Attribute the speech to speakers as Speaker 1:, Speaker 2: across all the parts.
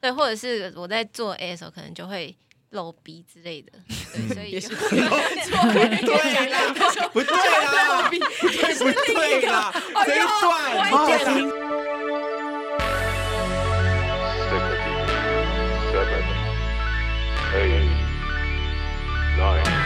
Speaker 1: 对，或者是我在做 A 的时候，可能就会露鼻之类的，对，所以就
Speaker 2: 嗯 对啦，不对啦，不对不对啦，这一段
Speaker 3: 我也觉得
Speaker 2: 哦
Speaker 4: Six, seven, eight, nine.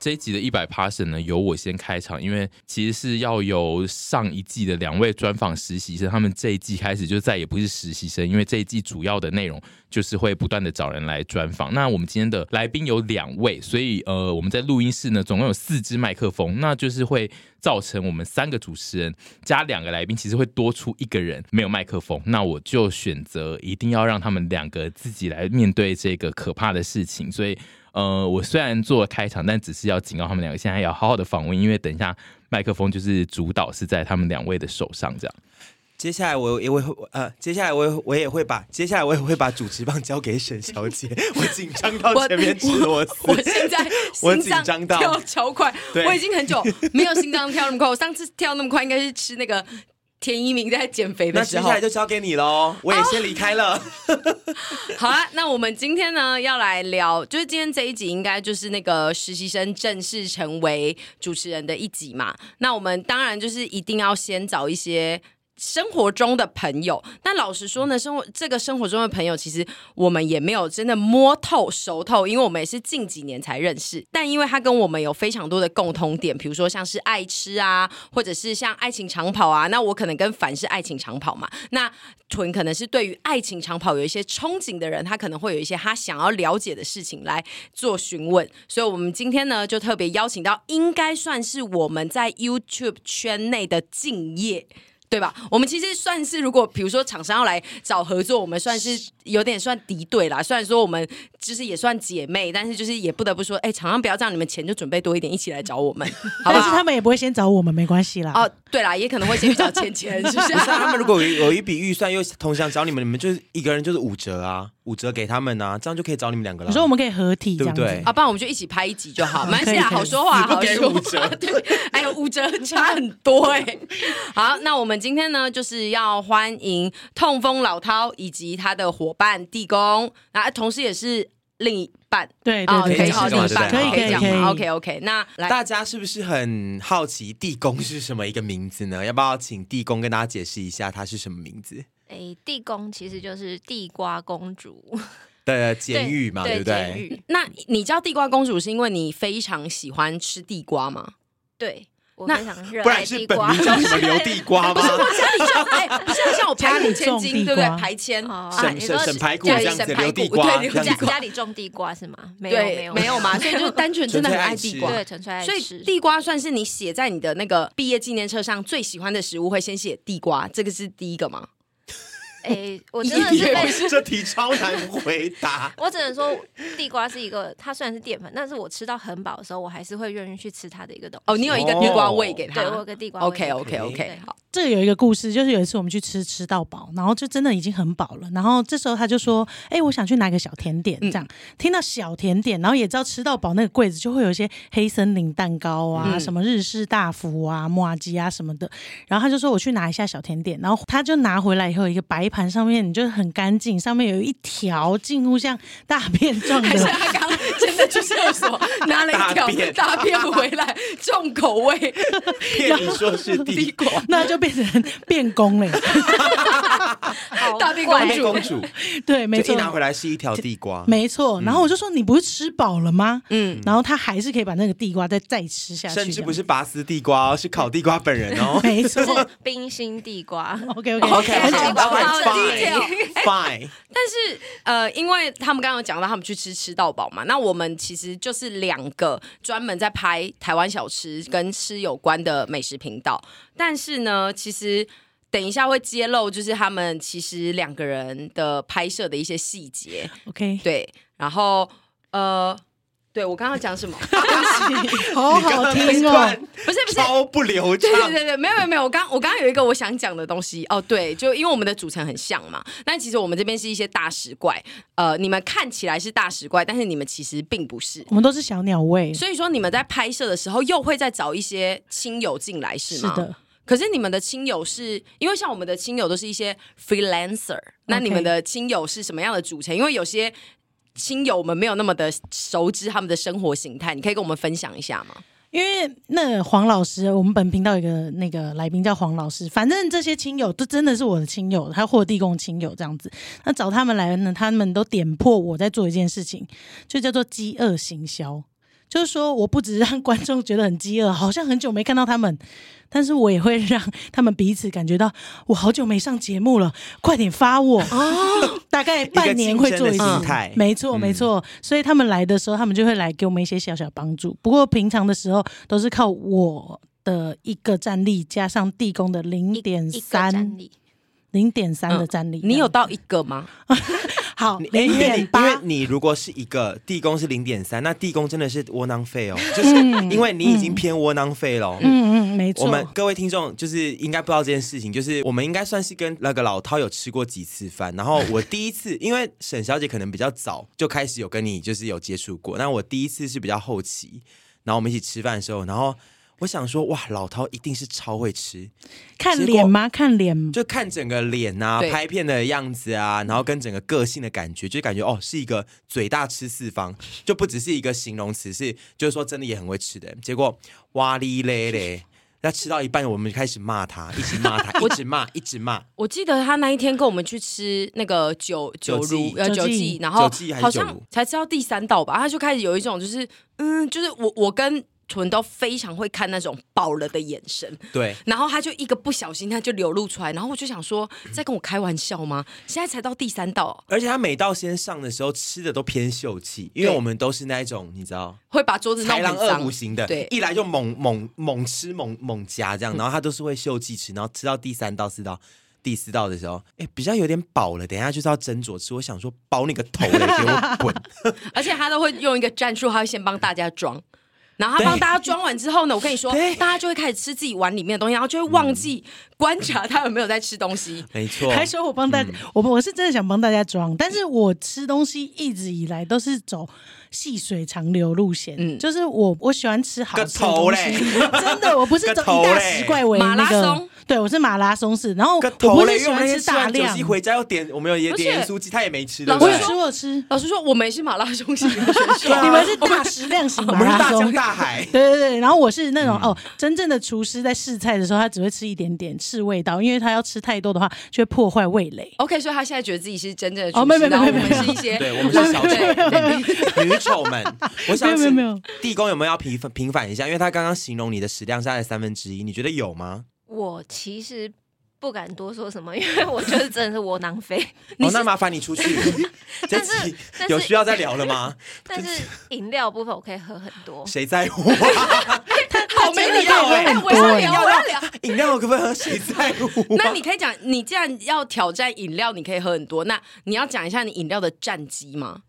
Speaker 3: 这一集的一百 passion 呢，由我先开场，因为其实是要由上一季的两位专访实习生，他们这一季开始就再也不是实习生，因为这一季主要的内容就是会不断的找人来专访。那我们今天的来宾有两位，所以呃，我们在录音室呢，总共有四支麦克风，那就是会造成我们三个主持人加两个来宾，其实会多出一个人没有麦克风。那我就选择一定要让他们两个自己来面对这个可怕的事情，所以。呃，我虽然做了开场，但只是要警告他们两个，现在要好好的访问，因为等一下麦克风就是主导是在他们两位的手上，这样。
Speaker 2: 接下来我也会呃，接下来我也我也会把接下来我也会把主持棒交给沈小姐，我紧张到前面吃螺
Speaker 5: 我
Speaker 2: 丝。
Speaker 5: 现在
Speaker 2: 我
Speaker 5: 心
Speaker 2: 紧张
Speaker 5: 脏
Speaker 2: 到
Speaker 5: 跳超快，
Speaker 2: 对
Speaker 5: 我已经很久没有心脏跳那么快。我上次跳那么快应该是吃那个田一鸣在减肥
Speaker 2: 那
Speaker 5: 的时
Speaker 2: 接
Speaker 5: 候
Speaker 2: 下。来就交给你喽，我也先离开了。
Speaker 5: 好啦，那我们今天呢要来聊，就是今天这一集应该就是那个实习生正式成为主持人的一集嘛。那我们当然就是一定要先找一些。生活中的朋友，但老实说呢，生活这个生活中的朋友，其实我们也没有真的摸透、熟透，因为我们也是近几年才认识。但因为他跟我们有非常多的共通点，比如说像是爱吃啊，或者是像爱情长跑啊。那我可能跟凡是爱情长跑嘛，那屯可能是对于爱情长跑有一些憧憬的人，他可能会有一些他想要了解的事情来做询问。所以，我们今天呢就特别邀请到，应该算是我们在 YouTube 圈内的敬业。对吧？我们其实算是，如果比如说厂商要来找合作，我们算是有点算敌对啦。虽然说我们就是也算姐妹，但是就是也不得不说，哎，厂商不要这样，你们钱就准备多一点，一起来找我们，好不
Speaker 6: 但是
Speaker 5: 好？
Speaker 6: 他们也不会先找我们，没关系啦。
Speaker 5: 哦，对啦，也可能会先去找钱钱，是不 是？
Speaker 2: 不是、啊、他们如果有有一笔预算，又同想找你们，你们就是一个人就是五折啊，五折给他们啊，这样就可以找你们两个了。
Speaker 6: 你说我们可以合体这样子，
Speaker 2: 对不对
Speaker 5: 啊，不然我们就一起拍一集就好，没关系
Speaker 6: 可以
Speaker 5: 啦，
Speaker 6: 可以
Speaker 5: 好说话，
Speaker 2: 死不
Speaker 5: 好
Speaker 2: 给
Speaker 5: 说
Speaker 2: 五
Speaker 5: 话
Speaker 2: 折，
Speaker 5: 对，哎呦，五折差很多哎、好，那我们今天呢，就是要欢迎痛风老饕以及他的伙伴地公，啊，同时也是另一半
Speaker 6: 哎对
Speaker 5: 啊，
Speaker 6: 对
Speaker 5: 可以
Speaker 6: 对，
Speaker 2: 好
Speaker 5: 哦，
Speaker 2: 这样
Speaker 5: 另
Speaker 2: 子
Speaker 5: 一半
Speaker 6: 可以
Speaker 5: 可以
Speaker 6: 可以
Speaker 5: 讲
Speaker 6: 可以
Speaker 5: 嘛，OK OK，那来。
Speaker 2: 大家是不是很好奇地宫是什么一个名字呢？要不要请地宫跟大家解释一下它是什么名字？
Speaker 1: 诶，地宫其实就是地瓜公主，
Speaker 2: 的监狱嘛，对
Speaker 1: 对
Speaker 2: 不
Speaker 1: 监
Speaker 2: 对？
Speaker 1: 狱，
Speaker 5: 那你知道地瓜公主是因为你非常喜欢吃地瓜吗？
Speaker 1: 对我
Speaker 5: 那
Speaker 1: 非常热
Speaker 2: 不
Speaker 1: 爱
Speaker 2: 然是
Speaker 1: 地
Speaker 2: 本
Speaker 1: 瓜，
Speaker 2: 名叫什么刘地瓜吗？
Speaker 5: 家里像哎，不是像我排骨千金，
Speaker 6: 家里种地
Speaker 5: 对不对
Speaker 6: 瓜？
Speaker 5: 排千
Speaker 1: 哦
Speaker 2: 省
Speaker 1: 啊你
Speaker 2: 省
Speaker 1: 说
Speaker 2: 省
Speaker 1: 是
Speaker 2: 排骨
Speaker 5: 家
Speaker 2: 这
Speaker 5: 里
Speaker 2: 样子，
Speaker 5: 省排
Speaker 2: 留地
Speaker 5: 骨
Speaker 2: 瓜
Speaker 5: 对
Speaker 2: 这
Speaker 5: 留
Speaker 2: 样
Speaker 1: 家
Speaker 2: 子。
Speaker 1: 家里种地瓜是吗？没有没
Speaker 5: 对，
Speaker 1: 有
Speaker 5: 没有嘛，所以就是单纯真的很爱地瓜。
Speaker 2: 纯
Speaker 1: 对，纯粹爱
Speaker 5: 所
Speaker 1: 吃
Speaker 5: 以。地瓜算是你写在你的那个毕业纪念册上最喜欢的食物，会先写地瓜，这个是第一个吗？
Speaker 1: 诶，我真 的
Speaker 5: 一
Speaker 1: 是
Speaker 5: 点
Speaker 1: 被。。
Speaker 2: 这题超难回答
Speaker 1: 我只能说，地瓜是一个，它虽然是淀粉，但是我吃到很饱的时候，我还是会愿意去吃它的一个东西。
Speaker 5: 哦，你有一个地瓜喂给他。
Speaker 1: 对，我有个地瓜味。
Speaker 5: OK OK OK，
Speaker 1: 对
Speaker 5: 好，
Speaker 6: 这个有一个故事，就是有一次我们去吃吃到饱，然后就真的已经很饱了，然后这时候他就说：“哎、我想去拿个小甜点。”
Speaker 5: 嗯
Speaker 6: 这样、听到小甜点，然后也知道吃到饱那个柜子就会有一些黑森林蛋糕啊、
Speaker 5: 嗯
Speaker 6: 什么日式大福啊、木瓦鸡啊什么的，然后他就说：“我去拿一下小甜点。”然后他就拿回来以后，一个白盘上面你就很干净，上面有一条近乎像大便 状
Speaker 5: 还是
Speaker 6: 的。
Speaker 5: 他刚真的去厕所拿了一
Speaker 2: 大
Speaker 5: 条
Speaker 2: 便
Speaker 5: 大便回来，重口味
Speaker 2: 骗你说是地
Speaker 5: 地瓜，
Speaker 6: 那就变 成变工了，
Speaker 1: 好
Speaker 5: 大地
Speaker 1: 怪
Speaker 5: 公主
Speaker 2: 公主，
Speaker 6: 对，没
Speaker 2: 就
Speaker 6: 错
Speaker 2: 一，拿回来嗯是一条地瓜。
Speaker 6: 没错。然后我就说：“你不是吃饱了吗？”
Speaker 5: 嗯，
Speaker 6: 然后他还是可以把那个地瓜再再吃下去这样，。
Speaker 2: 甚至不是拔丝地瓜哦，是烤地瓜本人哦
Speaker 6: 没错。
Speaker 1: 是冰心地瓜。
Speaker 6: OK OK，
Speaker 2: OK，
Speaker 1: 好
Speaker 2: 好
Speaker 1: 好好
Speaker 2: ，fine，fine。fine，fine
Speaker 5: 但是呃，因为他们刚刚有讲到他们去吃吃到饱嘛，那我们其实就是两个专门在拍台湾小吃跟吃有关的美食频道。但是呢，其实等一下会揭露，就是他们其实两 个人的拍摄的一些细节，
Speaker 6: OK，
Speaker 5: 对，然后呃。对我刚刚讲什么？
Speaker 6: 好 好听哦，
Speaker 5: 不是不是，
Speaker 2: 超不流畅
Speaker 5: 对。对对对，没有没有没有，我刚我刚刚有一个我想讲的东西哦，对，就因为我们的组成很像嘛，但其实我们这边是一些大食怪，呃，你们看起来是大食怪，但是你们其实并不是，
Speaker 6: 我们都是小鸟胃，
Speaker 5: 所以说你们在拍摄的时候又会再找一些亲友进来是
Speaker 6: 是
Speaker 5: 吗？
Speaker 6: 的。
Speaker 5: 可是你们的亲友是因为像我们的亲友都是一些 freelancer，那你们的亲友是什么样的组成？因为有些亲友我们没有那么的熟知他们的生活形态，你可以跟我们分享一下吗？
Speaker 6: 因为那黄老师，我们本频道有一个那个来宾叫黄老师，反正这些亲友都真的是我的亲友，还有或地公亲友这样子。那找他们来呢，他们都点破我在做一件事情，就叫做饥饿行销。就是说我不只让观众觉得很饥饿，好像很久没看到他们，但是我也会让他们彼此感觉到我好久没上节目了，快点发我哦！ 大概半年会做一
Speaker 2: 一个竞争的
Speaker 6: 次
Speaker 2: 心态，
Speaker 6: 没错没错。所以他们来的时候，他们就会来给我们一些小小帮助。不过平常的时候都是靠我的一个战力加上地宫的零
Speaker 1: 一
Speaker 6: 点
Speaker 1: 一个战
Speaker 6: 三
Speaker 1: 力，
Speaker 6: 零点三
Speaker 5: 嗯
Speaker 6: 的战力，
Speaker 5: 你有到一个吗？
Speaker 6: 好
Speaker 2: 哎因为你
Speaker 6: 零点
Speaker 2: 因为
Speaker 6: 八。
Speaker 2: 你如果是一个地宫是零点三，那地宫真的是窝囊废哦，就是因为你已经偏窝囊废了。哦
Speaker 6: 嗯嗯，没
Speaker 2: 我
Speaker 6: 错。
Speaker 2: 们各位听众就是应该不知道这件事情，就是我们应该算是跟那个老涛有吃过几次饭。然后我第一次，因为沈小姐可能比较早就开始有跟你就是有接触过，那我第一次是比较后期。然后我们一起吃饭的时候，然后我想说，哇，老涛一定是超会吃，
Speaker 6: 看
Speaker 2: 结果
Speaker 6: 脸吗？看脸，
Speaker 2: 就看整个脸啊，
Speaker 5: 对
Speaker 2: 拍片的样子啊，然后跟整个个性的感觉，就感觉哦，是一个嘴大吃四方，就不只是一个形容词，是就是说真的也很会吃的人。结果哇哩嘞嘞，那吃到一半，我们就开始骂他，一直骂 他，一直骂，一直骂。
Speaker 5: 我记得他那一天跟我们去吃那个酒酒
Speaker 2: 酒
Speaker 5: 乳
Speaker 2: 记
Speaker 5: 呃
Speaker 6: 酒
Speaker 5: 酒
Speaker 6: 记
Speaker 5: 记，然
Speaker 2: 酒
Speaker 5: 后
Speaker 2: 记还是
Speaker 5: 好
Speaker 2: 酒
Speaker 5: 像
Speaker 2: 乳
Speaker 5: 才吃到第三道吧，他就开始有一种就是嗯，就是我我跟纯都非常会看那种饱了的眼神，
Speaker 2: 对，
Speaker 5: 然后他就一个不小心他就流露出来，然后我就想说在跟我开玩笑吗？现在才到第三道，
Speaker 2: 而且他每到先上的时候，吃的都偏秀气，因为
Speaker 5: 对
Speaker 2: 我们都是那一种你知道。
Speaker 5: 会把桌子弄
Speaker 2: 豺狼
Speaker 5: 很
Speaker 2: 二
Speaker 5: 脏
Speaker 2: 五型的，
Speaker 5: 对
Speaker 2: 一来就猛猛猛吃猛猛夹这样，然后他都是会秀气吃，然后吃到第三道四道。第四道的时候，哎，比较有点饱了，等一下就是要斟酌吃。我想说，包你个头嘞，给我 滚！
Speaker 5: 而且他都会用一个战术，他会先帮大家装。然后他
Speaker 2: 对
Speaker 5: 帮大家装完之后呢，我跟你说
Speaker 2: 对，
Speaker 5: 大家就会开始吃自己碗里面的东西，然后就会忘记观察他有没有在吃东西。
Speaker 2: 没错，嗯
Speaker 6: 还说我帮大家，我我是真的想帮大家装，但是我吃东西一直以来都是走细水长流路线，
Speaker 5: 嗯
Speaker 6: 就是我我喜欢吃好
Speaker 2: 个
Speaker 6: 吃的东西， 真的，我不是 走
Speaker 2: 个头
Speaker 6: 一大
Speaker 2: 嘞
Speaker 6: 食怪为
Speaker 5: 马
Speaker 6: 那
Speaker 5: 拉
Speaker 6: 个，
Speaker 5: 松
Speaker 6: 对我是马拉松式，然后
Speaker 2: 个
Speaker 6: 我
Speaker 2: 头
Speaker 6: 不
Speaker 2: 嘞，
Speaker 6: 是
Speaker 2: 因
Speaker 6: 喜
Speaker 2: 为我们
Speaker 6: 欢
Speaker 2: 那天
Speaker 6: 吃
Speaker 2: 吃
Speaker 6: 大
Speaker 2: 完酒
Speaker 6: 量
Speaker 2: 席，回家要点，我们有也
Speaker 5: 而且
Speaker 2: 点盐酥鸡，他也没吃，对
Speaker 5: 老
Speaker 2: 不
Speaker 6: 我
Speaker 2: 对
Speaker 6: 有
Speaker 5: 师
Speaker 6: 吃我有吃，
Speaker 5: 老师说，我们是马拉松型的选手，
Speaker 6: 你们是大食量型
Speaker 2: 啊 我
Speaker 6: 马
Speaker 2: 们是
Speaker 6: 拉
Speaker 2: 大嗯江
Speaker 6: 松。，
Speaker 2: 大海
Speaker 6: 对对对，然后我是那种、哦，真正的厨师在试菜的时候，他只会吃一点点，试味道，因为他要吃太多的话，就会破坏味蕾。
Speaker 5: OK，所以他现在觉得自己是真正的厨师，
Speaker 6: 哦没有没有
Speaker 5: 然后我
Speaker 6: 没有
Speaker 5: 们
Speaker 6: 没有
Speaker 5: 是一些
Speaker 2: 对我们是小丑
Speaker 5: 对
Speaker 2: 女丑们。我想
Speaker 6: 没有
Speaker 2: 请
Speaker 6: 没有没有
Speaker 2: 地公有没有要平反平反一下？因为他刚刚形容你的食量是他的三分之一，你觉得有吗？
Speaker 1: 我其实不敢多说什么，因为我就是真的是窝囊废。
Speaker 2: 哦，那麻烦你出去。这
Speaker 1: 但是
Speaker 2: 集
Speaker 1: 但是
Speaker 2: 有需要再聊了吗？
Speaker 1: 但是饮料部分我可以喝很多，
Speaker 2: 谁在乎、啊？
Speaker 5: 好没礼貌哎！我要聊，我要聊。
Speaker 2: 饮料可不可以喝？谁在乎、啊？
Speaker 5: 那你可以讲，你既然要挑战饮料，你可以喝很多。那你要讲一下你饮料的战绩吗？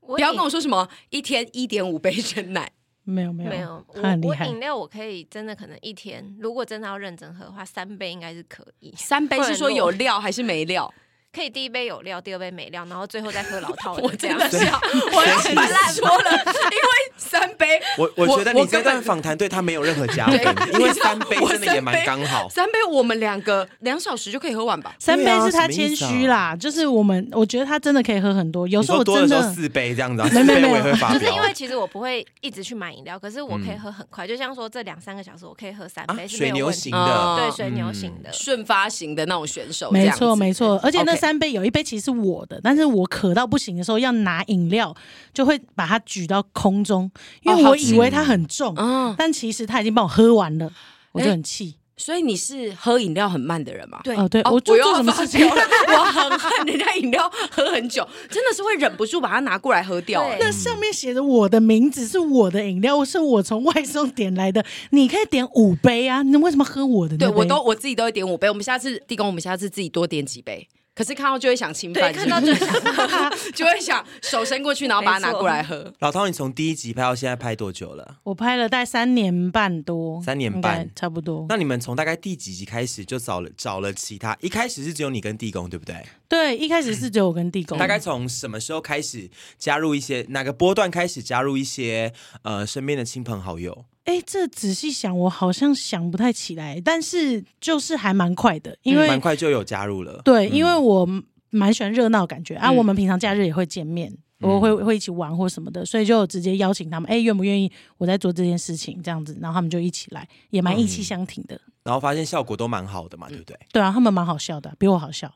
Speaker 1: 不
Speaker 5: 不要跟我说什么一天一点五杯真奶，
Speaker 6: 没有没有
Speaker 1: 没有，我
Speaker 6: 他很厉
Speaker 1: 我
Speaker 6: 害
Speaker 1: 饮。料我可以真的可能一天，如果真的要认真喝的话，三杯应该是可以。
Speaker 5: 三杯
Speaker 1: 会
Speaker 5: 是
Speaker 1: 很
Speaker 5: 说
Speaker 1: 弱
Speaker 5: 有料还是没料？
Speaker 1: 可以第一杯有料，第二杯没料，然后最后再喝老套
Speaker 5: 我
Speaker 1: 这
Speaker 5: 真
Speaker 1: 样
Speaker 5: 的
Speaker 1: 子
Speaker 5: 是要， 我要很烂说了，因为三杯，
Speaker 2: 我我觉得
Speaker 5: 我
Speaker 2: 你
Speaker 5: 我
Speaker 2: 这
Speaker 5: 根
Speaker 2: 段
Speaker 5: 本
Speaker 2: 访谈对他没有任何加
Speaker 5: 对
Speaker 2: 分，因为
Speaker 5: 你知道
Speaker 2: 三杯
Speaker 5: 我
Speaker 2: 真的也
Speaker 5: 三
Speaker 2: 蛮
Speaker 5: 杯
Speaker 2: 刚好。
Speaker 5: 三杯我们两个两小时就可以喝完吧？
Speaker 6: 三
Speaker 2: 对
Speaker 6: 杯
Speaker 2: 啊
Speaker 6: 是
Speaker 2: 什
Speaker 6: 他
Speaker 2: 么意
Speaker 6: 谦
Speaker 2: 思啊
Speaker 6: 虚啦，就是我们，我觉得他真的可以喝很多，有
Speaker 2: 你
Speaker 6: 时候
Speaker 2: 说
Speaker 6: 我
Speaker 2: 多
Speaker 6: 真
Speaker 2: 的时候
Speaker 6: 的
Speaker 2: 四杯这样子、啊，
Speaker 6: 没
Speaker 2: 四
Speaker 6: 没
Speaker 2: 杯
Speaker 6: 没有
Speaker 2: 我也会发
Speaker 1: 就是
Speaker 2: 飙
Speaker 1: 因。为其实我不会一直去买饮料，可是我可以喝很快，就像说这两三个小时我可以喝三
Speaker 2: 嗯啊
Speaker 1: 杯，是没
Speaker 2: 水
Speaker 1: 有
Speaker 2: 牛
Speaker 1: 问题
Speaker 2: 型
Speaker 1: 的。
Speaker 5: 哦
Speaker 2: 的，嗯
Speaker 1: 对，水牛型的。
Speaker 5: 顺发型的那种选手，这
Speaker 6: 没
Speaker 5: 样
Speaker 6: 错
Speaker 5: 子嗯
Speaker 6: 没错，而且那
Speaker 5: OK
Speaker 6: 三杯有一杯其实是我的，但是我渴到不行的时候要拿饮料，就会把它举到空中，因为
Speaker 5: 哦好
Speaker 6: 我以为它很重，
Speaker 5: 嗯
Speaker 6: 但其实它已经帮我喝完了，我就
Speaker 5: 哎
Speaker 6: 很气。
Speaker 5: 所以你是喝饮料很慢的人吗？
Speaker 1: 对
Speaker 6: 哦，对，
Speaker 5: 哦
Speaker 6: 我做
Speaker 5: 又
Speaker 6: 做
Speaker 5: 要
Speaker 6: 什么
Speaker 5: 发
Speaker 6: 事情
Speaker 5: 飙？了我很恨人家饮料喝很久，真的是会忍不住把它拿过来喝掉、
Speaker 1: 对
Speaker 5: 哎
Speaker 6: 那上面写着我的名字是我的饮料，是我从外送点来的，你可以点五杯啊，你为什么喝我的那
Speaker 5: 对
Speaker 6: 杯？
Speaker 5: 我都我自己都会点五杯，我们下次地公，我们下次自己多点几杯。可是看到就会想侵
Speaker 1: 对，
Speaker 5: 犯，
Speaker 1: 看到就想，
Speaker 5: 就会想手伸过去，然后把它拿过来喝。
Speaker 2: 老涛，你从第一集拍到现在拍多久了？
Speaker 6: 我拍了大概三年半多，
Speaker 2: 三年半
Speaker 6: 应该差不多。
Speaker 2: 那你们从大概第几集开始就找了找了其他？一开始是只有你跟地公，对不对？
Speaker 6: 对，一开始是只有我跟地公，
Speaker 2: 大概从什么时候开始加入一些哪个波段开始加入一些呃身边的亲朋好友？
Speaker 6: 哎，这仔细想，我好像想不太起来，但是就是还蛮快的，因
Speaker 5: 嗯
Speaker 6: 为、
Speaker 2: 蛮快就有加入了。
Speaker 6: 对，
Speaker 2: 嗯
Speaker 6: 因为我蛮喜欢热闹的感觉啊。
Speaker 5: 嗯
Speaker 6: 我们平常假日也会见面，我会会一起玩或什么的，所以就直接邀请他们，哎，愿不愿意我在做这件事情这样子，然后他们就一起来，也蛮意
Speaker 5: 嗯
Speaker 6: 气相挺的。
Speaker 2: 然后发现效果都蛮好的嘛，对不 对？
Speaker 6: 对啊，他们蛮好笑的，比我好笑，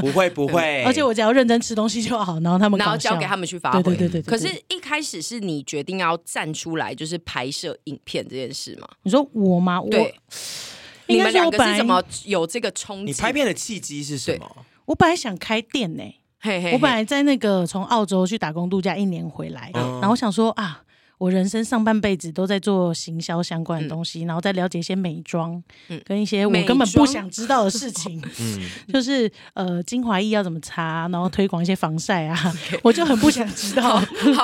Speaker 2: 不会不会，
Speaker 6: 而且我只要认真吃东西就好，然后他们
Speaker 5: 哎然后
Speaker 6: 搞笑
Speaker 5: 交给他。们去发
Speaker 6: 对
Speaker 5: 挥。
Speaker 6: 对对对对
Speaker 5: 可是
Speaker 6: 对，
Speaker 5: 一开始是你决定要站出来，就是拍摄影片这件事吗？
Speaker 6: 你说我吗？我
Speaker 5: 对，
Speaker 6: 应
Speaker 5: 你
Speaker 6: 该
Speaker 5: 们
Speaker 6: 是
Speaker 5: 两
Speaker 6: 我
Speaker 5: 个
Speaker 6: 本
Speaker 5: 是怎么
Speaker 6: 来
Speaker 5: 有这个冲
Speaker 2: 你
Speaker 5: 击？
Speaker 2: 拍片的契机是什么？
Speaker 6: 我本来想开店呢、
Speaker 5: 嘿嘿嘿
Speaker 6: 我本来在那个从澳洲去打工度假一年回来，
Speaker 2: 嗯
Speaker 6: 然后我想说啊，我人生上半辈子都在做行销相关的东西，然后再了解一些美妆，跟一些我根本
Speaker 5: 嗯美
Speaker 6: 不
Speaker 5: 妆
Speaker 6: 想知道的事情， 就是呃精华液要怎么擦，然后推广一些防晒 啊，我就很不想知道。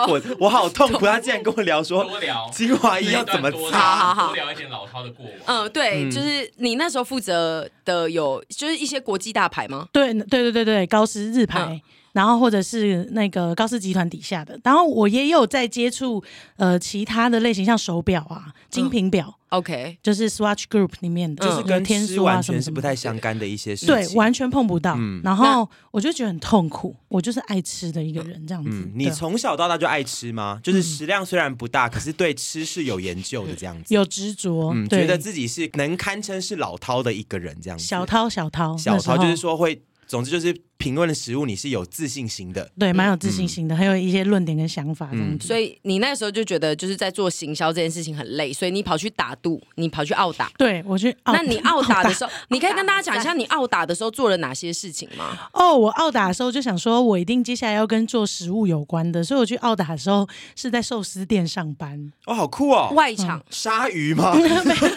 Speaker 2: 我我好痛苦，他竟然跟我聊说
Speaker 3: 多聊
Speaker 2: 精华哎液要怎么
Speaker 5: 聊
Speaker 2: 擦，
Speaker 5: 好好好
Speaker 3: 多聊一点老饕的过往。
Speaker 5: 嗯，对，就是你那时候负责的有就是一些国际大牌吗？
Speaker 6: 对对对对对，高斯日牌，
Speaker 5: 嗯
Speaker 6: 然后或者是那个高斯集团底下的，然后我也有在接触呃其他的类型，像手表啊、
Speaker 5: 嗯
Speaker 6: 精品表。
Speaker 5: OK，
Speaker 6: 就是 Swatch Group 里面的，
Speaker 2: 就是嗯跟
Speaker 6: 天
Speaker 2: 吃
Speaker 6: 书啊
Speaker 2: 完
Speaker 6: 什么
Speaker 2: 全
Speaker 6: 什
Speaker 2: 是
Speaker 6: 么
Speaker 2: 不
Speaker 6: 的
Speaker 2: 太相干的一嗯些事情。
Speaker 6: 对，完全碰不到。然后我就觉得很痛苦，我就是爱吃的一嗯个人，这样子。
Speaker 2: 嗯，
Speaker 6: 对
Speaker 2: 你
Speaker 6: 啊
Speaker 2: 从小到大就爱吃吗？就是食量虽然不大，可是对吃是有研究的这样子。
Speaker 6: 有执着，
Speaker 2: 嗯，
Speaker 6: 对
Speaker 2: 觉得自己是能堪称是老饕的一个人这样子。
Speaker 6: 小涛小涛
Speaker 2: 小
Speaker 6: 那时候
Speaker 2: 饕就是说会，总之就是评论的食物你是有自信心的。
Speaker 6: 对，蛮有自信心的，
Speaker 2: 嗯
Speaker 6: 很有一些论点跟想法这样子。
Speaker 5: 所以你那时候就觉得就是在做行销这件事情很累，所以你跑去打赌，你跑去澳打。
Speaker 6: 对我去澳，
Speaker 5: 那你澳打的时
Speaker 6: 候，
Speaker 5: 候，你可以跟大家讲一下你澳打的时候做了哪些事情吗？
Speaker 6: 哦，我澳打的时候就想说，我一定接下来要跟做食物有关的，所以我去澳打的时候是在寿司店上班，
Speaker 2: 哦，好酷哦！
Speaker 5: 外场
Speaker 2: 鲨鱼 吗？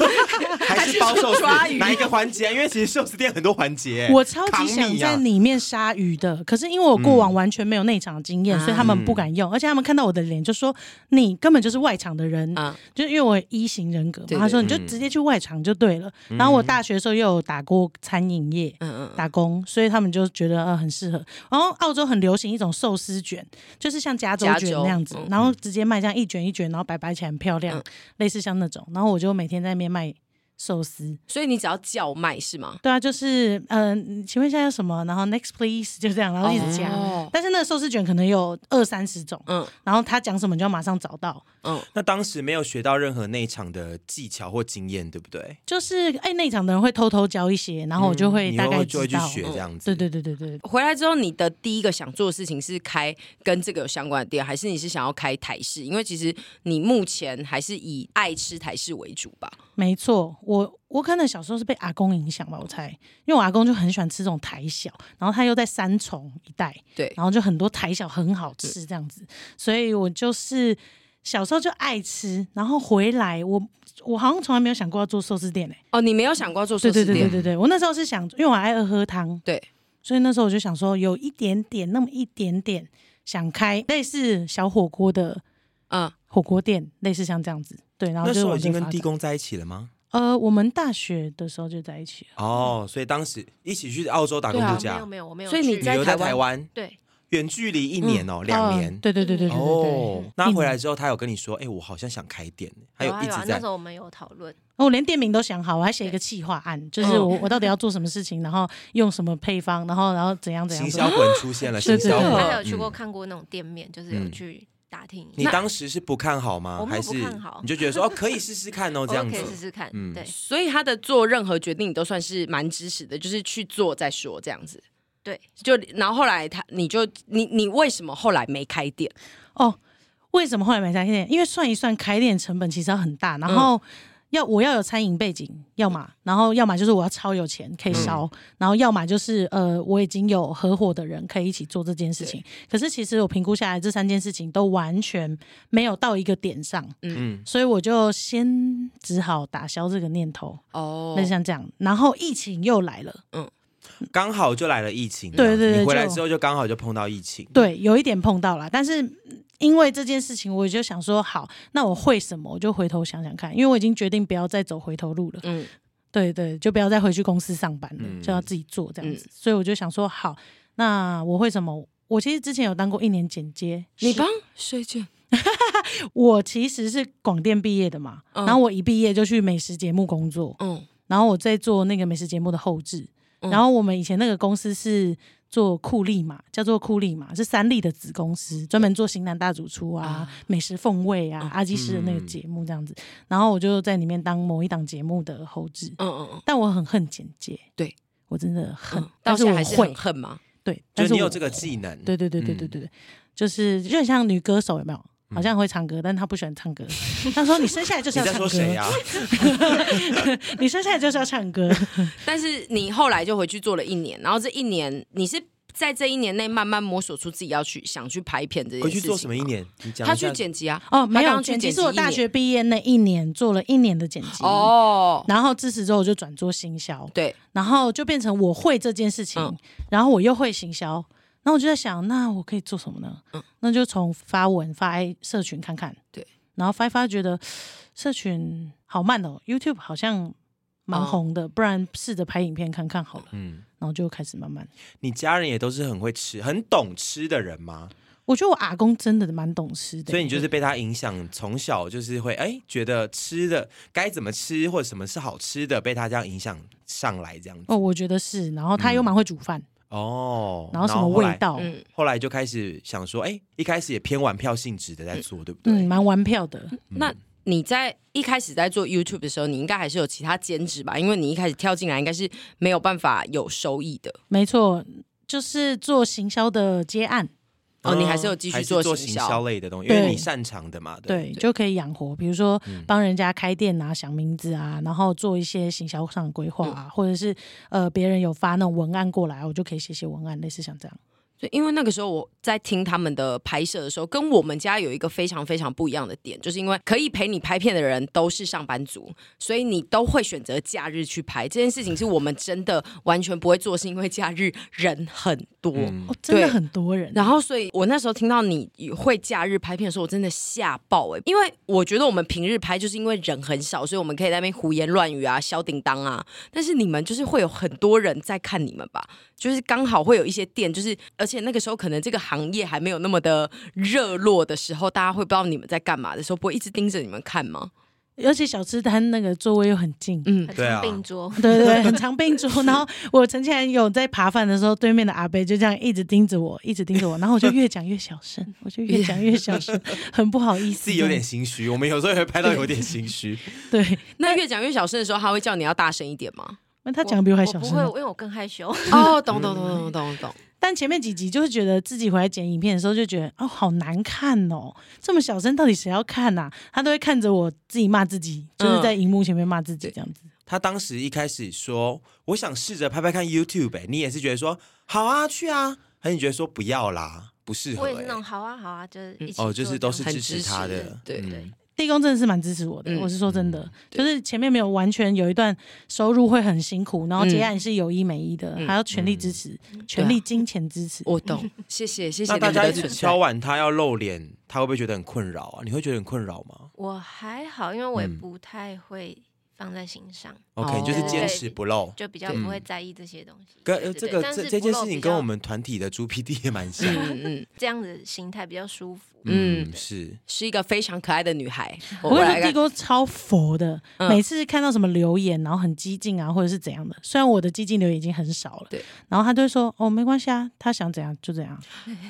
Speaker 2: 还是包寿司？哪一个环节啊？因为其实寿司店很多环节。
Speaker 6: 我超级
Speaker 2: 扛
Speaker 6: 想
Speaker 2: 米
Speaker 6: 在
Speaker 2: 啊
Speaker 6: 里面杀鱼的，可是因为我过往完全没有内场的经验，
Speaker 5: 嗯
Speaker 6: 所以他们不敢用，而且他们看到我的脸就说你根本就是外场的人，
Speaker 5: 啊，
Speaker 6: 就是因为我有一型人格嘛，
Speaker 5: 对对
Speaker 6: 他说你就直接去外场就对了。然后我大学的时候又有打过餐饮业。
Speaker 5: 嗯嗯，
Speaker 6: 打工，所以他们就觉得呃很适合。然后澳洲很流行一种寿司卷，就是像加州
Speaker 5: 加
Speaker 6: 卷
Speaker 5: 州
Speaker 6: 那样子，
Speaker 5: 嗯
Speaker 6: 然后直接卖这样一卷一卷，然后摆摆起来很漂亮，
Speaker 5: 嗯
Speaker 6: 类似像那种。然后我就每天在那边卖寿司，
Speaker 5: 所以你只要叫卖是吗？
Speaker 6: 对啊，就是嗯、请问一下有什么？然后 next please 就这样，然后一直加。
Speaker 5: 哦
Speaker 6: 但是那个寿司卷可能有二三十种，
Speaker 5: 嗯
Speaker 6: 然后他讲什么你就要马上找到。
Speaker 5: 嗯，
Speaker 2: 那当时没有学到任何内场的技巧或经验，对不对？
Speaker 6: 就是哎，内场的人会偷偷教一些，然后我就会
Speaker 2: 嗯你
Speaker 6: 大概
Speaker 2: 又
Speaker 6: 知
Speaker 2: 就会去
Speaker 6: 道。
Speaker 2: 学这样子。
Speaker 6: 对对对对对，
Speaker 5: 回来之后，你的第一个想做的事情是开跟这个有相关的店，还是你是想要开台式？因为其实你目前还是以爱吃台式为主吧。
Speaker 6: 没错。我我可能小时候是被阿公影响吧，我猜，因为我阿公就很喜欢吃这种台小，然后他又在三重一带，
Speaker 5: 对
Speaker 6: 然后就很多台小很好吃这样子，所以我就是小时候就爱吃，然后回来我我好像从来没有想过要做寿司店诶、
Speaker 5: 哦，你没有想过要做寿
Speaker 6: 对对
Speaker 5: 司
Speaker 6: 对对
Speaker 5: 店？
Speaker 6: 对对，我那时候是想，因为我爱喝汤，
Speaker 5: 对，
Speaker 6: 所以那时候我就想说，有一点点，那么一点点想开类似小火锅的
Speaker 5: 嗯，
Speaker 6: 火锅店，类似像这样子。对，然后
Speaker 2: 那时
Speaker 6: 就是
Speaker 2: 候
Speaker 6: 我
Speaker 2: 已经跟地公在一起了吗？
Speaker 6: 呃，我们大学的时候就在一起了。
Speaker 2: 哦，所以当时一起去澳洲打工度
Speaker 1: 啊没
Speaker 2: 假
Speaker 1: 有，没有，我没有
Speaker 5: 所
Speaker 1: 去。
Speaker 5: 以你
Speaker 2: 旅游在台湾，
Speaker 1: 对，
Speaker 2: 远距离一年哦，两年
Speaker 6: 呃。对对对对对对对。
Speaker 2: 哦，那回来之后，他有跟你说，哎，我好像想开店，还
Speaker 1: 有
Speaker 2: 有
Speaker 1: 啊
Speaker 2: 一
Speaker 1: 有啊
Speaker 2: 直，
Speaker 1: 那
Speaker 2: 在
Speaker 1: 时候我们有讨论，
Speaker 6: 我连店名都想好，我还写一个企划案，就是我我到底要做什么事情，然后用什么配方，然后然后怎样怎样
Speaker 2: 行
Speaker 6: 怎
Speaker 2: 销
Speaker 6: 样。
Speaker 2: 魂出现了，
Speaker 6: 是
Speaker 2: 行
Speaker 6: 的
Speaker 2: 销
Speaker 1: 他
Speaker 2: 魂。
Speaker 1: 还有去过看过那种店面，就是有去打听一
Speaker 2: 嗯你
Speaker 1: 下，
Speaker 2: 当时是不看好吗？
Speaker 1: 我没
Speaker 2: 还
Speaker 1: 有
Speaker 2: 是
Speaker 1: 不看好
Speaker 2: 你就觉得说，哦，可以试试看 哦，
Speaker 1: 我
Speaker 2: 这样
Speaker 1: 可以试
Speaker 2: 子。
Speaker 1: 试看。
Speaker 2: 嗯
Speaker 1: 对
Speaker 5: 所以他的做任何决定，你都算是蛮支持的，就是去做再说这样子。
Speaker 1: 对，
Speaker 5: 就然后后来他，你就你你为什么后来没开店？
Speaker 6: 哦，为什么后来没开店？因为算一算开店成本其实要很大，然后要我要有餐饮背景，要么然后要么就是我要超有钱可以烧，然后要么就是呃我已经有合伙的人可以一起做这件事情。可是其实我评估下来，这三件事情都完全没有到一个点上，
Speaker 2: 嗯，
Speaker 6: 所以我就先只好打消这个念头，
Speaker 5: 哦
Speaker 6: 那、像这样，然后疫情又来了。
Speaker 5: 嗯
Speaker 6: 嗯，
Speaker 2: 刚好就来了疫情，
Speaker 6: 对对对
Speaker 2: 你回来
Speaker 6: 就
Speaker 2: 之后就刚好就碰到疫情，
Speaker 6: 对，有一点碰到了，但是因为这件事情，我就想说，好，那我会什么？我就回头想想看，因为我已经决定不要再走回头路了。
Speaker 5: 嗯，
Speaker 6: 对对，就不要再回去公司上班了，
Speaker 2: 嗯
Speaker 6: 就要自己做这样子。所以我就想说，好，那我会什么？我其实之前有当过一年剪接，
Speaker 5: 你帮水卷，
Speaker 6: 我其实是广电毕业的嘛，
Speaker 5: 嗯
Speaker 6: 然后我一毕业就去美食节目工作，
Speaker 5: 嗯，
Speaker 6: 然后我在做那个美食节目的后置。然后我们以前那个公司是做酷力嘛，叫做酷力嘛，是三立的子公司，专门做型男大主厨啊、美食风味
Speaker 5: 嗯
Speaker 6: 啊、阿基师的那个
Speaker 2: 嗯
Speaker 6: 节目这样子。然后我就在里面当某一档节目的后置，
Speaker 5: 嗯嗯嗯，
Speaker 6: 但我很恨剪接，
Speaker 5: 对
Speaker 6: 我真的很，
Speaker 5: 嗯到
Speaker 6: 但是
Speaker 5: 现在
Speaker 6: 我
Speaker 5: 还是
Speaker 6: 会
Speaker 5: 很，恨吗？
Speaker 6: 对，
Speaker 2: 就
Speaker 6: 但
Speaker 2: 是
Speaker 6: 是
Speaker 2: 你有
Speaker 6: 我
Speaker 2: 这个
Speaker 6: 会
Speaker 2: 技能，
Speaker 6: 对对对对
Speaker 2: 嗯
Speaker 6: 对对对，就是就很像女歌手有没有？好像会唱歌，但她不喜欢唱歌。她说：“你生下来就是
Speaker 2: 你在
Speaker 6: 要唱歌
Speaker 2: 说，谁啊呀、
Speaker 6: 你生下来就是要唱 歌。
Speaker 5: 但是你后来就回去做了一年，然后这一年你是在这一年内慢慢摸索出自己要去想去拍片这件事
Speaker 2: 回
Speaker 5: 情。
Speaker 2: 去做什么一？年？你讲
Speaker 5: 他
Speaker 2: 一下
Speaker 5: 去剪辑啊”，
Speaker 6: 哦，
Speaker 5: 他
Speaker 6: 没
Speaker 5: 刚
Speaker 6: 有
Speaker 5: 刚去
Speaker 6: 剪辑
Speaker 5: 剪
Speaker 6: 是我
Speaker 5: 一
Speaker 6: 大
Speaker 5: 年
Speaker 6: 学毕业那一年做了一年的剪辑，
Speaker 5: 哦，
Speaker 6: 然后自此之后我就转做行销，
Speaker 5: 对，
Speaker 6: 然后就变成我会这件事情，
Speaker 5: 嗯
Speaker 6: 然后我又会行销，然后我就在想，那我可以做什么呢？
Speaker 5: 嗯
Speaker 6: 那就从发文发社群看看，
Speaker 5: 对，
Speaker 6: 然后发一发觉得社群好慢哦，YouTube 好像蛮
Speaker 5: 哦
Speaker 6: 红的，不然试着拍影片看看好了，
Speaker 2: 嗯，
Speaker 6: 然后就开始慢慢。
Speaker 2: 你家人也都是很会吃、很懂吃的人吗？
Speaker 6: 我觉得我阿公真的蛮懂吃的，
Speaker 2: 所以你就是被他影响，从小就是会哎、觉得吃的该怎么吃或者什么是好吃的，被他这样影响上来这样子。
Speaker 6: 哦，我觉得是，然后他又蛮会煮饭，
Speaker 2: 哦，
Speaker 6: 然后什么味？道，
Speaker 5: 嗯，
Speaker 2: 嗯后来就开始想说，哎、一开始也偏玩票性质的在做，对不对？
Speaker 6: 嗯，蛮玩票的，
Speaker 2: 嗯
Speaker 5: 那你在一开始在做 YouTube 的时候，你应该还是有其他兼职吧？因为你一开始跳进来，应该是没有办法有收益的。
Speaker 6: 没错，就是做行销的接案。
Speaker 5: 哦，
Speaker 2: 嗯
Speaker 5: 你还是有继
Speaker 2: 还
Speaker 5: 续
Speaker 2: 是做
Speaker 5: 行
Speaker 2: 行销
Speaker 5: 销。
Speaker 2: 类的东西，因为
Speaker 6: 对
Speaker 2: 你擅长的嘛。对，
Speaker 6: 对，就可以养活，比如说帮人家开店啊、想名字啊，然后做一些行销上的规划啊，或者是呃别人有发那种文案过来，我就可以写写文案，类似像这样。
Speaker 5: 对，因为那个时候我在听他们的拍摄的时候，跟我们家有一个非常非常不一样的点，就是因为可以陪你拍片的人都是上班族，所以你都会选择假日去拍。这件事情是我们真的完全不会做，是因为假日人很多。
Speaker 2: 嗯
Speaker 6: 哦，真的
Speaker 5: 对
Speaker 6: 很多人。
Speaker 5: 然后，所以我那时候听到你会假日拍片的时候，我真的吓爆哎、因为我觉得我们平日拍就是因为人很少，所以我们可以在那边胡言乱语啊、小叮当啊。但是你们就是会有很多人在看你们吧，就是刚好会有一些店，就是而且那个时候可能这个行业还没有那么的热络的时候，大家会不知道你们在干嘛的时候，不会一直盯着你们看吗？
Speaker 6: 而且小吃摊那个座位又很 近。
Speaker 5: 嗯，
Speaker 1: 很
Speaker 2: 对啊
Speaker 1: 常并桌，
Speaker 6: 对对对，很常并桌。然后我曾经还有在扒饭的时候，对面的阿伯就这样一直盯着我，一直盯着我，然后我就越讲越小声，我就越讲越小声，很不好意思。
Speaker 2: 自己有点心虚，我们有时候也会拍到有点心虚。
Speaker 6: 对，
Speaker 5: 那越讲越小声的时候，他会叫你要大声一点吗？
Speaker 6: 那他讲得比我还
Speaker 1: 我
Speaker 6: 小
Speaker 1: 不
Speaker 6: 声
Speaker 1: 会，
Speaker 6: 啊。
Speaker 1: 因为我更害羞。
Speaker 5: 哦，懂懂懂懂懂懂，
Speaker 6: 但前面几集就是觉得自己回来剪影片的时候，就觉得哦，好难看哦，这么小声，到底谁要看呐、他都会看着我自己骂自己，
Speaker 5: 嗯
Speaker 6: 就是在荧幕前面骂自己这样子。
Speaker 2: 他当时一开始说，我想试着拍拍看 YouTube，、欸、你也是觉得说好啊，去啊，还是你觉得说不要啦，不适合、
Speaker 1: 我也是
Speaker 2: 欸
Speaker 1: 那？种好啊好啊，就是一起
Speaker 2: 哦，就
Speaker 1: 做
Speaker 2: 是都
Speaker 1: 这
Speaker 2: 是
Speaker 1: 样
Speaker 5: 很
Speaker 2: 支持
Speaker 5: 支
Speaker 2: 他
Speaker 5: 持
Speaker 2: 的，
Speaker 5: 对
Speaker 2: 嗯
Speaker 6: 地公真的是蛮支持我的，
Speaker 5: 嗯
Speaker 6: 我是说真的，
Speaker 5: 对
Speaker 6: 就是前面没有完全有一段收入会很辛苦，然后接案是有一没一的，
Speaker 5: 嗯啊
Speaker 6: 还要全力支持，全力金钱支持。
Speaker 5: 我哦懂，谢谢谢谢
Speaker 2: 那
Speaker 5: 你
Speaker 2: 大
Speaker 5: 们
Speaker 2: 家
Speaker 5: 的
Speaker 2: 一直
Speaker 5: 存在
Speaker 2: 敲。碗他要露脸，他会不会觉得很困扰啊？你会觉得很困扰吗
Speaker 1: 我还好，因为我也
Speaker 2: 嗯
Speaker 1: 不太会放在心上，
Speaker 2: ？OK，、你就是坚持不露。
Speaker 1: 就比较不会在意这些东西。
Speaker 2: 嗯跟
Speaker 1: 对
Speaker 2: 呃
Speaker 1: 对
Speaker 2: 这
Speaker 1: 对
Speaker 2: 个
Speaker 1: 但
Speaker 2: 这
Speaker 1: 是
Speaker 2: 这
Speaker 1: 不
Speaker 2: 件
Speaker 1: 露
Speaker 2: 事情
Speaker 1: 比
Speaker 2: 跟
Speaker 1: 较
Speaker 2: 我们团体的猪 PD 也蛮像，
Speaker 5: 嗯嗯，
Speaker 1: 这样子形态比较舒服。
Speaker 2: 嗯是，
Speaker 5: 是一个非常可爱的女孩。
Speaker 6: 我
Speaker 5: 们
Speaker 6: 跟你
Speaker 5: 来
Speaker 6: 说，地
Speaker 5: 看
Speaker 6: 沟超佛的，
Speaker 5: 嗯
Speaker 6: 每次看到什么留言，然后很激进啊，或者是怎样的，虽然我的激进留言已经很少了，
Speaker 5: 对，
Speaker 6: 然后他就会说哦，没关系啊，他想怎样就怎样，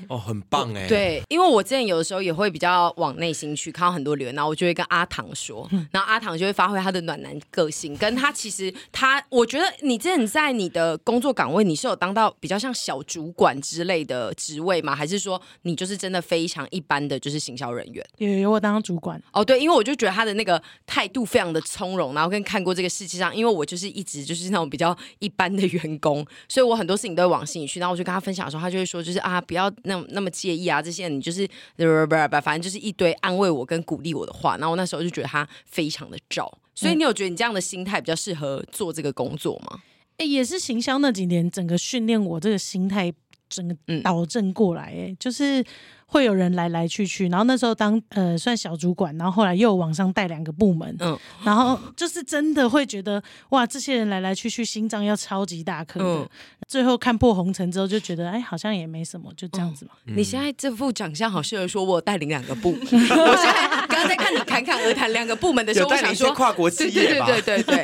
Speaker 2: 哦，很棒哎、，
Speaker 5: 对，因为我之前有的时候也会比较往内心去，看到很多留言，然后我就会跟阿唐说，
Speaker 6: 嗯
Speaker 5: 然后阿唐就会发挥他的暖男个性，跟他其实他，我觉得你之前在你的工作岗位，你是有当到比较像小主管之类的职位吗？还是说你就是真的非常一般的就是行销人员？
Speaker 6: 有有我当主管，
Speaker 5: 哦，对，因为我就觉得他的那个态度非常的从容，然后跟看过这个世界上，因为我就是一直就是那种比较一般的员工，所以我很多事情都会往心里去。然后我就跟他分享的时候，他就会说，就是啊，不要那么那么介意啊，这些你就是不不不不，反正就是一堆安慰我跟鼓励我的话。然后我那时候就
Speaker 2: 嗯
Speaker 5: 觉得他非常的照，所以你有觉得你这样的心态比较适合做这个工作吗？
Speaker 6: 哎、也是行销那几年，整个训练我这个心态，整个
Speaker 5: 嗯
Speaker 6: 导正过来、哎、就是会有人来来去去，然后那时候当呃算小主管，然后后来又往上带两个部门，
Speaker 5: 嗯
Speaker 6: 然后就是真的会觉得哇，这些人来来去去，心脏要超级大颗的。
Speaker 5: 嗯
Speaker 6: 最后看破红尘之后，就觉得哎，好像也没什么，就这
Speaker 5: 嗯
Speaker 6: 样子嘛。
Speaker 2: 嗯
Speaker 5: 你现在这副长相好适合说，我有带领两个部门。 我现在刚刚在看你侃侃而谈两个部门的时
Speaker 2: 有
Speaker 5: 候，我
Speaker 2: 带领
Speaker 5: 想
Speaker 2: 一些
Speaker 5: 说，
Speaker 2: 跨国企
Speaker 5: 对
Speaker 2: 业
Speaker 5: 对
Speaker 2: 吧？
Speaker 5: 对对对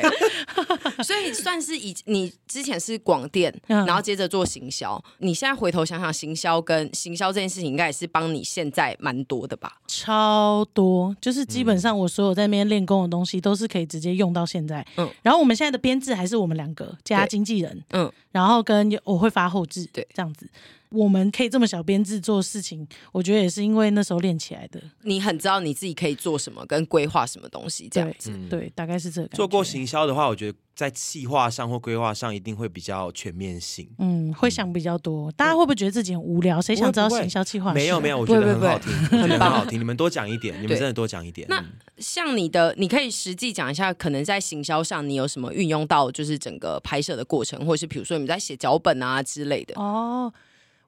Speaker 5: 对，所以算是以你之前是广电，
Speaker 6: 嗯
Speaker 5: 然后接着做行销，你现在回头想想，行销跟行销这件事情，应该也是帮你现在蛮多的吧？
Speaker 6: 超多，就是基
Speaker 2: 嗯
Speaker 6: 本上我所有在那边练功的东西都是可以直接用到现在。
Speaker 5: 嗯
Speaker 6: 嗯，然后我们现在的编制还是我们两个加经纪人，
Speaker 5: 嗯
Speaker 6: 嗯，然后跟我会发后置，
Speaker 5: 对
Speaker 6: 这样子，我们可以这么小编制做事情，我觉得也是因为那时候练起来的，
Speaker 5: 你很知道你自己可以做什么，跟规划什么东西这样
Speaker 6: 对
Speaker 5: 子。
Speaker 6: 对，大概是这个感觉
Speaker 2: 做过，行销的话，我觉得在企划上或规划上一定会比较全面性。
Speaker 6: 嗯，会想比较多。大家会不会觉得自己很无聊？谁想知道
Speaker 2: 嗯不会
Speaker 6: 行销计划？啊
Speaker 2: 没有没有，，我
Speaker 5: 不
Speaker 2: 觉
Speaker 5: 会
Speaker 2: 得很
Speaker 5: 不会
Speaker 2: 好听，我觉得很好听。你们多讲一点，你们
Speaker 5: 对
Speaker 2: 真的多讲一点。
Speaker 5: 那
Speaker 2: 嗯
Speaker 5: 像你的，你可以实际讲一下，可能在行销上你有什么运用到，就是整个拍摄的过程，或者是比如说你们在写脚本啊之类的。
Speaker 6: 哦，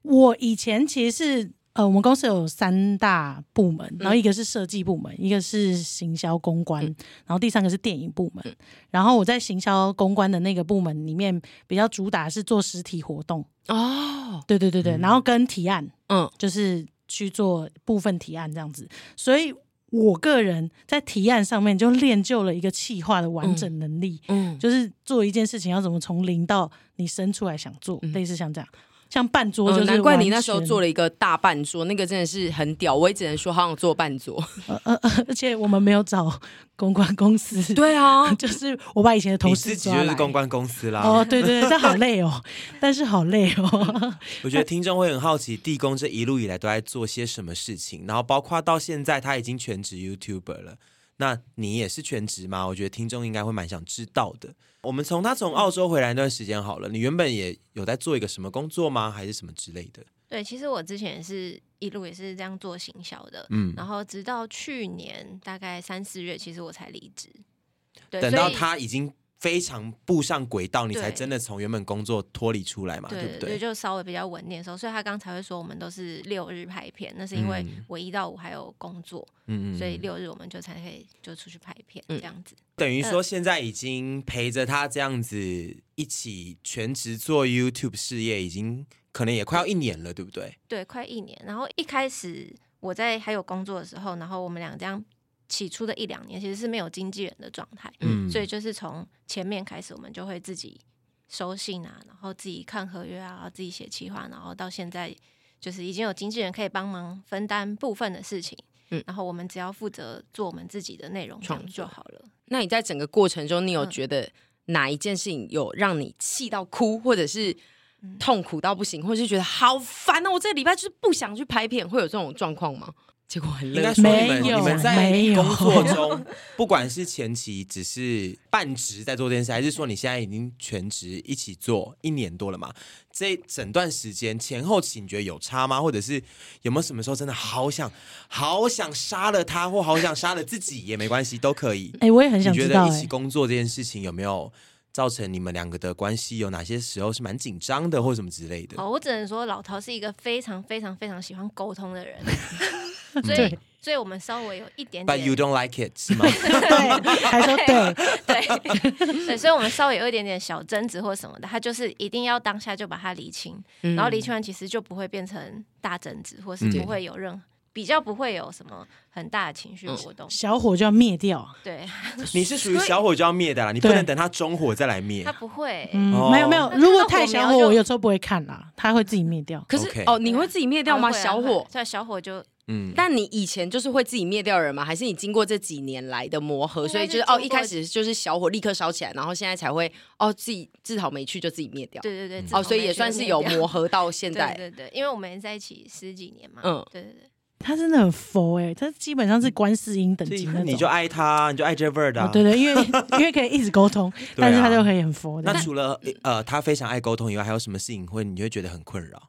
Speaker 6: 我以前其实是呃，我们公司有三大部门，然后一个是设计部门，一个是行销公关，然后第三个是电影部门。然后我在行销公关的那个部门里面，比较主打是做实体活动，
Speaker 5: 哦，
Speaker 6: 对对对对，然后跟提案，
Speaker 5: 嗯，
Speaker 6: 就是去做部分提案这样子，所以。我个人在提案上面就练就了一个企划的完整能力，
Speaker 5: 嗯，
Speaker 6: 就是做一件事情要怎么从零到你生出来想做，类似像这样，像半桌
Speaker 5: 嗯哦
Speaker 6: 就是、
Speaker 5: 难怪你那时候做
Speaker 6: 了，
Speaker 5: 了一个大半桌，那个真的是很屌，我也只能说好想做半桌。
Speaker 6: 而且我们没有找公关公司，，
Speaker 5: 对啊，
Speaker 6: 就是我把以前的
Speaker 2: 你
Speaker 6: 同
Speaker 2: 自
Speaker 6: 事
Speaker 2: 己
Speaker 6: 抓
Speaker 2: 就是
Speaker 6: 来。
Speaker 2: 公关公司啦。
Speaker 6: 哦，对对对，这好 累哦，但是好累哦。
Speaker 2: 我觉得听众会很好奇，地公这一路以来都在做些什么事情，然后包括到现在他已经全职 YouTuber 了。那你也是全职吗？我觉得听众应该会蛮想知道的。我们从他从澳洲回来那段时间好了，你原本也有在做一个什么工作吗？还是什么之类的？
Speaker 1: 对，其实我之前也是一路也是这样做行销的，
Speaker 2: 嗯，
Speaker 1: 然后直到去年大概三四月，其实我才离职。对，
Speaker 2: 等
Speaker 1: 所
Speaker 2: 到
Speaker 1: 以
Speaker 2: 他已经非常步上轨道，你才
Speaker 1: 对
Speaker 2: 真的从原本工作脱离出来嘛，对
Speaker 1: 对
Speaker 2: 不
Speaker 1: 对，
Speaker 2: 对？
Speaker 1: 就稍微比较稳定的时候，所以他刚才会说我们都是六日拍片，那是因为
Speaker 2: 嗯
Speaker 1: 我一到五还有工作，
Speaker 2: 嗯
Speaker 1: 所以六日我们就才可以就出去拍片、
Speaker 5: 嗯
Speaker 1: 这样子。
Speaker 2: 等于说现在已经陪着他这样子一起全职做 YouTube 事业，已经可能也快要一年了，对不对？
Speaker 1: 对，快一年。然后一开始我在还有工作的时候，然后我们俩这样起初的一两年其实是没有经纪人的状态，
Speaker 2: 嗯
Speaker 1: 所以就是从前面开始，我们就会自己收信啊，然后自己看合约啊，自己写企划，然后到现在就是已经有经纪人可以帮忙分担部分的事情，
Speaker 5: 嗯
Speaker 1: 然后我们只要负责做我们自己的内容这
Speaker 5: 创
Speaker 1: 样
Speaker 5: 作
Speaker 1: 就好了。
Speaker 5: 那你在整个过程中，你
Speaker 1: 嗯
Speaker 5: 有觉得哪一件事情有让你气到哭，或者是
Speaker 1: 嗯
Speaker 5: 痛苦到不行，或者是觉得好烦哦，我这个礼拜就是不想去拍片，会有这种状况吗？结果很
Speaker 2: 应
Speaker 5: 乐
Speaker 2: 该说
Speaker 6: 没
Speaker 2: 你们
Speaker 6: 有
Speaker 2: 你们在
Speaker 6: 没有
Speaker 2: 工 作中，不管是前期只是半职在做这件事，还是说你现在已经全职一起做一年多了嘛？这整段时间前后期你觉得有差吗？或者是有没有什么时候真的好想好想杀了他，或好想杀了自己也没关系，都可以。
Speaker 6: 哎、我也很想
Speaker 2: 你觉
Speaker 6: 知
Speaker 2: 得
Speaker 6: 道、
Speaker 2: 一
Speaker 6: 哎
Speaker 2: 起工作这件事情有没有造成你们两个的关系有哪些时候是蛮紧张的，或什么之类的？
Speaker 1: 哦，我只能说老陶是一个非常非常非常喜欢沟通的人， 所以嗯
Speaker 6: 对
Speaker 1: 所以我们稍微有一点
Speaker 2: But
Speaker 1: 点
Speaker 2: you don't like it 是吗？
Speaker 6: 哎对，还说对，
Speaker 1: 对 对，所以我们稍微有一点点小争执或什么的，他就是一定要当下就把它理清，
Speaker 5: 嗯
Speaker 1: 然后理清完其实就不会变成大争执，或是
Speaker 2: 嗯
Speaker 1: 不会有任比较不会有什么很大的情绪波动。
Speaker 6: 小火就要灭掉，
Speaker 1: 对
Speaker 2: 你嗯是属于小火就要灭的啦，你不
Speaker 6: 对
Speaker 2: 能等它中火再来灭
Speaker 1: 他。不会，
Speaker 6: 嗯，
Speaker 2: 哦
Speaker 6: 没有没有，
Speaker 1: 那
Speaker 6: 如果
Speaker 1: 那
Speaker 6: 太
Speaker 1: 火
Speaker 6: 小
Speaker 1: 苗
Speaker 6: 火，
Speaker 1: 就
Speaker 6: 我有时候不会看啦，它会自己灭掉。
Speaker 5: 可是
Speaker 2: OK
Speaker 5: 哦，你会自己灭掉吗？
Speaker 1: 他会啊
Speaker 5: 小
Speaker 1: 会
Speaker 5: 火
Speaker 1: 啊？对，小火就
Speaker 2: 嗯，
Speaker 5: 但你以前就是会自己灭掉人吗？还是你经过这几年来的磨合，
Speaker 1: 应该
Speaker 5: 所以
Speaker 1: 是
Speaker 5: 就是哦，
Speaker 1: 经过
Speaker 5: 一开始就是小火立刻烧起来，然后现在才会哦，自己自讨没趣就自己灭掉。
Speaker 1: 对对
Speaker 2: 嗯
Speaker 1: 对，自
Speaker 5: 哦，
Speaker 1: 从
Speaker 5: 所以
Speaker 1: 那
Speaker 5: 也
Speaker 1: 天
Speaker 5: 算
Speaker 1: 就是灭
Speaker 5: 有
Speaker 1: 掉
Speaker 5: 磨。合到现在。
Speaker 1: 对对对，因为我们在一起十几年嘛，
Speaker 5: 嗯
Speaker 1: 嗯，对对对，
Speaker 6: 它真的很佛哎、它基本上是观世音等
Speaker 2: 所
Speaker 6: 级
Speaker 2: 以
Speaker 6: 那种。
Speaker 2: 你就爱他，你就爱这 word 啊。
Speaker 6: 哦，对对，因为因为可以一直 沟通，但是它就可以很佛的
Speaker 2: 那。除了呃，他非常爱沟通以外，还有什么事情会你会觉得很困扰？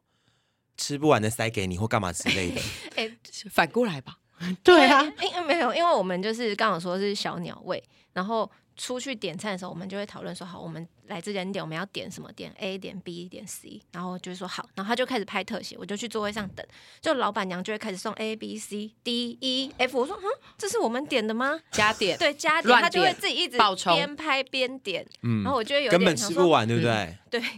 Speaker 2: 吃不完的塞给你，或干嘛之类的。
Speaker 1: 哎，
Speaker 5: 反过来吧，
Speaker 6: 对啊，
Speaker 1: 因为没有，因为我们就是刚好说是小鸟胃，然后出去点餐的时候，我们就会讨论说，好，我们来这间店我们要点什么？点 A 点 B 点 C，然后就说好，然后他就开始拍特写，我就去座位上等，就老板娘就会开始送 A B C D E F，我说哈，这是我们点的吗？
Speaker 5: 加点，
Speaker 1: 对，加点，
Speaker 5: 乱
Speaker 1: 他就会
Speaker 5: 点
Speaker 1: 自己一直
Speaker 5: 爆冲
Speaker 1: 边拍边点，
Speaker 2: 嗯
Speaker 1: 然后我 就会有
Speaker 2: 根
Speaker 1: 点
Speaker 2: 本
Speaker 1: 想
Speaker 2: 吃
Speaker 1: 说
Speaker 2: 不，完，对不
Speaker 6: 嗯
Speaker 2: 对？
Speaker 1: 对，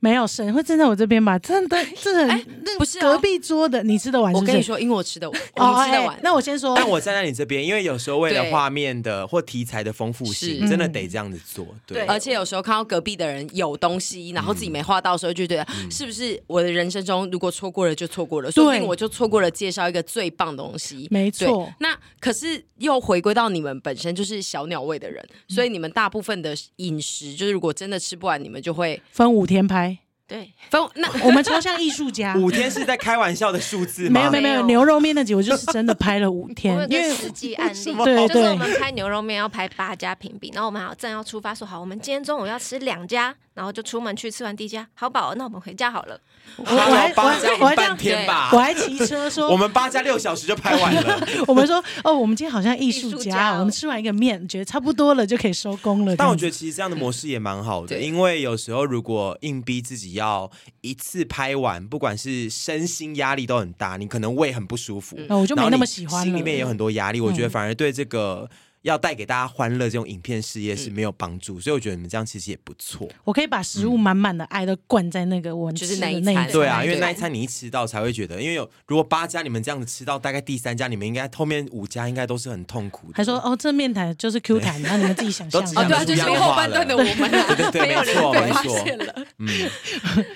Speaker 6: 没有，神会站在我这边吧？真的，这个
Speaker 5: 哎
Speaker 6: 那
Speaker 5: 不是啊
Speaker 6: 隔壁桌的，你吃得完是
Speaker 5: 我
Speaker 6: 不是？
Speaker 5: 跟你说，因为我 吃的完，我
Speaker 6: 哦，
Speaker 5: 们吃得
Speaker 6: 哎
Speaker 5: 完。
Speaker 6: 那我先说，
Speaker 2: 但我站在你这边，因为有时候为了
Speaker 5: 对
Speaker 2: 画面的或题材的丰富性，
Speaker 5: 是
Speaker 2: 真的
Speaker 6: 嗯
Speaker 2: 得这样子做。对，
Speaker 1: 对
Speaker 5: 而且有时候看到隔壁的人有东西，然后
Speaker 2: 嗯
Speaker 5: 自己没画到的时候，就觉得是不是我的人生中如果错过了就错过了，说不定我就错过了介绍一个最棒的东西。
Speaker 6: 没
Speaker 5: 对
Speaker 6: 错，
Speaker 5: 那可是又回归到你们本身就是小鸟胃的人，所以你们大部分的饮食就是如果真的吃不完，你们就会
Speaker 6: 分五 天拍，
Speaker 1: 对，
Speaker 5: 分那
Speaker 6: 我们超像艺术家。
Speaker 2: 五天是在开玩笑的数字
Speaker 6: 啊没有
Speaker 2: 吗？
Speaker 6: 没有没有，
Speaker 1: 没有
Speaker 6: 牛肉面那集我就是真的拍了五
Speaker 1: 我
Speaker 6: 天
Speaker 1: 们有，
Speaker 6: 因
Speaker 1: 个
Speaker 6: 为
Speaker 1: 实际案例，
Speaker 6: 么对
Speaker 1: 就是我们
Speaker 6: 对
Speaker 1: 拍牛肉面要拍八家评比，然后我们好正要出发说好，我们今天中午要吃两家，然后就出门去吃完第一家，好饱哦，那我们回家好了。
Speaker 6: 我
Speaker 2: 八
Speaker 6: 我还
Speaker 2: 加
Speaker 6: 我
Speaker 2: 八加
Speaker 6: 还我还这
Speaker 2: 半
Speaker 6: 样，
Speaker 2: 天吧
Speaker 6: 我。还骑车说
Speaker 2: 我们八加六小时就拍完了，
Speaker 6: 我们说哦，我们今天好像艺术
Speaker 1: 艺术
Speaker 6: 家
Speaker 1: 家
Speaker 6: 哦，
Speaker 1: 哦
Speaker 6: 我们吃完一个面，觉得差不多了就可以收工了。
Speaker 2: 但我
Speaker 6: 这
Speaker 2: 觉
Speaker 6: 样
Speaker 2: 得其实这样的模式也蛮好的，
Speaker 5: 对
Speaker 2: 因为有时候如果硬逼自己要一次拍完，不管是身心压力都很大，你可能胃很不舒服，
Speaker 6: 子，哦我就
Speaker 2: 然
Speaker 6: 没
Speaker 2: 后
Speaker 6: 那
Speaker 2: 你
Speaker 6: 么喜欢了。
Speaker 2: 心里面也有很多压力。我觉得
Speaker 6: 嗯
Speaker 2: 反而对这个要带给大家欢乐这种影片事业
Speaker 6: 嗯
Speaker 2: 是没有帮助，所以我觉得你们这样其实也不错。
Speaker 6: 我可以把食物满满的爱都灌在那个我们
Speaker 5: 就是
Speaker 6: 吃
Speaker 5: 那
Speaker 6: 的
Speaker 5: 一
Speaker 6: 那一
Speaker 5: 餐
Speaker 6: 餐
Speaker 2: 对啊，因为
Speaker 5: 对
Speaker 2: 那一餐你一吃到才会觉得，因为有如果八家你们这样子吃到，大概第三家你们应该后面五家应该都是很痛苦的。
Speaker 6: 还说哦，这面谈就是 Q 弹，那你们自己想象
Speaker 2: 都只
Speaker 5: 哦
Speaker 2: 想
Speaker 5: 对
Speaker 6: 啊
Speaker 5: 啊，
Speaker 2: 不
Speaker 5: 就
Speaker 2: 一
Speaker 5: 是
Speaker 2: 样
Speaker 5: 后半段的我们啊，
Speaker 2: 对对
Speaker 5: 没有
Speaker 2: 没错
Speaker 5: 人被
Speaker 2: 没
Speaker 5: 发
Speaker 2: 错
Speaker 5: 现了，
Speaker 2: 嗯，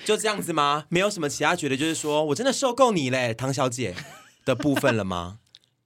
Speaker 2: 就这样子吗？没有什么其他觉得就是说我真的受够你嘞，唐小姐的部分了 吗？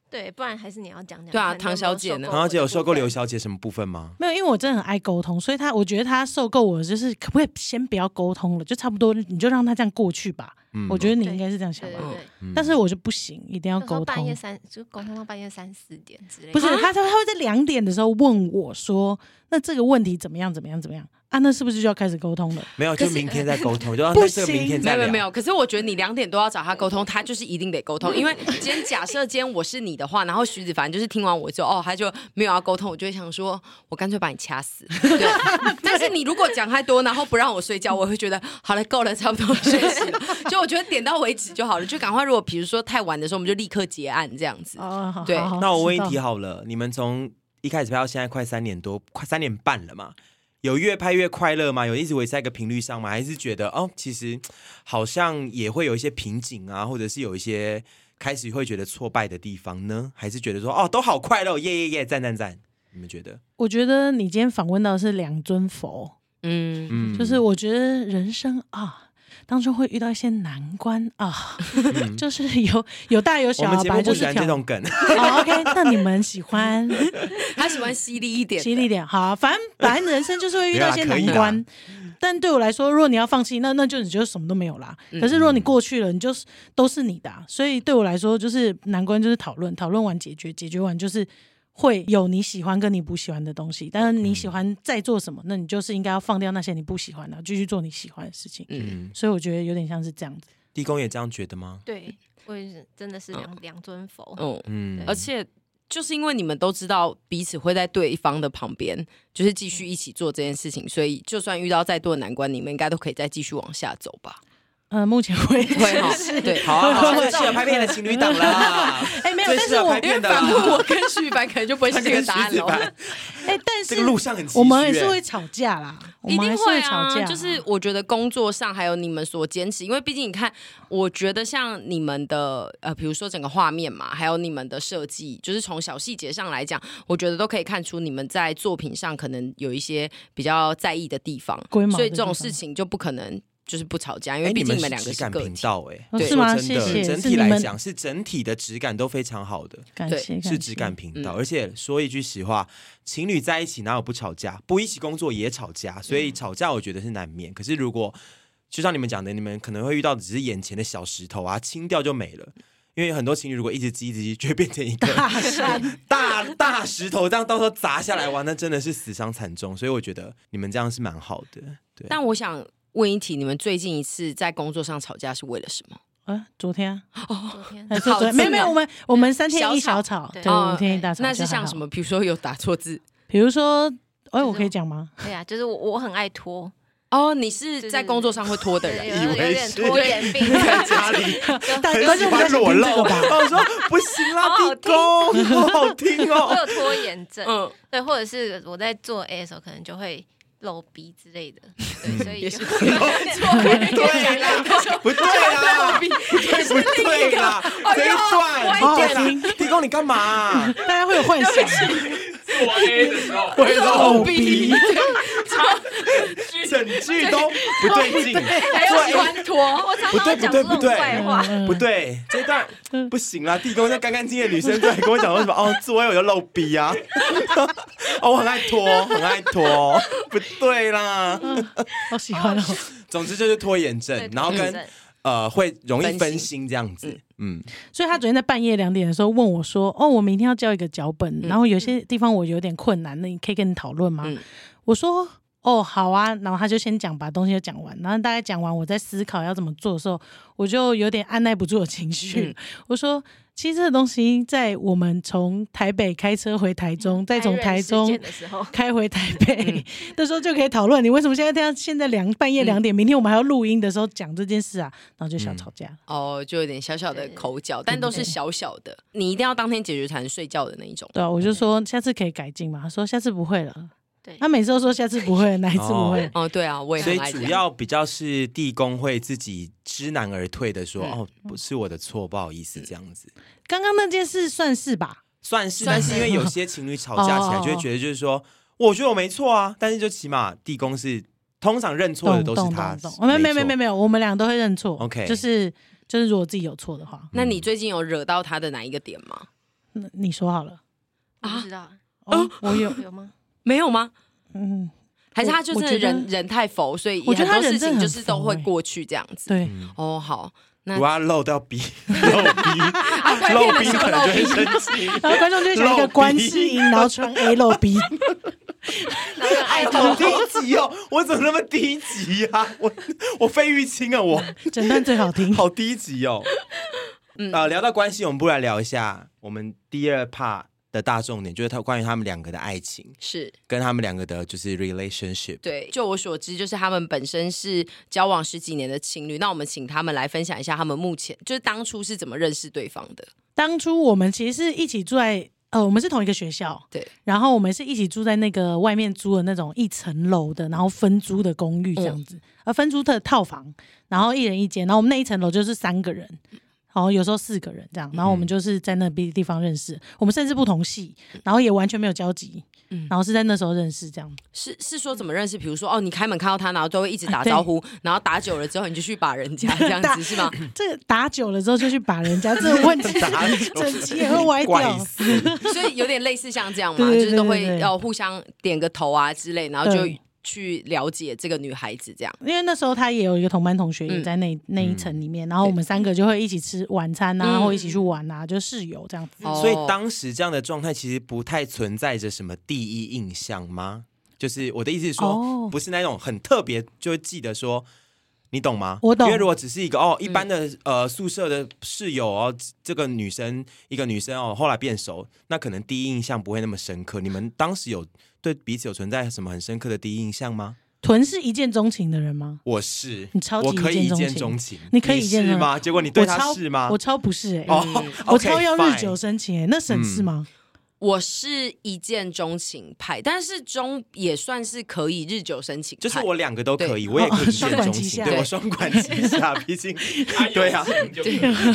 Speaker 1: 对，不然还是你要讲讲看。
Speaker 5: 对啊
Speaker 1: 你有没有
Speaker 5: 唐小姐呢
Speaker 1: 受过
Speaker 2: 唐小姐有受够
Speaker 1: 我的
Speaker 2: 刘小姐什么部分吗？
Speaker 6: 没有，因为我真的很爱沟通，所以他我觉得他受够我，就是可不可以先不要沟通了，就差不多，你就让他这样过去吧。
Speaker 2: 嗯
Speaker 6: 我觉得你
Speaker 1: 对
Speaker 6: 应该是这样
Speaker 1: 部
Speaker 6: 想
Speaker 1: 分？对
Speaker 6: 吧，
Speaker 1: 对对，
Speaker 6: 但是我就不行，一定要
Speaker 1: 有时候
Speaker 6: 沟
Speaker 1: 半夜
Speaker 6: 通。
Speaker 1: 三就沟通到半夜三四点之类的。
Speaker 6: 不是他，他他会在两点的时候问我说：“那这个问题怎么样？怎么样？怎么样？啊，那是不是就要开始沟通了？”
Speaker 2: 没有，就明天再沟通，就让
Speaker 6: 不
Speaker 2: 这个明天
Speaker 5: 没
Speaker 2: 再
Speaker 5: 有没
Speaker 2: 聊。
Speaker 5: 有没有，可是我觉得你两点都要找他沟通，他就是一定得沟 通，因为今天假设今天我是你的话，然后徐子凡就是听完我之后，哦，他就没有要沟通，我就会想说，我干脆把你掐 死。对，但是你如果讲太多，然后不让我睡觉，我会觉得好了，够了，差不多休息 了。就我觉得点到为止就好了，就赶快。如果比如说太晚的时候，我们就立刻结案这样子。
Speaker 6: 哦，好
Speaker 5: 对
Speaker 6: 好好
Speaker 2: 那我问
Speaker 6: 知
Speaker 2: 一
Speaker 6: 道
Speaker 2: 题好了，你们从一开始拍到现在快三年多，快三年半了嘛？有越拍越快乐吗？有一直维持在一个频率上吗？还是觉得哦，其实好像也会有一些瓶颈啊，或者是有一些开始会觉得挫败的地方呢？还是觉得说哦，都好快乐，耶耶耶，赞赞赞！你们觉得？
Speaker 6: 我觉得你今天访问到的是两尊佛，
Speaker 5: 嗯，
Speaker 2: 嗯
Speaker 6: 就是我觉得人生啊，当中会遇到一些难关啊，
Speaker 2: 嗯
Speaker 6: 就是有有大有
Speaker 2: 我
Speaker 6: 小、
Speaker 2: 们
Speaker 6: 啊，
Speaker 2: 节
Speaker 6: 本
Speaker 2: 目
Speaker 6: 来
Speaker 2: 不
Speaker 6: 就
Speaker 2: 喜
Speaker 6: 是
Speaker 2: 欢这
Speaker 6: 挑。
Speaker 2: 种梗，
Speaker 6: 哦、OK，那你们喜欢
Speaker 5: 他喜欢犀利一点。
Speaker 6: 犀利点好啊，反正反正人生就是会遇到一些
Speaker 2: 没有啦可
Speaker 6: 难
Speaker 2: 以啦
Speaker 6: 关。但对我来说，如果你要放弃，那那就你就什么都没有啦。
Speaker 2: 嗯
Speaker 6: 可是如果你过去了，你就是都是你的啊、所以对我来说，就是难关就是讨论，讨论完解决，解决完就是会有你喜欢跟你不喜欢的东西。但是你
Speaker 2: 嗯
Speaker 6: 喜欢在做什么，那你就是应该要放掉那些你不喜欢的，继续做你喜欢的事情。
Speaker 2: 嗯，
Speaker 6: 所以我觉得有点像是这样子。
Speaker 2: 地公也这样觉得吗？
Speaker 1: 对，我也是真的是两两尊佛。
Speaker 5: 嗯，
Speaker 2: 嗯，
Speaker 5: 而且就是因为你们都知道彼此会在对方的旁边，就是继续一起做这件事情，所以就算遇到再多的难关，你们应该都可以再继续往下走吧？
Speaker 6: 呃，目前为止
Speaker 5: 会哈
Speaker 6: 是，
Speaker 5: 对。
Speaker 2: 好啊， 好啊， 最适合拍片的情侣档啦，
Speaker 6: 哎、没有，
Speaker 2: 最
Speaker 6: 但是
Speaker 2: 适合
Speaker 6: 我
Speaker 2: 拍片的
Speaker 5: 反问
Speaker 2: 啦。
Speaker 5: 我跟徐凡可能 就不会是这个答案
Speaker 2: 徐子
Speaker 5: 了
Speaker 2: 凡。
Speaker 6: 哎、但
Speaker 2: 这
Speaker 6: 是
Speaker 2: 个路上很崎岖
Speaker 6: 我们也是
Speaker 2: 欸
Speaker 6: 会吵架啦，我
Speaker 5: 一
Speaker 6: 们还
Speaker 5: 定
Speaker 6: 是会吵
Speaker 5: 啊
Speaker 6: 架，，
Speaker 5: 就是我觉得工作上还有你们所坚持，因为毕竟你看，我觉得像你们的呃，比如说整个画面嘛，还有你们的呃设计，就是从小细节上来讲，我觉得都可以看出你们在作品上可能有一些比较在意的地方，
Speaker 6: 龟毛的
Speaker 5: 所以这
Speaker 6: 地
Speaker 5: 种
Speaker 6: 方
Speaker 5: 事情就不可能就是不吵架，因
Speaker 2: 哎
Speaker 5: 为毕竟
Speaker 2: 你
Speaker 5: 两个
Speaker 2: 质感
Speaker 5: 个
Speaker 2: 频
Speaker 5: 体。
Speaker 2: 道哎、
Speaker 6: 哦
Speaker 2: 对
Speaker 5: 是
Speaker 2: 说
Speaker 6: 吗
Speaker 2: 真的
Speaker 6: 谢谢
Speaker 2: 整
Speaker 6: 是
Speaker 2: 体
Speaker 6: 你们
Speaker 2: 来讲是整体的质感都非常好的，
Speaker 6: 感
Speaker 5: 对
Speaker 6: 谢感谢
Speaker 2: 是质感频道。而且说一句实话，情侣在一起哪有不吵架？不一起工作也吵架，所以吵架我觉得是难免。可是如果就像你们讲的，你们可能会遇到的只是眼前的小石头啊，清掉就没了。因为很多情侣如果一直积一直积，就会变成一个
Speaker 6: 大山。
Speaker 2: 大大石头，这样到时候砸下来，哇，那真的是死伤惨重。所以我觉得你们这样是蛮好的。对，
Speaker 5: 但我想问一题，你们最近一次在工作上吵架是为了什么？
Speaker 6: 啊，昨天 啊，
Speaker 1: 昨天
Speaker 6: 还是昨
Speaker 5: 好
Speaker 6: 天没有
Speaker 5: 真的
Speaker 6: 没有，我们我们三天一
Speaker 5: 小吵
Speaker 6: 小吵，
Speaker 1: 对
Speaker 6: 对，
Speaker 5: 哦
Speaker 6: 五天一大吵。
Speaker 5: 那
Speaker 6: 就是还
Speaker 5: 像
Speaker 6: 好
Speaker 5: 什么？？比如说有打错字，
Speaker 6: 比如说哎，我可以讲 吗？
Speaker 1: 对啊，就是我我很爱拖，
Speaker 5: 哦，你是在工作上会拖的人，
Speaker 1: 有有
Speaker 2: 以为
Speaker 1: 点
Speaker 2: 是
Speaker 1: 拖延病，
Speaker 2: 在家 里
Speaker 6: 大家
Speaker 2: 很喜欢裸露，
Speaker 6: 这个吧？
Speaker 2: 我说不行
Speaker 1: 好
Speaker 2: 啦，
Speaker 1: 好
Speaker 2: 地公，好好听
Speaker 1: 我
Speaker 2: 哦。
Speaker 1: 有拖延症，
Speaker 5: 嗯，
Speaker 1: 对，或者是我在做 A 的时候，可能就会露鼻之类的， 对，所以
Speaker 5: 也
Speaker 1: 就是
Speaker 2: 对啦，不对啦，不对不对啦，这一段
Speaker 6: 好好听，
Speaker 2: 地公你干嘛？
Speaker 6: 大家会有幻想，
Speaker 3: 我 A 的时候，
Speaker 2: 我
Speaker 6: 露鼻，
Speaker 2: 整句都不对劲，
Speaker 5: 还有喜欢拖，
Speaker 1: 我常常会讲这种
Speaker 6: 嗯
Speaker 1: 怪话，
Speaker 2: 不嗯对，这一段不行啦！地公那干干净净的女生在跟我讲说什么？哦，座位我就露鼻啊！哦，我很爱拖，很爱拖，不对啦。
Speaker 6: 好喜欢哦。
Speaker 2: 总之就是拖延症
Speaker 1: 对，
Speaker 2: 然后
Speaker 1: 拖延症
Speaker 2: 跟呃会容易
Speaker 5: 分
Speaker 2: 分心这样子。嗯，
Speaker 6: 所以他昨天在半夜两点的时候问我说：“哦，我明天要交一个脚本，然后有些地方我有点困难，那你可以跟你讨论吗？”
Speaker 5: 嗯
Speaker 6: 我说：“哦，好啊。”然后他就先讲把东西都讲完，然后大概讲完，我在思考要怎么做的时候，我就有点按耐不住的情绪，我说。其实这个东西，在我们从台北开车回台中，再从台
Speaker 1: 爱
Speaker 6: 中
Speaker 1: 人事件的时候，
Speaker 6: 开回台北 的时候就可以讨论，你为什么现在这样？现在两半夜两点，明天我们还要录音的时候讲这件事啊，然后就小吵架。
Speaker 5: 哦，就有点小小的口角，但都是小小的，你一定要当天解决才能睡觉的那一种。
Speaker 6: 对啊，我就说下次可以改进嘛。他说下次不会了。
Speaker 1: 对
Speaker 6: 他每次都说下次不会，哪一次不会？
Speaker 5: 哦，对啊，我也
Speaker 2: 所
Speaker 5: 很
Speaker 2: 以
Speaker 5: 爱这
Speaker 2: 主
Speaker 5: 样。
Speaker 2: 要比较是地公会自己知难而退的
Speaker 5: 嗯
Speaker 2: 说，哦，不是我的错，不好意思这样子。
Speaker 6: 刚刚那件事算是吧？
Speaker 2: 算是，
Speaker 5: 算
Speaker 2: 但
Speaker 5: 是
Speaker 2: 是
Speaker 5: 哦
Speaker 2: 因为有些情侣吵架起来，就会觉得就是说，我觉得我没错啊，但是就起码地公是通常认错的
Speaker 6: 懂
Speaker 2: 都
Speaker 6: 懂
Speaker 2: 是他
Speaker 6: 懂，懂。没没没没
Speaker 2: 错
Speaker 6: 没有，我们俩都会认错。
Speaker 2: OK
Speaker 6: 就是就是，如果自己有错的话，
Speaker 5: 那你最近有惹到他的哪一个点吗？
Speaker 6: 那你说好了。
Speaker 1: 我不知道
Speaker 2: 啊
Speaker 6: 哦，我有，
Speaker 1: 有吗？
Speaker 5: 没有吗？
Speaker 6: 嗯，
Speaker 5: 还是他就
Speaker 6: 我
Speaker 5: 是
Speaker 6: 我觉得
Speaker 5: 人人太佛，所以
Speaker 6: 我觉得他
Speaker 5: 很多
Speaker 6: 人
Speaker 5: 事
Speaker 6: 真的
Speaker 5: 情就
Speaker 6: 很
Speaker 5: 是都
Speaker 6: 佛
Speaker 5: 会
Speaker 6: 欸
Speaker 5: 过去这样子。
Speaker 6: 对，
Speaker 2: 嗯
Speaker 5: 哦， 好，那
Speaker 2: 我要漏掉鼻，漏
Speaker 5: 啊
Speaker 2: 鼻，漏鼻可能就会 生气。
Speaker 6: 然后观众就会想一个
Speaker 2: 露鼻
Speaker 6: 观世音，然后 穿 A 露鼻，
Speaker 1: 然后有爱拖，
Speaker 2: 好低级哦！我怎么那么低级啊？我我费玉清啊，我
Speaker 6: 整段最好 听。
Speaker 2: 好低级哦。
Speaker 6: 嗯
Speaker 2: 呃，聊到关系，我们不来聊一下我们第二 part 的大重点，就是他关于他们两个的爱情，
Speaker 5: 是
Speaker 2: 跟他们两个的就是 relationship。
Speaker 5: 对。就我所知，就是他们本身是交往十几年的情侣。那我们请他们来分享一下他们目前就是当初是怎么认识对方的。
Speaker 6: 当初我们其实是一起住在。呃，我们是同一个学校，
Speaker 5: 对，
Speaker 6: 然后我们是一起住在那个外面租的那种一层楼的，然后分租的公寓这样子，呃，分租的套房，然后一人一间，然后我们那一层楼就是三个人，然后有时候四个人这样，然后我们就是在那边地方认识，我们甚至不同系，然后也完全没有交集，然后是在那时候认识这样，
Speaker 5: 是是
Speaker 2: 嗯
Speaker 5: 说怎么认识？比如说哦，你开门看到他，然后都会一直
Speaker 2: 啊
Speaker 5: 打招呼，然后打久了之后，你就去把人家这样子是 吗？
Speaker 6: 这个打久了之后就去把人家这个问题
Speaker 2: 打久了
Speaker 6: 整集也会歪
Speaker 2: 怪
Speaker 6: 掉，
Speaker 2: 死！
Speaker 5: 所以有点类似像这样嘛，
Speaker 6: 对对
Speaker 5: 就是都
Speaker 6: 对
Speaker 5: 会
Speaker 6: 对对
Speaker 5: 要互相点个头啊之类，然后就
Speaker 6: 对
Speaker 5: 去了解这个女孩子这样。
Speaker 6: 因为那时候他也有一个同班同学
Speaker 5: 嗯
Speaker 6: 也在那、那
Speaker 2: 嗯
Speaker 6: 一层里面，然后我们三个就会一起吃晚餐啊，
Speaker 5: 嗯
Speaker 6: 或一起去玩啊，就室友这样子。
Speaker 5: 哦
Speaker 2: 嗯所以当时这样的状态其实不太存在着什么第一印象吗？就是我的意思是说，
Speaker 6: 哦
Speaker 2: 不是那种很特别，就会记得说，你懂吗？
Speaker 6: 我懂嗯
Speaker 2: 因为如果只是一个哦一般的、呃宿舍的室友哦，这个女生一个女生哦，后来变熟，那可能第一印象不会那么深刻。你们当时有对彼此有存在什么很深刻的第一印象吗？
Speaker 6: 屯是一见钟情的人吗？
Speaker 2: 我是，
Speaker 6: 你超级
Speaker 2: 我可以一
Speaker 6: 一见钟
Speaker 2: 见
Speaker 6: 情
Speaker 2: 钟情，
Speaker 6: 你可以一见
Speaker 2: 是
Speaker 6: 钟
Speaker 2: 吗？结果你对
Speaker 6: 我超
Speaker 2: 他是吗？
Speaker 6: 我超不是哎、
Speaker 2: 哦，
Speaker 6: 我
Speaker 2: OK，
Speaker 6: 超要日
Speaker 2: fine 嗯
Speaker 6: 久生情哎、那省事吗？
Speaker 5: 我是一见钟情派，但是中也算是可以日久生情派，
Speaker 2: 就是我两个都可以，
Speaker 5: 对
Speaker 2: 我也可以一
Speaker 6: 哦双
Speaker 2: 见
Speaker 6: 管
Speaker 2: 钟
Speaker 6: 齐
Speaker 2: 情，
Speaker 6: 下
Speaker 2: 对我双管齐下，毕竟对啊，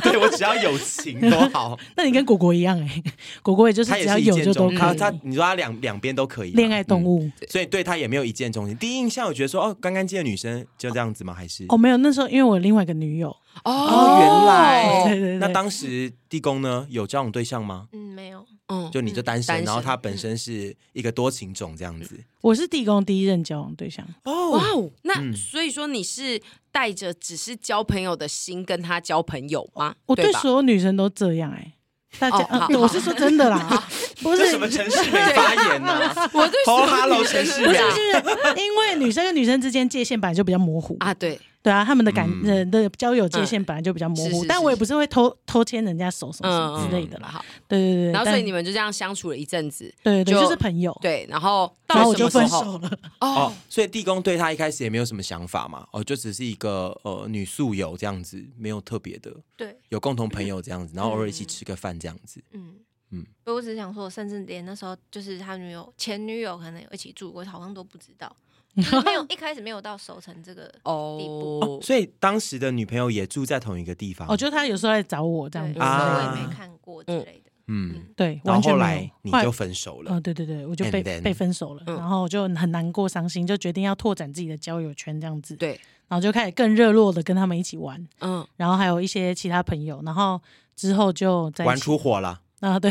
Speaker 2: 对我只要有情都好，
Speaker 6: 那你跟果果一样哎、 果果也 就是
Speaker 2: 他
Speaker 6: 只
Speaker 2: 也
Speaker 6: 要
Speaker 2: 是一
Speaker 6: 有
Speaker 2: 见
Speaker 6: 就都
Speaker 2: 钟
Speaker 6: 可
Speaker 2: 情，
Speaker 6: 以。
Speaker 2: 他他你说他两两边都可以嘛
Speaker 6: 恋爱动，
Speaker 2: 嗯
Speaker 6: 物、
Speaker 2: 所以对他也没有一见钟情。第一印象我觉得说哦，干干净的女生就这样子吗？还是
Speaker 6: 哦，没有，那时候因为我有另外一个女友，
Speaker 2: 哦原
Speaker 6: 对
Speaker 2: 来
Speaker 6: 对对，
Speaker 2: 那当时地公呢有交往对象吗？
Speaker 1: 嗯，没有，
Speaker 5: 嗯
Speaker 2: 就你就单
Speaker 5: 单
Speaker 2: 身，
Speaker 5: 身
Speaker 2: 然后他本身是一个多情种这样子
Speaker 6: 我是地宫第一任交往对象，
Speaker 5: 哇
Speaker 2: 哦，
Speaker 5: 哦，那、所以说你是带着只是交朋友的心跟他交朋友吗？
Speaker 2: 哦
Speaker 6: 我
Speaker 5: 对
Speaker 6: 对
Speaker 5: 吧？
Speaker 6: 所有女生都这样哎、大家、
Speaker 5: 哦好
Speaker 6: 呃对我是说真 的啦，不
Speaker 2: 这
Speaker 6: 是
Speaker 2: 什么城市没发言 呢？
Speaker 5: 我对
Speaker 2: 哦
Speaker 5: 所有
Speaker 2: ，Hello，
Speaker 5: 女生
Speaker 2: 陈世
Speaker 5: 都这
Speaker 2: 良
Speaker 5: 样
Speaker 6: 就是因为女生跟女生之间界限本来就比较模糊
Speaker 5: 啊，对，
Speaker 6: 对啊，他们的感
Speaker 2: 嗯
Speaker 6: 人的交友界限本来就比较模
Speaker 5: 是
Speaker 6: 糊
Speaker 5: 是，
Speaker 6: 但
Speaker 5: 是
Speaker 6: 我也不是会偷偷牵人家手什么什么
Speaker 5: 嗯
Speaker 6: 之类的啦。
Speaker 5: 好，
Speaker 6: 对对对，
Speaker 5: 然后所以
Speaker 6: 但
Speaker 5: 你们就这样相处了一阵子，
Speaker 6: 对对
Speaker 5: 就
Speaker 6: 对就是朋友，
Speaker 5: 对，然后
Speaker 6: 然后
Speaker 5: 到
Speaker 6: 我
Speaker 5: 了什
Speaker 6: 就
Speaker 5: 么时
Speaker 6: 分
Speaker 5: 候？
Speaker 6: 手了。
Speaker 2: 哦，所以地公对他一开始也没有什么想法嘛，哦，就只是一个呃女宿友这样子，没有特别的，
Speaker 1: 对，
Speaker 2: 有共同朋友这样子，然后偶尔一起吃个饭这样子。
Speaker 1: 嗯
Speaker 2: 嗯
Speaker 1: 嗯。所以我只是想说，甚至连那时候就是他女友前女友可能有一起住过，好像都不知道，就是没 有一开始没有到熟成这个。地
Speaker 5: 哦，
Speaker 2: 所以当时的女朋友也住在同一个地方，
Speaker 6: 哦，就他有时候来找我这样
Speaker 1: 对，
Speaker 6: 子，
Speaker 1: 所以我也
Speaker 2: 啊
Speaker 1: 没看过之类的。
Speaker 2: 嗯，
Speaker 6: 对，
Speaker 2: 然
Speaker 6: 完
Speaker 2: 后
Speaker 6: 全
Speaker 2: 后
Speaker 6: 没有
Speaker 2: 来你
Speaker 6: 后来
Speaker 2: 就分手了
Speaker 6: 哦，，对对对，我就
Speaker 2: And
Speaker 6: 被
Speaker 2: then-
Speaker 6: 被分手了，
Speaker 5: 嗯
Speaker 6: 然后我就很难过、伤心，就决定要拓展自己的交友圈这样子。
Speaker 5: 对，
Speaker 6: 然后就开始更热络的跟他们一起玩，
Speaker 5: 嗯，
Speaker 6: 然后还有一些其他朋友，然后之后就在一起
Speaker 2: 玩出火了。
Speaker 6: 啊，对，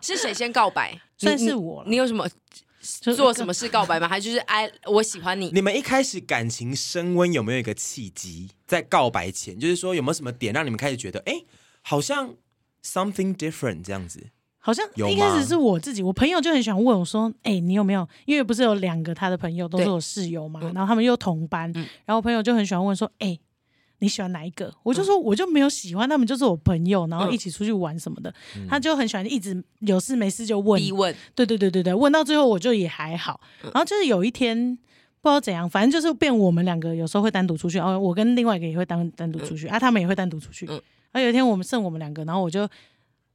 Speaker 5: 是谁先告白？
Speaker 6: 算
Speaker 5: 你
Speaker 6: 是我了
Speaker 5: 你你有什么
Speaker 6: 就
Speaker 5: 做什么事告白吗？还就是哎，我喜欢你。
Speaker 2: 你们一开始感情升温有没有一个契机？在告白前，就是说有没有什么点让你们开始觉得，哎，好像 something different 这样子？
Speaker 6: 好像
Speaker 2: 有
Speaker 6: 一
Speaker 2: 吗
Speaker 6: 开始是我自己，我朋友就很喜欢问我说：“哎、你有没有？因为不是有两个他的朋友都是
Speaker 5: 对
Speaker 6: 我室友嘛，
Speaker 5: 嗯
Speaker 6: 然后他们又同班，
Speaker 5: 嗯
Speaker 6: 然后我朋友就很喜欢问说：‘哎、你喜欢哪一个？’我就说我就没有喜欢，他们就是我朋友，然后
Speaker 5: 嗯
Speaker 6: 一起出去玩什么的。
Speaker 2: 嗯
Speaker 6: 他就很喜欢一直有事没事就问，
Speaker 5: 逼问，
Speaker 6: 对对对对对，问到最后我就也还好。然后就是有一天不知道怎样，反正就是变我们两个有时候会单独出去，哦，我跟另外一个也会单单独出去、啊，他们也会单独出去。
Speaker 5: 嗯
Speaker 6: 然后有一天我们剩我们两个，然后我就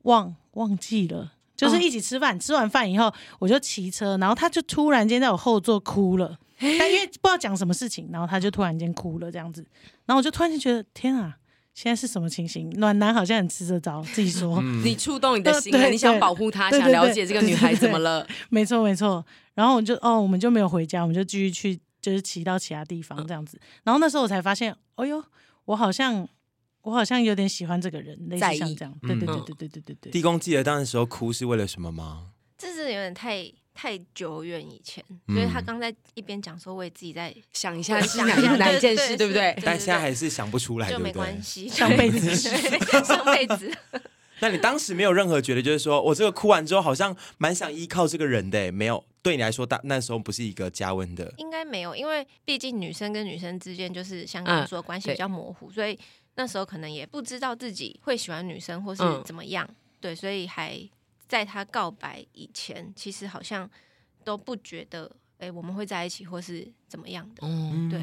Speaker 6: 忘忘记了。就是一起吃饭，吃完饭以后我就骑车，然后他就突然间在我后座哭了，但因为不知道讲什么事情，然后他就突然间哭了这样子，然后我就突然间觉得天啊，现在是什么情形？暖男好像很吃这招，自己说，
Speaker 5: 你触动你的心
Speaker 6: 对
Speaker 5: 了，
Speaker 6: 对
Speaker 5: 你想保护她，
Speaker 6: 对
Speaker 5: 想
Speaker 6: 对
Speaker 5: 了
Speaker 6: 对
Speaker 5: 解这个
Speaker 6: 对
Speaker 5: 女
Speaker 6: 对
Speaker 5: 孩
Speaker 6: 对
Speaker 5: 怎么了。
Speaker 6: 没错没错。然后我们就哦，我们就没有回家，我们就继续去就是骑到其他地方这样子。然后那时候我才发现，哎呦，我好像我好像有点喜欢这个人，类
Speaker 5: 在
Speaker 6: 似
Speaker 5: 意
Speaker 6: 像这样。对对
Speaker 5: 嗯
Speaker 6: 对对对对对对。
Speaker 2: 地公记得当时候哭是为了什么吗？
Speaker 1: 这是有点太太久远以前，
Speaker 2: 嗯
Speaker 1: 所以他刚在一边讲说，我也自己在
Speaker 5: 想一下是
Speaker 1: 想
Speaker 5: 哪
Speaker 1: 一下
Speaker 5: 哪一件事，对不对？
Speaker 2: 但现在还是想不出来，
Speaker 1: 就
Speaker 2: 哎对
Speaker 1: 没
Speaker 2: 不
Speaker 1: 关
Speaker 2: 对？
Speaker 1: 系，
Speaker 6: 上辈子
Speaker 1: 对上辈子，
Speaker 2: 那你当时没有任何觉得，就是说我这个哭完之后，好像蛮想依靠这个人的，欸没有？对你来说，当那时候不是一个加温的，
Speaker 1: 应该没有，因为毕竟女生跟女生之间就是像刚刚说的关
Speaker 6: 嗯
Speaker 1: 系比较模糊，所以那时候可能也不知道自己会喜欢女生或是
Speaker 5: 嗯
Speaker 1: 怎么样，对，所以还在他告白以前，其实好像都不觉得，哎、我们会在一起或是怎么样的，
Speaker 5: 嗯，
Speaker 1: 对，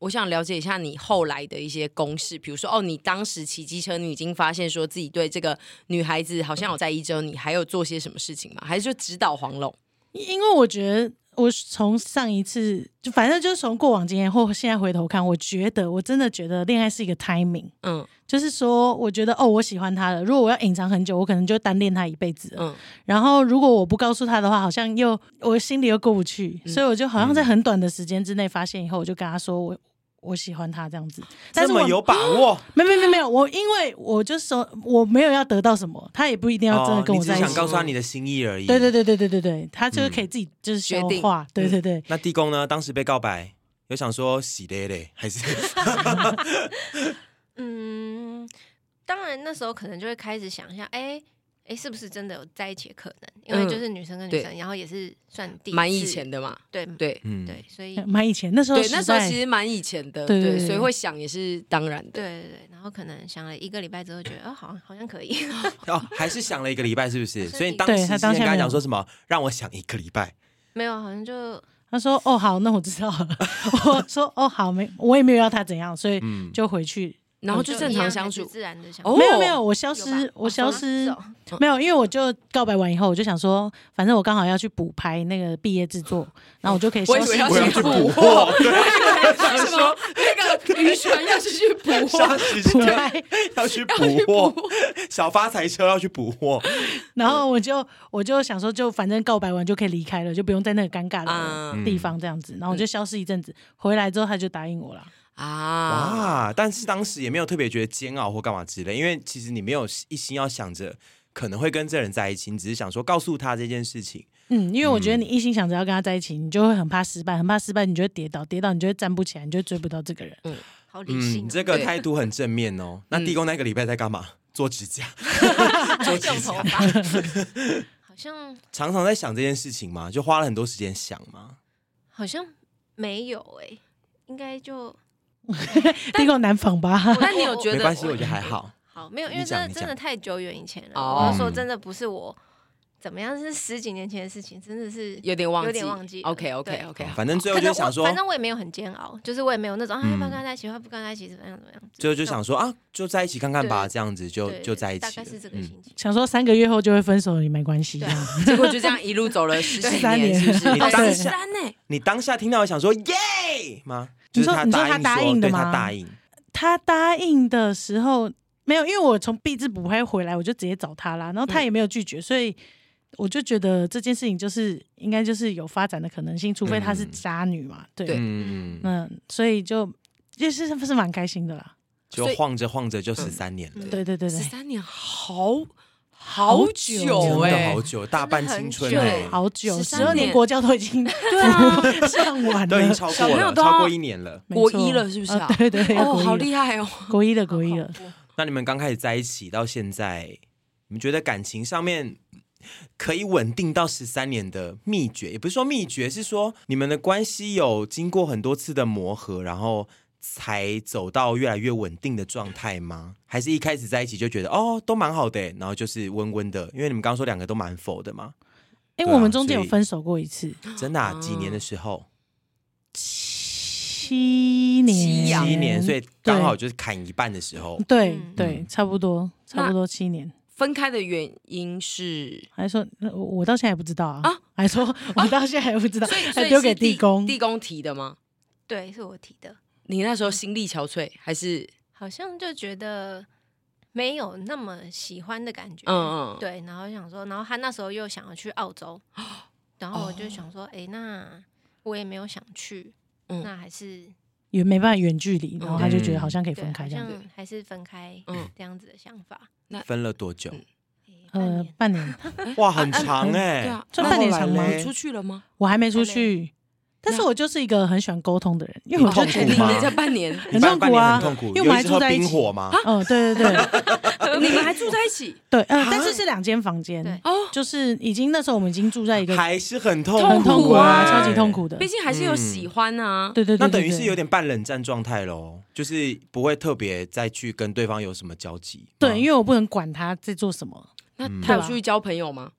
Speaker 5: 我想了解一下你后来的一些公式，比如说哦，你当时骑机车，你已经发现说自己对这个女孩子好像有在意之后，你还有做些什么事情吗？还是就指导黄龙？
Speaker 6: 因为我觉得我从上一次，就反正就是从过往经验或现在回头看，我觉得我真的觉得恋爱是一个 timing。
Speaker 5: 嗯
Speaker 6: 就是说，我觉得哦，我喜欢他了。如果我要隐藏很久，我可能就单恋他一辈子了。
Speaker 5: 嗯，
Speaker 6: 然后如果我不告诉他的话，好像又我心里又过不去，
Speaker 5: 嗯
Speaker 6: 所以我就
Speaker 2: 嗯
Speaker 6: 好像在很短的时间之内发现以后，我就跟他说我我喜欢他这样子。但
Speaker 2: 这
Speaker 6: 是我
Speaker 2: 么有把握，
Speaker 6: 没没没没有我，因为我就说我没有要得到什么，他也不一 定要真的
Speaker 2: 哦，
Speaker 6: 跟
Speaker 2: 你
Speaker 6: 我
Speaker 2: 只
Speaker 6: 在一
Speaker 2: 想
Speaker 6: 起。
Speaker 2: 告诉他嗯你的心意而已。
Speaker 6: 对对。对对对对对，他就是可以自己就是消
Speaker 5: 决定
Speaker 6: 化。对对对，
Speaker 2: 那地公呢？当时被告白，有想说喜嘞嘞，还 是。
Speaker 1: 嗯，当然那时候可能就会开始想一下，哎、哎、是不是真的有在一起的可能？因为
Speaker 5: 嗯
Speaker 1: 就是女生跟女
Speaker 5: 对
Speaker 1: 生，然后也是算第一
Speaker 5: 蛮以
Speaker 1: 次
Speaker 5: 前的嘛，
Speaker 1: 对
Speaker 5: 对
Speaker 2: 嗯，
Speaker 1: 对，所以
Speaker 6: 蛮以前那时候
Speaker 5: 对，那时候
Speaker 6: 代
Speaker 5: 其实蛮以前的，
Speaker 6: 对对
Speaker 5: 对，
Speaker 6: 对
Speaker 5: 所以会想也是当然的。
Speaker 1: 对对对，然后可能想了一个礼拜之后，觉得哦，好像好像可以，
Speaker 2: 哦，还是想了一个礼拜，是不 是？
Speaker 1: 是
Speaker 2: 所以
Speaker 1: 地
Speaker 2: 当
Speaker 6: 对
Speaker 2: 时
Speaker 6: 他
Speaker 2: 之
Speaker 6: 当
Speaker 2: 前跟
Speaker 6: 下
Speaker 2: 他
Speaker 6: 没有
Speaker 2: 讲说什么，让我想一个礼拜，
Speaker 1: 没有，好像就
Speaker 6: 他说哦好，那我知道了。我说哦好，没我也没有要他怎样，所以
Speaker 2: 嗯
Speaker 6: 就回去。
Speaker 5: 然后
Speaker 1: 就
Speaker 5: 就正
Speaker 1: 一
Speaker 5: 常
Speaker 1: 样
Speaker 5: 相
Speaker 1: 还是
Speaker 5: 处，
Speaker 1: 自然的相
Speaker 5: 哦
Speaker 1: 处。
Speaker 6: 没有没有，我消
Speaker 1: 有
Speaker 6: 失
Speaker 1: 吧，
Speaker 6: 我消失
Speaker 1: 是
Speaker 5: 嗯
Speaker 1: 哦
Speaker 6: 没有，因为我就告白完以后，我就想说，反正我刚好要去补拍那个毕业制作，然后我就可以
Speaker 5: 我
Speaker 6: 消
Speaker 5: 以为
Speaker 6: 失。
Speaker 5: 要
Speaker 2: 我要去
Speaker 5: 去
Speaker 2: 补
Speaker 5: 补货， 我以为什么那个渔船要是去补 货，
Speaker 2: 当时是
Speaker 6: 补拍，
Speaker 2: 要去 补货，小发财车要去补货，
Speaker 6: 然后我就我就想说，就反正告白完就可以离开了，就不用在那个尴尬的
Speaker 5: 嗯
Speaker 6: 地方这样子。然后我就消失一阵子，回来之后他就答应我了。
Speaker 5: 啊，
Speaker 2: 哇！但是当时也没有特别觉得煎熬或干嘛之类，因为其实你没有一心要想着可能会跟这人在一起，你只是想说告诉他这件事情。
Speaker 6: 嗯，因为我觉得你一心想着要跟他在一起，你就会很怕失败，很怕失败，你就会跌倒，跌倒你就会站不起来，你就会追不到这个人。
Speaker 1: 好理性哦，
Speaker 2: 嗯，这个
Speaker 5: 对
Speaker 2: 态度很正面哦。那地公那个礼拜在干嘛？做指甲，做指
Speaker 1: 用头
Speaker 5: 啊
Speaker 2: 甲，
Speaker 1: 发，好像
Speaker 2: 常常在想这件事情嘛，就花了很多时间想嘛。
Speaker 1: 好像没有哎、应该就
Speaker 6: 比我难仿吧？
Speaker 5: 那你有觉
Speaker 2: 没
Speaker 5: 得
Speaker 2: 关系，我觉得还好。
Speaker 1: 好，没有，因
Speaker 2: 你
Speaker 1: 为真
Speaker 2: 讲
Speaker 1: 的
Speaker 2: 你
Speaker 1: 真的
Speaker 2: 讲嗯
Speaker 1: 太久远以前了。
Speaker 5: 哦
Speaker 1: 我是说真的不是我怎么样，是十几年前的事情，真的是
Speaker 5: 有点忘记？
Speaker 1: 有点忘记了
Speaker 5: OK OK
Speaker 1: 对
Speaker 5: OK，
Speaker 2: 反正最后
Speaker 1: 可
Speaker 2: 就
Speaker 1: 能
Speaker 2: 想
Speaker 1: 我
Speaker 2: 说，
Speaker 1: 反正我也没有很煎熬，就是我也没有那种啊，
Speaker 2: 嗯
Speaker 1: 要不要跟他在一起，要不跟他在一起，怎么样怎么样。
Speaker 2: 最后就想说啊，就在一起看看吧，
Speaker 1: 对
Speaker 2: 这样子就
Speaker 1: 对
Speaker 2: 就在一起
Speaker 1: 大
Speaker 2: 了。
Speaker 1: 概是这个
Speaker 2: 嗯
Speaker 1: 心情。
Speaker 6: 想说三个月后就会分手也没关系，这
Speaker 1: 对
Speaker 6: 样
Speaker 5: 结果就这样一路走了十几
Speaker 6: 三
Speaker 5: 年，
Speaker 6: 年
Speaker 5: 是不是？
Speaker 2: 嗯你
Speaker 5: 哦
Speaker 2: 当
Speaker 5: 十
Speaker 2: 下
Speaker 5: 三呢？
Speaker 1: 欸
Speaker 2: 你当下听到想说耶吗？就
Speaker 6: 你
Speaker 2: 是
Speaker 6: 说你说
Speaker 2: 答
Speaker 6: 他
Speaker 2: 应
Speaker 6: 答
Speaker 2: 说
Speaker 6: 应的
Speaker 2: 对他
Speaker 6: 吗
Speaker 2: 答应，
Speaker 6: 他答应的时候没有，因为我从毕志不会回来，我就直接找他啦。然后他也没有拒绝，所以我就觉得这件事情就是应该就是有发展的可能性，除非她是渣女嘛。对，
Speaker 5: 对
Speaker 2: 嗯，
Speaker 6: 嗯，所以就就是是蛮开心的啦。
Speaker 2: 就
Speaker 5: 所以
Speaker 2: 晃着晃着就
Speaker 1: 嗯
Speaker 2: 十三年了，
Speaker 6: 对对 对
Speaker 5: 十
Speaker 6: 对，
Speaker 5: 三年好好久
Speaker 6: 久
Speaker 2: 真的
Speaker 5: 哎
Speaker 2: 好，久，大半青春
Speaker 1: 真的
Speaker 2: 哎
Speaker 1: 很久，
Speaker 6: 好久，
Speaker 5: 13
Speaker 6: 十二
Speaker 5: 年
Speaker 6: 年国教都已经对
Speaker 5: 啊
Speaker 6: 上完
Speaker 2: 都已经
Speaker 6: 了，
Speaker 2: 超
Speaker 5: 小
Speaker 2: 过
Speaker 5: 朋友
Speaker 2: 了，
Speaker 5: 都要
Speaker 2: 超过一年了。
Speaker 6: 没错
Speaker 5: 国一了是不是啊
Speaker 6: 呃对对，要
Speaker 5: 哦，
Speaker 6: 国一
Speaker 5: 好
Speaker 6: 了
Speaker 5: 厉害哦！
Speaker 6: 国一的国一了，
Speaker 2: 那你们刚开始在一起到现在，你们觉得感情上面可以稳定到十三年的秘诀，也不是说秘诀，是说你们的关系有经过很多次的磨合，然后才走到越来越稳定的状态吗？还是一开始在一起就觉得哦都蛮好的欸，然后就是温温的？因为你们刚刚说两个都蛮否的嘛，
Speaker 6: 因
Speaker 2: 对
Speaker 6: 为
Speaker 2: 啊
Speaker 6: 我们中间
Speaker 2: 所
Speaker 6: 有
Speaker 2: 以
Speaker 6: 分手过一次，
Speaker 2: 真的、啊、几年的时候，
Speaker 6: 七
Speaker 5: 七
Speaker 6: 年，
Speaker 5: 阳
Speaker 2: 七年，所以刚好就是砍一半的时候。
Speaker 6: 对
Speaker 5: 嗯
Speaker 6: 对，差不多差不多七年。
Speaker 5: 分开的原因是
Speaker 6: 还说呃我我到现在还不知道啊，
Speaker 5: 啊
Speaker 6: 还说我到现在还不知道，
Speaker 5: 所以
Speaker 6: 还丢给
Speaker 5: 是地
Speaker 6: 地公。
Speaker 5: 地公提的吗？
Speaker 1: 对，是我提的，
Speaker 5: 你那时候心力憔悴，还是
Speaker 1: 好像就觉得没有那么喜欢的感觉。
Speaker 5: 嗯嗯
Speaker 1: 对，然后想说，然后他那时候又想要去澳洲，然后我就想
Speaker 2: 哦
Speaker 1: 说，哎、那我也没有想去，
Speaker 5: 嗯
Speaker 1: 那还是
Speaker 6: 远没办法远距离，然后他就觉得
Speaker 2: 嗯
Speaker 6: 好像可以
Speaker 1: 对
Speaker 6: 分开这样
Speaker 1: 好
Speaker 6: 子，
Speaker 1: 像还是分开，
Speaker 5: 嗯
Speaker 1: 这样子的想法。
Speaker 2: 分了多久？
Speaker 1: 诶半
Speaker 6: 呃
Speaker 1: 年，
Speaker 6: 半 年，
Speaker 2: 哇，很长哎、
Speaker 5: 对啊？
Speaker 6: 这
Speaker 5: 那
Speaker 6: 半年
Speaker 5: 后来
Speaker 6: 长吗
Speaker 5: 嘞你出去了吗？
Speaker 6: 我还没出去，但是我就是一个很喜欢沟通的人，因为我
Speaker 2: 痛
Speaker 6: 就
Speaker 2: 苦
Speaker 6: 觉
Speaker 5: 你
Speaker 6: 得，
Speaker 2: 吗
Speaker 5: 你这 半年，
Speaker 2: 你
Speaker 6: 很
Speaker 2: 办
Speaker 6: 痛
Speaker 2: 半
Speaker 6: 苦
Speaker 2: 年
Speaker 6: 啊
Speaker 2: 很痛苦，
Speaker 6: 因为我
Speaker 2: 有
Speaker 6: 们
Speaker 2: 一
Speaker 6: 还
Speaker 2: 次
Speaker 6: 住
Speaker 2: 喝
Speaker 6: 在一
Speaker 2: 冰
Speaker 6: 起
Speaker 2: 火吗？
Speaker 6: 哦，对对 对
Speaker 5: 你们还住在一起
Speaker 6: 对，呃，但是是两间房间
Speaker 1: 对，
Speaker 5: 哦？
Speaker 6: 就是已经那时候我们已经住在一个
Speaker 2: 还是很痛
Speaker 6: 很痛苦啊，
Speaker 2: 欸
Speaker 6: 超级痛。苦的，
Speaker 5: 毕竟还是有喜欢啊。
Speaker 6: 对对对，
Speaker 2: 那
Speaker 6: 对
Speaker 2: 等于是
Speaker 6: 对
Speaker 2: 有点半冷战状态喽，就是不会特别再去跟对方有什么交集。
Speaker 6: 对，因
Speaker 2: 为
Speaker 6: 为我不能管他在做什么，
Speaker 5: 那
Speaker 2: 嗯
Speaker 5: 他有出去交朋友吗？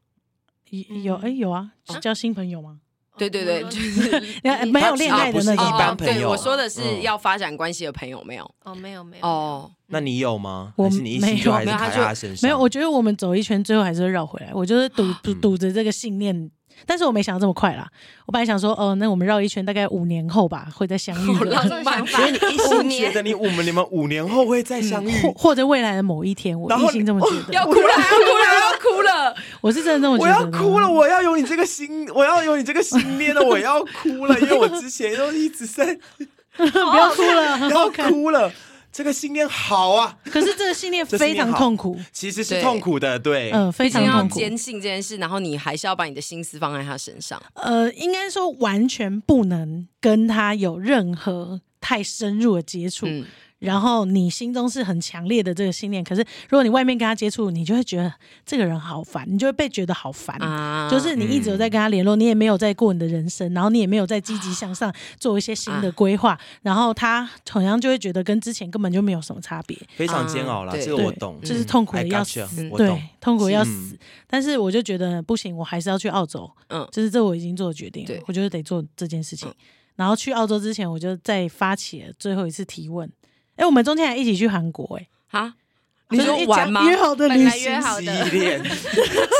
Speaker 5: 嗯
Speaker 6: 有有哎有啊，交新朋友吗？
Speaker 5: 对对对，
Speaker 1: 哦
Speaker 5: 就是
Speaker 6: 呃 没有恋爱的那
Speaker 2: 啊一
Speaker 6: 种，
Speaker 2: 般朋友
Speaker 5: 哦对，我说的是
Speaker 2: 嗯
Speaker 5: 要发展关系的朋友没有？
Speaker 1: 哦，没有没有，
Speaker 5: 哦，
Speaker 2: 那你有吗？
Speaker 6: 我
Speaker 2: 还是你一心就还是啊嗯
Speaker 5: 没有
Speaker 2: 卡在他身上？
Speaker 6: 没有，我觉得我们走一圈，最后还是会绕回来。我就是赌赌赌着这个信念，但是我没想到这么快啦。我本来想说，哦、那我们绕一圈，大概五年后吧，会再相遇
Speaker 1: 有这
Speaker 6: 了，
Speaker 1: 种想法，
Speaker 2: 一心觉得你我们你们五年后会再相遇，
Speaker 6: 或或者未来的某一天，嗯我
Speaker 2: 然后哦
Speaker 6: 一心这么觉
Speaker 5: 要
Speaker 6: 得。
Speaker 5: 哭了，要哭了，要哭了！
Speaker 6: 我是真的这么觉
Speaker 2: 我
Speaker 6: 得
Speaker 2: 要
Speaker 6: 的。
Speaker 2: 哭了，我要有你这个心，我要有你这个心 念的，我要哭了，因为我之前都一直在
Speaker 6: 不要哭了，很
Speaker 2: 要
Speaker 6: 好看。
Speaker 2: 哭了，这个信念好啊，
Speaker 6: 可是这个信念
Speaker 2: 这信
Speaker 6: 非
Speaker 2: 念
Speaker 6: 常
Speaker 2: 好
Speaker 6: 痛苦，
Speaker 2: 其实是
Speaker 5: 对
Speaker 2: 痛苦的，对，
Speaker 6: 嗯、非
Speaker 5: 毕竟
Speaker 6: 常
Speaker 5: 要
Speaker 6: 痛苦。
Speaker 5: 坚信这件事，然后你还是要把你的心思放在他身上。
Speaker 6: 呃，应该说完全不能跟他有任何太深入的接触。
Speaker 5: 嗯，
Speaker 6: 然后你心中是很强烈的这个信念，可是如果你外面跟他接触，你就会觉得这个人好烦，你就会被觉得好烦。
Speaker 5: 啊
Speaker 6: 就是你一直有在跟他联络，你也没有在过你的人生，然后你也没有在积极向
Speaker 5: 啊
Speaker 6: 上做一些新的规划，然后他好像就会觉得跟之前根本就没有什么差别，
Speaker 2: 非常煎熬啦，
Speaker 5: 啊对
Speaker 2: 这个
Speaker 6: 嗯对
Speaker 2: 我懂，嗯
Speaker 6: 就是痛苦
Speaker 2: I
Speaker 6: 的
Speaker 2: gotcha，
Speaker 6: 要死，
Speaker 2: 我懂
Speaker 6: 对，痛苦得要
Speaker 2: 嗯
Speaker 6: 死。但是我就觉得不行，我还是要去澳洲，
Speaker 5: 嗯
Speaker 6: 就是这我已经做了决定
Speaker 5: 对
Speaker 6: 了，我就是得做这件事情
Speaker 5: 嗯。
Speaker 6: 然后去澳洲之前，我就再发起了最后一次提问。哎，我们中间还一起去韩国，哎，
Speaker 5: 啊，你
Speaker 6: 就
Speaker 5: 说
Speaker 6: 是一家
Speaker 5: 玩吗？
Speaker 6: 约好的
Speaker 1: 本
Speaker 6: 旅
Speaker 1: 来约
Speaker 6: 行，
Speaker 1: 好
Speaker 2: 激
Speaker 1: 的，
Speaker 2: 烈，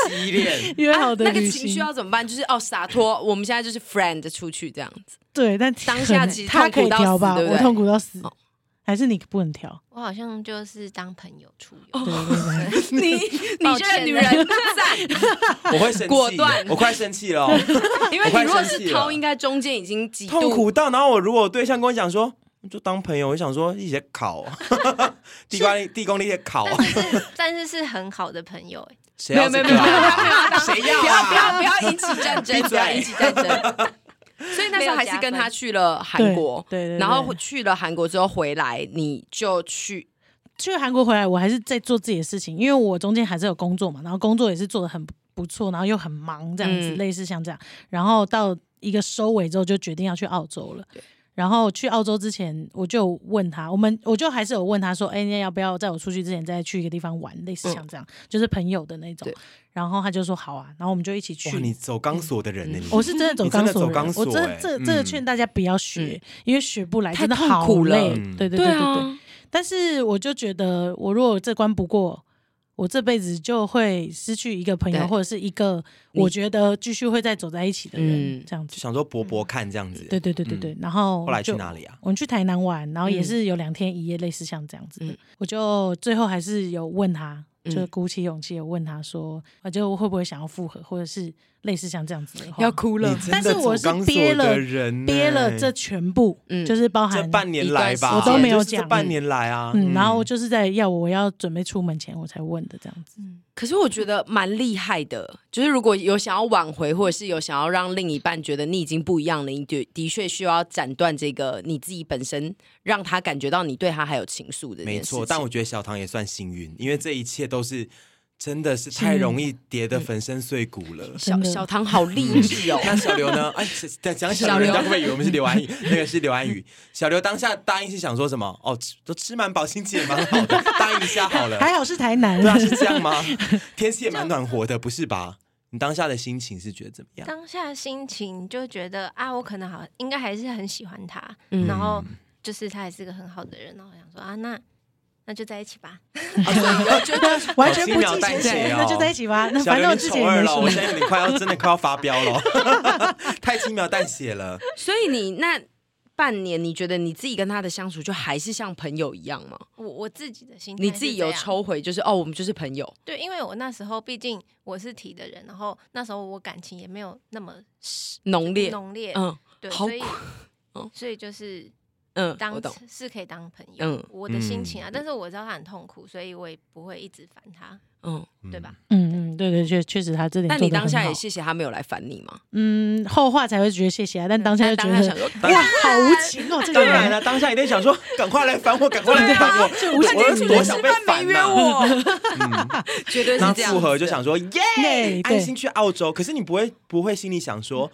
Speaker 2: 激烈。
Speaker 6: 约好的
Speaker 5: 啊那个
Speaker 6: 旅
Speaker 5: 情绪
Speaker 6: 行
Speaker 5: 要，怎么办？就是哦，洒脱。我们现在就是 friend 出去这样子。
Speaker 6: 对，但
Speaker 5: 当下
Speaker 6: 可能
Speaker 5: 其实
Speaker 6: 他
Speaker 5: 痛苦
Speaker 6: 可以
Speaker 5: 到
Speaker 6: 调
Speaker 5: 死
Speaker 6: 吧，
Speaker 5: 对不
Speaker 6: 我
Speaker 5: 对
Speaker 6: 痛苦到死
Speaker 5: 哦，
Speaker 6: 还是你不能调？
Speaker 1: 我好像就是当朋友出游。
Speaker 6: 对对对。
Speaker 5: 你你
Speaker 1: 抱
Speaker 5: 这个
Speaker 1: 歉
Speaker 5: 女人赞，
Speaker 2: 我会生气，
Speaker 5: 果断
Speaker 2: 我快生气了 哦、
Speaker 5: 因为你如果是涛，应该中间已经极
Speaker 2: 痛
Speaker 5: 度
Speaker 2: 苦到，然后我如果我对象跟我讲说，哦就当朋友，我就想说一起考，啊 地瓜地公那些考，啊
Speaker 1: 但是是，但是是很好的朋友、欸，
Speaker 2: 谁要这个啊？谁要
Speaker 5: 不要不要
Speaker 2: 啊？
Speaker 5: 不要引起战争，不要引起战争。所以那时候还是跟他去了韩国，
Speaker 6: 对对对对
Speaker 5: 然后去了韩国之后回来，你就去
Speaker 6: 去韩国回来，我还是在做自己的事情，因为我中间还是有工作嘛，然后工作也是做的很不错，然后又很忙这样子，
Speaker 5: 嗯
Speaker 6: 类似像这样，然后到一个收尾之后，就决定要去澳洲了
Speaker 5: 对。
Speaker 6: 然后去澳洲之前，我就问他，我们我就还是有问他说，哎，那要不要在我出去之前再去一个地方玩，类似像这样，
Speaker 2: 嗯
Speaker 6: 就是朋友的那种
Speaker 5: 对。
Speaker 6: 然后他就说好啊，然后我们就一起去。
Speaker 2: 哇，你走钢索的人呢？你
Speaker 6: 我是真的走
Speaker 2: 你真
Speaker 6: 钢
Speaker 2: 的
Speaker 6: 索
Speaker 2: 走
Speaker 6: 人，
Speaker 2: 钢索嗯
Speaker 6: 我真的
Speaker 2: 欸
Speaker 6: 这这个劝大家不要学，因为学不来，
Speaker 5: 太
Speaker 6: 真的
Speaker 5: 痛
Speaker 6: 好
Speaker 5: 苦了
Speaker 6: 累
Speaker 2: 嗯。
Speaker 6: 对对对
Speaker 5: 对
Speaker 6: 对对。
Speaker 5: 啊，
Speaker 6: 但是我就觉得，我如果这关不过，我这辈子就会失去一个朋
Speaker 5: 对
Speaker 6: 友，或者是一个
Speaker 5: 你
Speaker 6: 我觉得继续会再走在一起的人
Speaker 5: 嗯，
Speaker 6: 这样
Speaker 2: 就
Speaker 6: 子。
Speaker 2: 想说搏搏看这样子。
Speaker 6: 嗯对对对对对。然后
Speaker 2: 后来去
Speaker 6: 就
Speaker 2: 哪里啊？
Speaker 6: 我们去台南玩，然后也
Speaker 5: 嗯
Speaker 6: 是有两天一夜，类似像这样子的。
Speaker 5: 嗯
Speaker 6: 我就最后还是有问他，
Speaker 5: 嗯
Speaker 6: 就鼓起勇气有问他说，啊，就会不会想要复合，或者是类似像这样子的话。
Speaker 5: 要哭了
Speaker 2: 你。真
Speaker 6: 但
Speaker 2: 的
Speaker 6: 是
Speaker 2: 走
Speaker 6: 我是
Speaker 2: 钢索
Speaker 6: 憋了
Speaker 2: 的人呢欸
Speaker 6: 憋了这全部，
Speaker 5: 嗯
Speaker 6: 就是包含
Speaker 2: 这半年来吧，
Speaker 6: 我都没有
Speaker 2: 就是这
Speaker 6: 讲
Speaker 2: 半年来啊，
Speaker 6: 嗯，然后就是在要我要准备出门前我才问的这样子。
Speaker 5: 可是我觉得蛮厉害的，就是如果有想要挽回，或者是有想要让另一半觉得你已经不一样了，你的的确需要斩断这个你自己本身，让他感觉到你对他还有情愫的这件
Speaker 2: 没
Speaker 5: 事情。
Speaker 2: 错，但我觉得小唐也算幸运，因为这一切都是真的是太容易跌
Speaker 6: 嗯
Speaker 2: 得粉身碎骨了。
Speaker 5: 小
Speaker 6: 真的
Speaker 5: 小唐好励志哦，
Speaker 2: 嗯 那小刘 呢？哎，讲讲小
Speaker 5: 小
Speaker 2: 刘，
Speaker 5: 刘
Speaker 2: 人家会不会以为我们是刘安宇？那个是刘安宇。小刘当下答应是想说什么？哦，吃都吃满饱，心情也蛮好 的，答应一下好了。
Speaker 6: 还好是台南，
Speaker 2: 对啊，是这样吗？天气也蛮暖和的，不是吧？你当下的心情是觉得怎么样？
Speaker 1: 当下心情就觉得啊，我可能好，应该还是很喜欢他，
Speaker 5: 嗯
Speaker 1: 然后就是他也是个很好的人，然后我想说啊，那那就在一起吧。
Speaker 5: 哦
Speaker 6: 完全不
Speaker 2: 好轻描
Speaker 6: 计
Speaker 2: 淡
Speaker 6: 前
Speaker 2: 写
Speaker 6: 嫌，
Speaker 2: 哦
Speaker 6: 那就在一起 吧。那
Speaker 2: 小
Speaker 6: 嗯反正
Speaker 2: 刘，
Speaker 6: 我
Speaker 2: 你
Speaker 6: 自
Speaker 2: 丑
Speaker 6: 己也
Speaker 2: 二
Speaker 6: 没
Speaker 2: 了，我现
Speaker 6: 说。
Speaker 2: 在你快要真的快要发飙了， 太轻描淡写了。
Speaker 5: 所以你那半年，你觉得你自己跟他的相处就还是像朋友一样吗？
Speaker 1: 我我自己的心态
Speaker 5: 你自己有
Speaker 1: 是这样
Speaker 5: 抽回，就是哦，我们就是朋友，
Speaker 1: 对，因为我那时候毕竟我是提的人，然后那时候我感情也没有那么
Speaker 5: 浓烈，
Speaker 1: 浓烈，
Speaker 5: 嗯
Speaker 1: 对，
Speaker 5: 好
Speaker 1: 所以
Speaker 5: 苦嗯
Speaker 1: 所以就是
Speaker 5: 嗯，
Speaker 1: 当
Speaker 5: 我懂。
Speaker 1: 是可以当朋友，
Speaker 5: 嗯
Speaker 1: 我的心情啊，但是我知道他很痛苦，所以我也不会一直烦他，
Speaker 5: 嗯，
Speaker 1: 对吧？
Speaker 6: 嗯嗯，对对，确确实他这点。
Speaker 5: 那
Speaker 2: 哎
Speaker 5: 你当下也，谢谢他没有来烦你吗？
Speaker 6: 嗯，后话才会觉得谢谢啊，但当下就
Speaker 5: 但
Speaker 6: 觉
Speaker 5: 当下想
Speaker 6: 得
Speaker 5: 说，
Speaker 2: 当
Speaker 6: 哇，好无情哦，这个
Speaker 2: 当然
Speaker 6: 人。
Speaker 2: 了，当下一定想说，赶快来烦我，赶快来烦我，
Speaker 6: 啊就无限
Speaker 2: 我有
Speaker 6: 制
Speaker 2: 多想被烦
Speaker 5: 没约
Speaker 2: 呐。
Speaker 5: 我， 绝对是
Speaker 2: 那
Speaker 5: 这样。
Speaker 2: 复合就，想说耶
Speaker 6: 耶，
Speaker 2: 安
Speaker 6: 对
Speaker 2: 心去澳洲，可是你不会不会心里想说，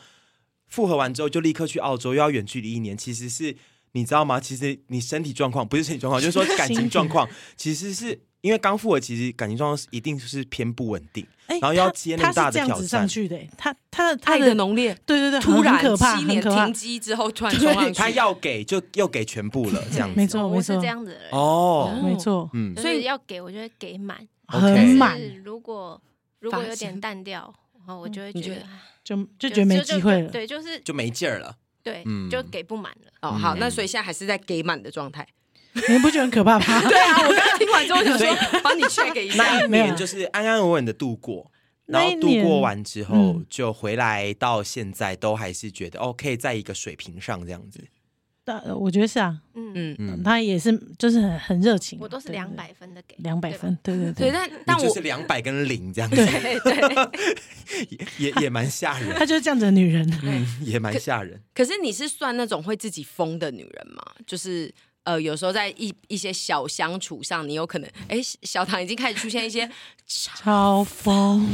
Speaker 2: 复合完之后就立刻去澳洲，又要远距离一年，其实是你知道吗？其实你身体状况不是身体状况，就是说感情状况，其实是因为刚复合，其实感情状况是一定是偏不稳定，
Speaker 6: 哎
Speaker 2: 然后要接那
Speaker 6: 他
Speaker 2: 么大
Speaker 6: 他是
Speaker 2: 的
Speaker 6: 这样
Speaker 2: 挑
Speaker 6: 子
Speaker 2: 战
Speaker 6: 上。去的，哎他他的他
Speaker 5: 爱的浓烈，
Speaker 6: 对对对，
Speaker 5: 突然
Speaker 6: 很可怕，
Speaker 5: 七
Speaker 6: 很
Speaker 5: 年
Speaker 6: 可怕
Speaker 5: 停。机之后突然冲
Speaker 2: 对，
Speaker 5: 上
Speaker 2: 他
Speaker 5: 去，
Speaker 2: 要给就又给全部了，这样子。
Speaker 6: 没错
Speaker 1: 我
Speaker 6: 嗯没
Speaker 1: 是
Speaker 6: 错
Speaker 1: 这样子的人，
Speaker 2: 哦，
Speaker 6: 没错，
Speaker 2: 嗯，
Speaker 1: 所
Speaker 5: 所
Speaker 1: 以
Speaker 5: 以
Speaker 1: 要给我就会给满，
Speaker 6: 很
Speaker 2: OK
Speaker 6: 满嗯
Speaker 1: 就是如果如果
Speaker 5: 发
Speaker 1: 有点
Speaker 5: 生
Speaker 1: 淡掉，然后我就会
Speaker 5: 你
Speaker 1: 觉
Speaker 5: 觉
Speaker 1: 得
Speaker 5: 得
Speaker 1: 啊
Speaker 6: 就就觉得没机会了。
Speaker 1: 对，就是
Speaker 2: 就没劲儿了。
Speaker 1: 对，
Speaker 2: 嗯
Speaker 1: 就给不满了。
Speaker 5: 哦，好，那所以现在还是在给满的状态。
Speaker 6: 你不觉得很可怕 吗？
Speaker 5: 对啊，我刚刚听完之 后想说，帮你 check 一下。
Speaker 2: 那一
Speaker 6: 没有
Speaker 2: 年就是安安稳稳的度过，然
Speaker 6: 那
Speaker 2: 后
Speaker 6: 一
Speaker 2: 度
Speaker 6: 年
Speaker 2: 过完之后
Speaker 6: 嗯
Speaker 2: 就回来，到现在都还是觉得哦，可以在一个水平上这样子。
Speaker 6: 但我觉得是啊，
Speaker 1: 嗯，
Speaker 5: 嗯，
Speaker 2: 嗯，
Speaker 6: 他也是就是很很热情。啊
Speaker 1: 我都是两百分的给，
Speaker 6: 两百
Speaker 1: 对吧
Speaker 6: 分，对对
Speaker 5: 对，
Speaker 6: 对，
Speaker 5: 但
Speaker 2: 但
Speaker 5: 但
Speaker 2: 就
Speaker 5: 我
Speaker 2: 是两百跟零这样子， 也也也蛮吓 人，
Speaker 6: 她就是这样子的女人。
Speaker 2: 嗯，也蛮吓人。
Speaker 5: 可是你是算那种会自己疯的女人吗？就是呃，有时候在一一些小相处上，你有可能，哎，小唐已经开始出现一些，
Speaker 6: 超疯，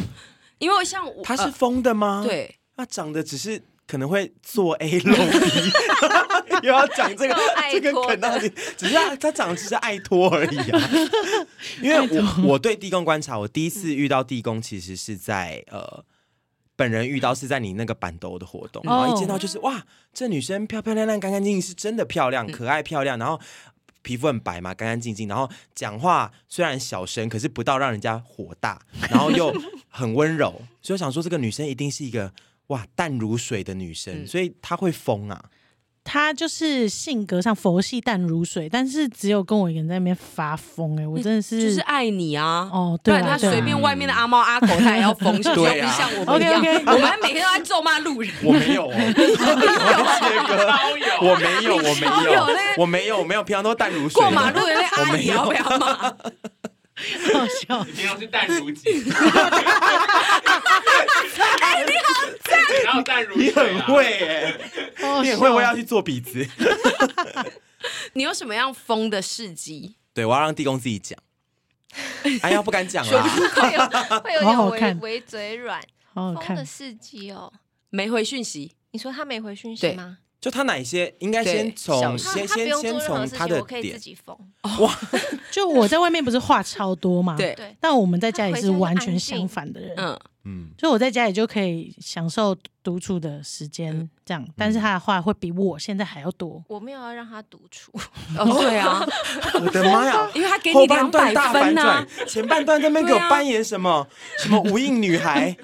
Speaker 5: 因为像我
Speaker 2: 他是
Speaker 5: 呃
Speaker 2: 疯啊的吗？，
Speaker 5: 对，
Speaker 2: 他长得只是。可能会做 A 露 B，又 要讲这个
Speaker 1: 做爱
Speaker 2: 这个
Speaker 1: 托
Speaker 2: 梗到底，只是他他长得只是爱托而已啊。因为我我对地宫观察，我第一次遇到地宫其实是在呃，本人遇到是在你那个板斗的活
Speaker 5: 嗯
Speaker 2: 动，然后一见到就是
Speaker 5: 哦
Speaker 2: 哇，这女生漂漂亮亮、干干净净，是真的漂亮、
Speaker 5: 嗯
Speaker 2: 可爱漂亮，然后。皮肤很白嘛，干干净净，然后讲话虽然小声，可是不到让人家火大，然后又很温 柔，所以我想说这个女生一定是一个哇淡如水的女生，
Speaker 5: 嗯
Speaker 2: 所以她会疯啊，
Speaker 6: 她就是性格上佛系淡如水，但是只有跟我一个人在那边发疯。哎，我真的是，
Speaker 5: 就是爱你啊。
Speaker 6: 哦，
Speaker 5: 不
Speaker 6: 对
Speaker 5: 然
Speaker 6: 啦
Speaker 5: 他
Speaker 6: 对啦
Speaker 5: 随便外面的阿猫阿狗，他也要疯， 是不是？
Speaker 2: 对啊
Speaker 5: 又不像我们一样，
Speaker 6: OK，OK
Speaker 5: 我们每天都在咒骂 路人。
Speaker 2: 我没有哦，切割我没有，我没
Speaker 5: 超
Speaker 2: 有
Speaker 5: 有嘞，
Speaker 2: 我没有，我没有，平常都淡如水。
Speaker 5: 过马路的那阿啊
Speaker 2: 我
Speaker 5: 姨
Speaker 2: 没
Speaker 5: 也要
Speaker 2: 有
Speaker 5: 不，要骂？
Speaker 6: 好笑。
Speaker 7: 平常是淡如姐，哎，你好赞，然后淡如
Speaker 2: 你
Speaker 7: 水啊
Speaker 2: 很，会哎，
Speaker 5: 哦
Speaker 6: 好
Speaker 2: 你很会，
Speaker 6: 笑
Speaker 2: 我要去做鼻子。
Speaker 5: 你有什么样疯的事迹？
Speaker 2: 对，我要让地公自己讲。哎呀，不敢讲啦。
Speaker 1: 会 有会有
Speaker 6: 好
Speaker 1: 点
Speaker 6: 好
Speaker 1: 微
Speaker 6: 看
Speaker 1: 微嘴软。
Speaker 6: 好
Speaker 1: 疯
Speaker 6: 好
Speaker 1: 的
Speaker 6: 看。
Speaker 1: 事迹哦，
Speaker 5: 没回讯息，
Speaker 1: 你说他没回讯息
Speaker 5: 对
Speaker 1: 吗？
Speaker 2: 就他哪一些应该
Speaker 5: 对
Speaker 2: 先从
Speaker 5: 小
Speaker 1: 他
Speaker 2: 先
Speaker 1: 他不
Speaker 2: 先
Speaker 1: 用做
Speaker 2: 先
Speaker 1: 任何
Speaker 2: 从
Speaker 1: 事
Speaker 2: 他
Speaker 1: 情，
Speaker 2: 的
Speaker 1: 我可以自
Speaker 2: 点，
Speaker 1: 己缝。
Speaker 6: 就我在外面不是话超多嘛，
Speaker 5: 对，
Speaker 1: 对，
Speaker 6: 但我们在家里是完全相反的人，
Speaker 5: 嗯，
Speaker 2: 嗯，
Speaker 6: 所以我在家里就可以享受独处的时间，
Speaker 5: 嗯
Speaker 6: 这样。但是他的话会比我现在还要多，
Speaker 1: 我没有要让他独处，
Speaker 5: 哦，对啊，
Speaker 2: 嗯我的妈呀！
Speaker 5: 因为他给你
Speaker 2: 后半
Speaker 5: 两
Speaker 2: 段
Speaker 5: 百
Speaker 2: 大
Speaker 1: 啊
Speaker 2: 反
Speaker 5: 分啊呐
Speaker 2: 转，，前半段在那边给我
Speaker 5: 对啊
Speaker 2: 扮演什么、什么无印 女孩，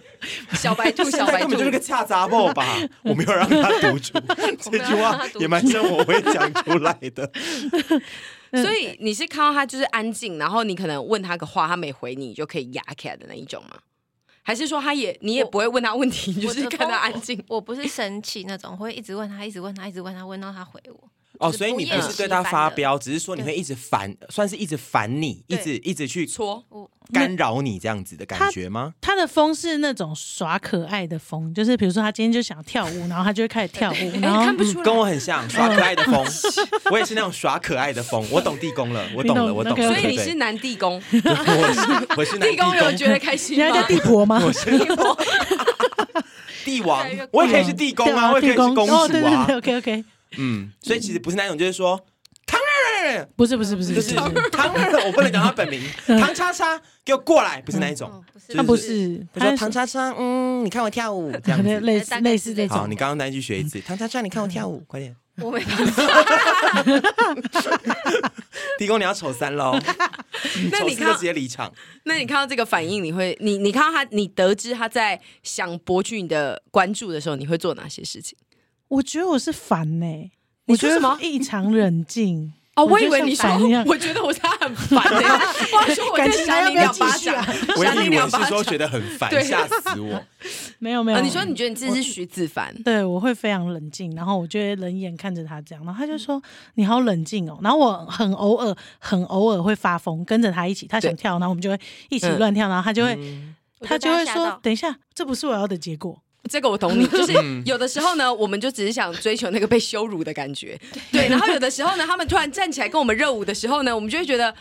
Speaker 5: 小白兔，
Speaker 2: 现
Speaker 5: 小
Speaker 2: 在
Speaker 5: 白
Speaker 2: 根本
Speaker 5: 兔
Speaker 2: 就是个恰杂报吧？我没有让他独处，这
Speaker 1: 没有
Speaker 2: 句
Speaker 1: 让
Speaker 2: 话
Speaker 1: 他独
Speaker 2: 也蛮像我会讲出来的。
Speaker 5: 所以你是看到他就是安静，然后你可能问他个话，他没回你，你就可以压起来的那一种吗？还是说他也你也不会问他问题，你 就
Speaker 1: 我
Speaker 5: 是
Speaker 1: 的
Speaker 5: 看他
Speaker 1: 风
Speaker 5: 安静？
Speaker 1: 我不是生气那种，我会一直问他，一直问他，一直问他，问到他回我。
Speaker 2: 哦，
Speaker 1: 就是
Speaker 2: 所以你
Speaker 1: 不
Speaker 2: 不
Speaker 1: 厌
Speaker 2: 是
Speaker 1: 其
Speaker 2: 对他
Speaker 1: 烦
Speaker 2: 发
Speaker 1: 的
Speaker 2: 飙，只是说你会一直烦，算是一直烦你，一
Speaker 1: 对
Speaker 2: 直一直去
Speaker 5: 搓
Speaker 2: 干扰你这样子的感
Speaker 6: 他
Speaker 2: 觉吗？
Speaker 6: 他的风是那种耍可爱的风，就是比如说他今天就想跳舞，然后他就会开始跳舞，然后
Speaker 5: 哎看不出来，
Speaker 2: 跟我很像，耍可爱的风，我也是那种耍可爱的风。我懂地宫了，我
Speaker 6: 你
Speaker 2: 懂了，
Speaker 6: 懂
Speaker 2: 我
Speaker 6: 那
Speaker 2: 懂
Speaker 6: 个
Speaker 2: 了。
Speaker 5: 所以你
Speaker 2: 对
Speaker 5: 是男地公，
Speaker 2: 对我是 我是男
Speaker 5: 地
Speaker 2: 地
Speaker 5: 公有
Speaker 2: 宫
Speaker 5: 觉得 开心
Speaker 6: 人家
Speaker 5: 吗
Speaker 6: 叫？地婆吗？啊
Speaker 2: 帝王
Speaker 1: 越来越，
Speaker 2: 我也可以是地宫啊，我也可以是公
Speaker 6: 哦，对
Speaker 2: 主
Speaker 6: 对
Speaker 2: 啊
Speaker 6: 对。，OK OK，
Speaker 2: 嗯，所以其实不是那种，就是说唐人人，
Speaker 6: 不是不是不是，
Speaker 2: 就
Speaker 6: 不
Speaker 2: 是
Speaker 6: 是
Speaker 2: 唐人，我不能讲他本名，唐叉叉，给我过来，不是那一种
Speaker 1: 嗯。，不，
Speaker 2: 就是
Speaker 6: 他不是，
Speaker 2: 他说
Speaker 6: 是
Speaker 2: 唐叉叉，嗯，你看我跳舞这样
Speaker 6: 对
Speaker 2: 子。
Speaker 6: 类似
Speaker 1: 大概
Speaker 6: 类
Speaker 1: 是
Speaker 6: 似
Speaker 1: 这
Speaker 6: 这
Speaker 1: 样
Speaker 2: 好，
Speaker 6: 种
Speaker 2: 你，刚刚那一句学一次，唐叉叉，你看我跳舞，快点。
Speaker 1: 我没 办法。
Speaker 2: 地宫你要丑三 喽，
Speaker 5: 那
Speaker 2: 丑
Speaker 5: 你
Speaker 2: 四就
Speaker 5: 看
Speaker 2: 直，接离场。
Speaker 5: 那你看到这个反应，你会你你看到他，你得知他在想博取你的关注的时候，你会做哪些事情？
Speaker 6: 我觉得我是烦呢，
Speaker 5: 你
Speaker 6: 我觉
Speaker 5: 说什
Speaker 6: 得
Speaker 5: 么
Speaker 6: 异常冷静。
Speaker 5: 哦，
Speaker 6: 我
Speaker 5: 我以
Speaker 6: 就
Speaker 5: 为
Speaker 6: 像
Speaker 5: 你说
Speaker 6: 烦
Speaker 2: 啊
Speaker 6: 一样，
Speaker 5: 我觉得我他很烦的，我说我在
Speaker 6: 感情还
Speaker 5: 想
Speaker 6: 要
Speaker 5: 你
Speaker 6: 不要
Speaker 5: 两
Speaker 6: 继
Speaker 5: 巴
Speaker 6: 续
Speaker 5: 掌
Speaker 6: 啊，
Speaker 2: 我
Speaker 5: 想
Speaker 2: 以
Speaker 5: 你
Speaker 2: 为
Speaker 5: 两
Speaker 2: 是
Speaker 5: 巴
Speaker 2: 说
Speaker 5: 掌。
Speaker 2: 觉 得很烦，
Speaker 5: 对
Speaker 2: 吓死我。
Speaker 6: 没有没有，
Speaker 5: 啊，你说你觉得你自己是徐子凡？
Speaker 6: 对，我会非常冷静，然后我就会冷眼看着他这样，然后他就说：“你好冷静哦。”然后我很偶尔、很偶尔会发疯，跟着他一起，他想
Speaker 5: 对
Speaker 6: 跳，然后我们就会一起
Speaker 5: 嗯
Speaker 6: 乱跳，然后他就会、他
Speaker 1: 我
Speaker 6: 就
Speaker 1: 就
Speaker 6: 会
Speaker 1: 被他吓
Speaker 6: 说
Speaker 1: 到：“
Speaker 6: 等一下，这不是我要的结果。
Speaker 5: 这个我懂你，就是
Speaker 2: 嗯
Speaker 5: 有的时候呢，我们就只是想追求那个被羞辱的感觉，对。然后有的时候呢，他们突然站起来跟我们热舞的时候呢，我们就会 觉得。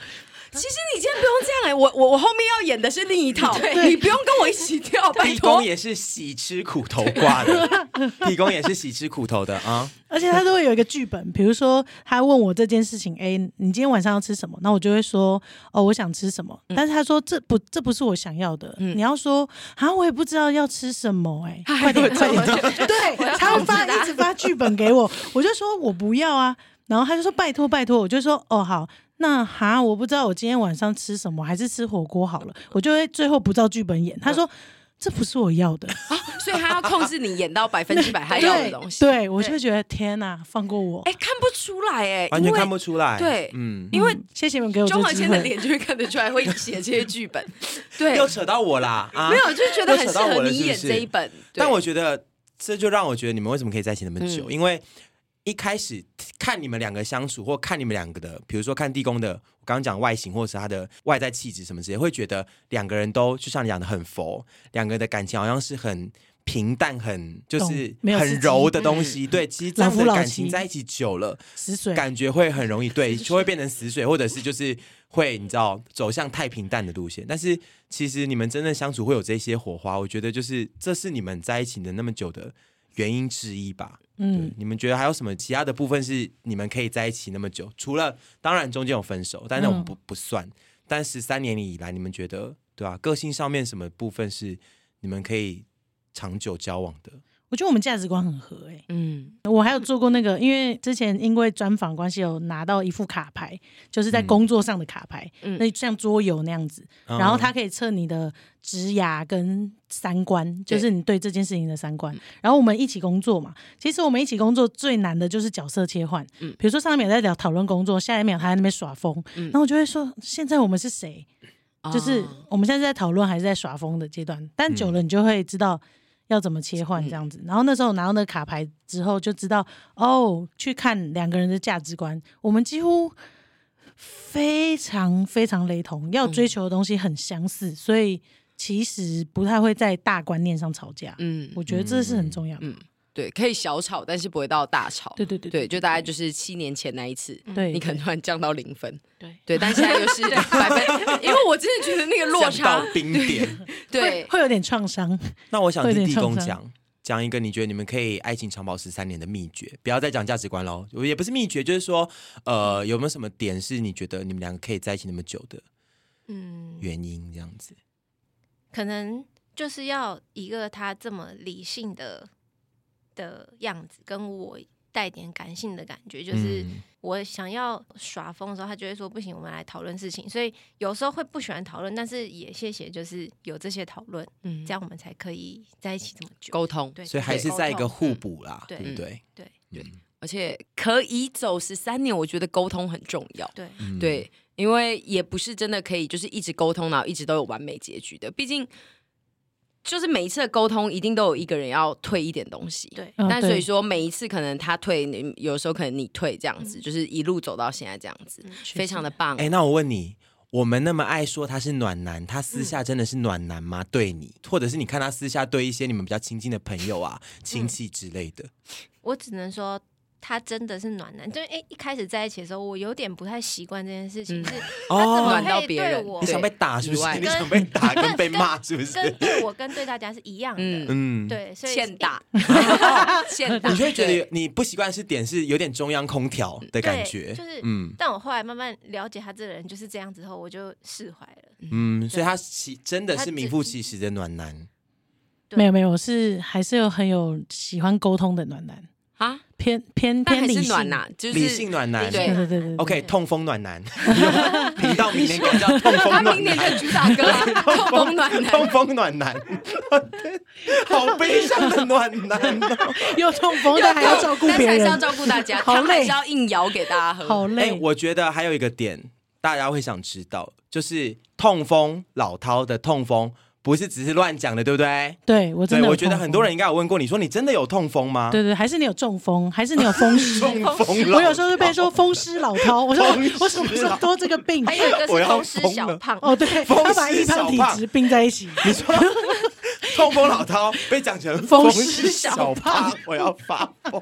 Speaker 5: 其实你今天不用这样哎、我我我后面要演的是另一套，你不用跟我一起跳， 拜
Speaker 2: 地宫
Speaker 5: 托。
Speaker 2: 也是喜吃苦头挂 的，地宫也是喜吃苦头的啊。”
Speaker 6: 而且他都会有一个剧本，比如说他问我这件事情，哎、你今天晚上要吃什么？那我就会说，哦，我想吃什么。但是他说这不这不是我想要的，你要说啊，我也不知道要吃什么、哎，快点快点， 对，他会发一直发剧本给我，我就说我不要啊，然后他就说拜托拜托，我就说哦好，那哈我不知道我今天晚上吃什么，还是吃火锅好了，我就会最后不照剧本演，他说。这不是我要的，
Speaker 5: 所以他要控制你演到百分之百他要的
Speaker 6: 对
Speaker 5: 东西。
Speaker 6: 对，我就会觉得天哪，放过我！
Speaker 5: 哎、看不出来哎、
Speaker 2: 完
Speaker 5: 因
Speaker 2: 全
Speaker 5: 为
Speaker 2: 看不出来。
Speaker 5: 对
Speaker 2: 嗯，
Speaker 5: 因为
Speaker 6: 谢谢你们给我这
Speaker 5: 钟
Speaker 6: 个
Speaker 5: 和
Speaker 6: 机
Speaker 5: 谦的
Speaker 6: 会。
Speaker 5: 脸就会看得出来会写这些剧本，对，
Speaker 2: 又扯到我啦啊！
Speaker 5: 没有就觉得
Speaker 2: 又
Speaker 5: 很
Speaker 2: 扯
Speaker 5: 适
Speaker 2: 到我
Speaker 5: 合
Speaker 2: 了
Speaker 5: 你
Speaker 2: 是不
Speaker 5: 演
Speaker 2: 是
Speaker 5: 这一本。对
Speaker 2: 但我觉得这就让我觉得你们为什么可以在一起那么久，因
Speaker 6: 嗯
Speaker 2: 为一开始看你们两个相处，或看你们两个的，比如说看地宫的，我刚刚讲外形，或者是他的外在气质什么之类，会觉得两个人都就像你讲的很佛，两个人的感情好像是很。平淡很就是
Speaker 6: 懂哦没有
Speaker 2: 很
Speaker 6: 刺激嗯
Speaker 2: 柔的东西，对，其实这
Speaker 6: 老
Speaker 2: 样的
Speaker 6: 夫老
Speaker 2: 感情
Speaker 6: 妻
Speaker 2: 在一起久了，
Speaker 6: 十岁，
Speaker 2: 感觉会很容易对，就会变成死水，或者是就是会你知道走向太平淡的路线。但是其实你们真正相处会有这些火花，我觉得就是这是你们在一起的那么久的原因之一吧。嗯
Speaker 6: 嗯，，
Speaker 2: 你们觉得还有什么其他的部分是你们可以在一起那么久？除了当然中间有分手，但那我们
Speaker 6: 嗯
Speaker 2: 不、不算。但十三年以来，你们觉得对吧、啊个性上面什么部分是你们可以长久交往的？
Speaker 6: 我觉得我们价值观很合诶、
Speaker 5: 嗯。
Speaker 6: 我还有做过那个，因为之前因为专访关系有拿到一副卡牌，就是在工作上的卡牌，
Speaker 5: 嗯
Speaker 6: 那像桌游那样子，
Speaker 2: 嗯
Speaker 6: 然后它可以测你的职涯跟三观，就是你对这件事情的三
Speaker 5: 嗯
Speaker 6: 观。然后我们一起工作嘛，其实我们一起工作最难的就是角色切换，
Speaker 5: 嗯
Speaker 6: 比如说上一秒在聊讨论工作，下一秒他在那边耍疯，然后我就会说现在我们是谁？就是
Speaker 5: 啊
Speaker 6: 我们现在是在讨论还是在耍疯的阶段，但久了你就会知道要怎么切换这样子。然后那时候拿到那个卡牌之后，就知道哦，去看两个人的价值观，我们几乎非常非常雷同，要追求的东西很相似，所以其实不太会在大观念上吵架。
Speaker 5: 嗯
Speaker 6: 我觉得这是很重要的。
Speaker 5: 对，可以小吵，但是不会到大吵。
Speaker 6: 对对对
Speaker 5: 嗯
Speaker 6: 嗯
Speaker 5: 对，就大概就是七年前那一次，
Speaker 6: 对
Speaker 5: 你可能突然降到零分。
Speaker 1: 对
Speaker 5: 对，但现在又是百分，因为我真的觉得那个落
Speaker 2: 降
Speaker 5: 差
Speaker 2: 到，冰点。
Speaker 5: 对
Speaker 6: 会有点创伤。
Speaker 2: 那我想
Speaker 6: 会有
Speaker 2: 听
Speaker 6: 点
Speaker 2: 地宫
Speaker 6: 创伤
Speaker 2: 讲，讲一个你觉得你们可以爱情长跑十三年的秘诀，不要再讲价值观喽，我也不是秘诀，就是说，呃，有没有什么点是你觉得你们两个可以在一起那么久的
Speaker 1: 嗯，
Speaker 2: 原因？这样子，
Speaker 1: 可能就是要一个他这么理性的的样子，跟我带点感性的感觉，就是。
Speaker 2: 嗯
Speaker 1: 我想要耍疯的时候，他就会说不行，我们来讨论事情。所以有时候会不喜欢讨论，但是也谢谢，就是有这些讨论，
Speaker 5: 嗯
Speaker 1: 这样我们才可以在一起这么久。
Speaker 5: 沟通，
Speaker 1: 对，
Speaker 2: 所以还是
Speaker 1: 对
Speaker 2: 在一个
Speaker 1: 沟通
Speaker 2: 互
Speaker 1: 嗯
Speaker 2: 补啦，
Speaker 1: 对
Speaker 2: 对不对？
Speaker 1: 对
Speaker 5: 而且可以走十三年，我觉得沟通很重要。
Speaker 1: 对，
Speaker 2: 嗯，
Speaker 5: 对，因为也不是真的可以就是一直沟通，然后一直都有完美结局的。毕竟，就是每一次的沟通，一定都有一个人要退一点东西。
Speaker 1: 对
Speaker 6: 嗯
Speaker 5: 但所
Speaker 6: 对
Speaker 5: 以说每一次可能他退，你有时候可能你退这样子，就是一路走到现在这样子，非常的棒。
Speaker 2: 哎、那我问你，我们那么爱说他是暖男，他私下真的是暖男吗？对你，或者是你看他私下对一些你们比较亲近的朋友啊、
Speaker 1: 嗯
Speaker 2: 亲戚之类的，
Speaker 1: 我只能说。他真的是暖男，就是哎、一开始在一起的时候，我有点不太习惯这件事情，
Speaker 5: 嗯
Speaker 1: 是
Speaker 2: 哦
Speaker 1: 他
Speaker 5: 暖
Speaker 1: 怎
Speaker 5: 到
Speaker 1: 么可以
Speaker 5: 别
Speaker 1: 对
Speaker 5: 人
Speaker 1: 我
Speaker 2: 你想被打是不
Speaker 5: 以外
Speaker 2: 是？你想被打跟被骂是不
Speaker 1: 跟
Speaker 2: 是？
Speaker 1: 对我跟对大家是一样的，
Speaker 2: 嗯，。
Speaker 1: 对，所以
Speaker 5: 欠打， 哦 欠打，
Speaker 2: 你就会觉
Speaker 5: 对
Speaker 2: 得你不习惯是点是有点中央空调的感觉，
Speaker 1: 对就是
Speaker 2: 嗯
Speaker 1: 但我后来慢慢了解他这个人就是这样之后，我就释怀了。
Speaker 2: 嗯，所以他其真的
Speaker 1: 他
Speaker 2: 是
Speaker 1: 只
Speaker 2: 名副其实的暖男，
Speaker 1: 对
Speaker 6: 没有没有，我是还是有很有喜欢沟通的暖男，
Speaker 5: 啊，
Speaker 6: 偏偏
Speaker 5: 但
Speaker 6: 偏
Speaker 5: 还
Speaker 6: 理
Speaker 5: 是
Speaker 6: 性
Speaker 5: 暖，啊男，就是
Speaker 2: 理性暖男。
Speaker 5: 对
Speaker 6: 对对对对
Speaker 2: OK，痛风暖男，频道明年改叫痛风
Speaker 5: 他
Speaker 2: 暖男。
Speaker 5: 明年就主打 歌啊，痛风暖
Speaker 2: 痛
Speaker 5: 男，
Speaker 2: 风暖男， 好悲伤的暖男、哦。
Speaker 6: 又痛风，但还要照顾
Speaker 5: 但是
Speaker 6: 别
Speaker 5: 还是要
Speaker 6: 人，
Speaker 5: 照顾大家，
Speaker 6: 好
Speaker 5: 他还
Speaker 6: 累
Speaker 5: 是要硬摇给大家喝。
Speaker 6: 好
Speaker 2: 哎、
Speaker 6: 累。
Speaker 2: 我觉得还有一个点，大家会想知道，就是痛风老涛的痛风不是只是乱讲的，对不对？
Speaker 6: 对我真
Speaker 2: 对，
Speaker 6: 的有
Speaker 2: 哎我觉得
Speaker 6: 痛
Speaker 2: 很多
Speaker 6: 风
Speaker 2: 人，应该有问过你说，你真的有痛风吗？
Speaker 6: 对对，还是你有中风，还是你有风 湿？
Speaker 2: 痛风老，
Speaker 6: 我有时候就被说风湿老饕，我说
Speaker 2: 风湿
Speaker 6: 我什么时候多这个病
Speaker 1: 还？有一个
Speaker 2: 我
Speaker 1: 是
Speaker 2: 要
Speaker 1: 风湿
Speaker 2: 疯了
Speaker 1: 小胖，
Speaker 6: 哦，对，
Speaker 2: 风湿
Speaker 6: 他把易胖体
Speaker 2: 小胖
Speaker 6: 质并在一起，
Speaker 2: 你说 痛风老涛被讲成
Speaker 6: 风湿
Speaker 2: 湿
Speaker 6: 小
Speaker 2: 小
Speaker 6: 胖
Speaker 2: 胖， 我要发 疯。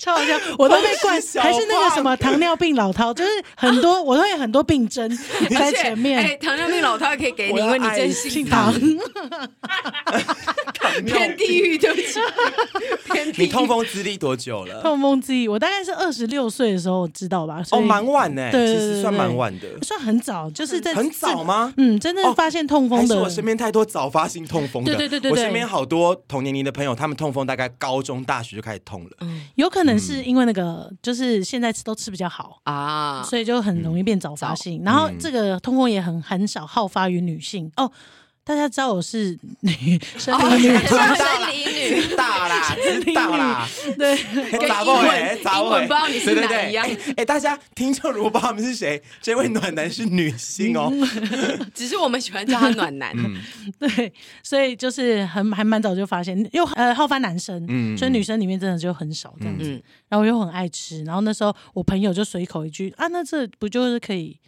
Speaker 6: 超好笑，我都被
Speaker 2: 风
Speaker 6: 冠，
Speaker 2: 湿小
Speaker 6: 还是那个什么糖尿病老饕，就是很多我都有很多病 症在
Speaker 5: 而且
Speaker 6: 前
Speaker 5: 哎，
Speaker 6: 面，
Speaker 5: 糖尿病老太可以给
Speaker 2: 我
Speaker 5: 你，
Speaker 2: 要
Speaker 5: 因为你
Speaker 2: 爱
Speaker 5: 真
Speaker 6: 姓
Speaker 5: 姓
Speaker 6: 糖
Speaker 5: 唐，，
Speaker 2: 嗯
Speaker 5: 偏地狱，对不起，偏地
Speaker 2: 你
Speaker 5: 狱。
Speaker 2: 痛风资历多久了？
Speaker 6: 痛风之一。我大概是二十六岁的时候知道吧，所
Speaker 2: 哦，
Speaker 6: 以
Speaker 2: 蛮晚呢、
Speaker 6: 对
Speaker 2: 其
Speaker 6: 对
Speaker 2: 实
Speaker 6: 对
Speaker 2: 算
Speaker 6: 对
Speaker 2: 蛮晚的。
Speaker 6: 算很早，就是在
Speaker 2: 很早吗
Speaker 6: 嗯，真正
Speaker 2: 哦
Speaker 6: 发现痛
Speaker 2: 还
Speaker 6: 风
Speaker 2: 是
Speaker 6: 的，
Speaker 2: 我身边太多早发性痛风的，
Speaker 6: 对对对对对
Speaker 2: 我身边好多同年龄的朋友，他们痛风大概高中、大学就开始痛 了。
Speaker 6: 有可能
Speaker 2: 嗯
Speaker 6: 是因为那个，就是现在吃都吃比较好，
Speaker 5: 啊，
Speaker 6: 所以就很
Speaker 2: 嗯
Speaker 6: 容易变早发性。然后这个痛风也很很少好发于女性哦。大家知道我是女生
Speaker 5: 哦
Speaker 6: 理女，
Speaker 1: 生理女，
Speaker 2: 知道啦，知道 啦，哎哦
Speaker 6: 对，
Speaker 5: 跟
Speaker 2: 咋不
Speaker 5: 英文
Speaker 2: 回？咋不
Speaker 5: 英
Speaker 2: 回？
Speaker 5: 文不知道你是
Speaker 2: 哎对对
Speaker 5: 哪
Speaker 2: 对
Speaker 5: 一样
Speaker 2: 哎、哎大家听众如果不知道他们是谁，这位暖男是女性哦。
Speaker 6: 嗯
Speaker 5: 只是我们喜欢叫他暖男。
Speaker 2: 嗯
Speaker 6: 对，所以就是很还蛮早就发现，又呃好发男生，
Speaker 2: 嗯
Speaker 6: 所以女生里面真的就很少这样子。
Speaker 5: 嗯
Speaker 6: 然后我又很爱吃，然后那时候我朋友就随口一句啊，那这不就是可以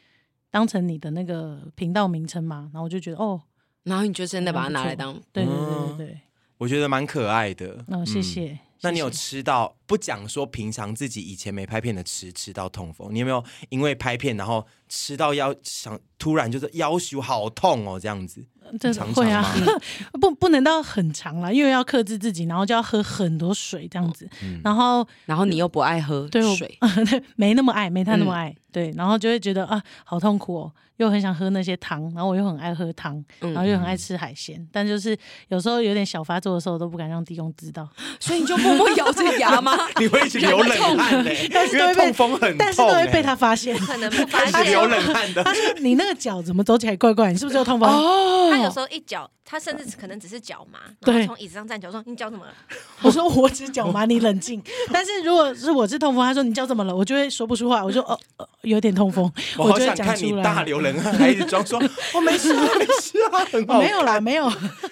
Speaker 6: 当成你的那个频道名称吗？然后我就觉得哦，
Speaker 5: 然后你就真的把它拿来当
Speaker 6: 对对对对对，
Speaker 2: 我觉得蛮可爱的。
Speaker 6: 那、哦、谢谢。谢
Speaker 2: 嗯那你有
Speaker 6: 谢
Speaker 2: 吃到不讲说平常自己以前没拍片的吃吃到痛风？你有没有因为拍片然后吃到腰想突然就是腰修好痛哦这样 子？
Speaker 6: 这
Speaker 2: 常
Speaker 6: 会
Speaker 2: 常
Speaker 6: 啊
Speaker 2: 吗，
Speaker 6: 不不能到很长啦，因为要克制自己，然后就要喝很多水这
Speaker 2: 哦
Speaker 6: 样子，
Speaker 2: 嗯
Speaker 6: 然后
Speaker 5: 然后你又不爱喝
Speaker 6: 对我
Speaker 5: 水
Speaker 6: 对没那么爱，没他
Speaker 2: 嗯
Speaker 6: 那么爱，对，然后就会觉得啊，好痛苦哦，又很想喝那些汤，然后我又很爱喝汤，
Speaker 2: 嗯
Speaker 6: 然后又很爱吃海鲜，但就是有时候有点小发作的时候都不敢让地公知道，
Speaker 5: 所以你就默默咬着牙 吗？
Speaker 2: 你会一直流冷汗嘞、
Speaker 6: 但是
Speaker 2: 因
Speaker 6: 都
Speaker 2: 为
Speaker 6: 会被
Speaker 2: 痛风很痛、欸，
Speaker 6: 但是都会被他发现，
Speaker 1: 可能不发
Speaker 2: 是流
Speaker 1: 现。
Speaker 2: 冷汗的
Speaker 6: 他。说你那个脚怎么走起来怪怪，你是不是有 痛风？
Speaker 2: 哦
Speaker 1: 他有时候一脚，他甚至可能只是脚麻，然
Speaker 6: 对
Speaker 1: 后从椅子上站起来说：“你脚怎么了
Speaker 6: 我说我只脚麻，你冷 静。但是如果是我是痛风，他说你脚怎么了，我就会说不出话，我就哦、呃有点痛风，
Speaker 2: 我好
Speaker 6: 就会
Speaker 2: 想
Speaker 6: 讲
Speaker 2: 看你
Speaker 6: 出
Speaker 2: 大
Speaker 6: 来。
Speaker 2: 流冷汗，还一直装 说我没事，我没事啊，很好。
Speaker 6: 没有啦，没有。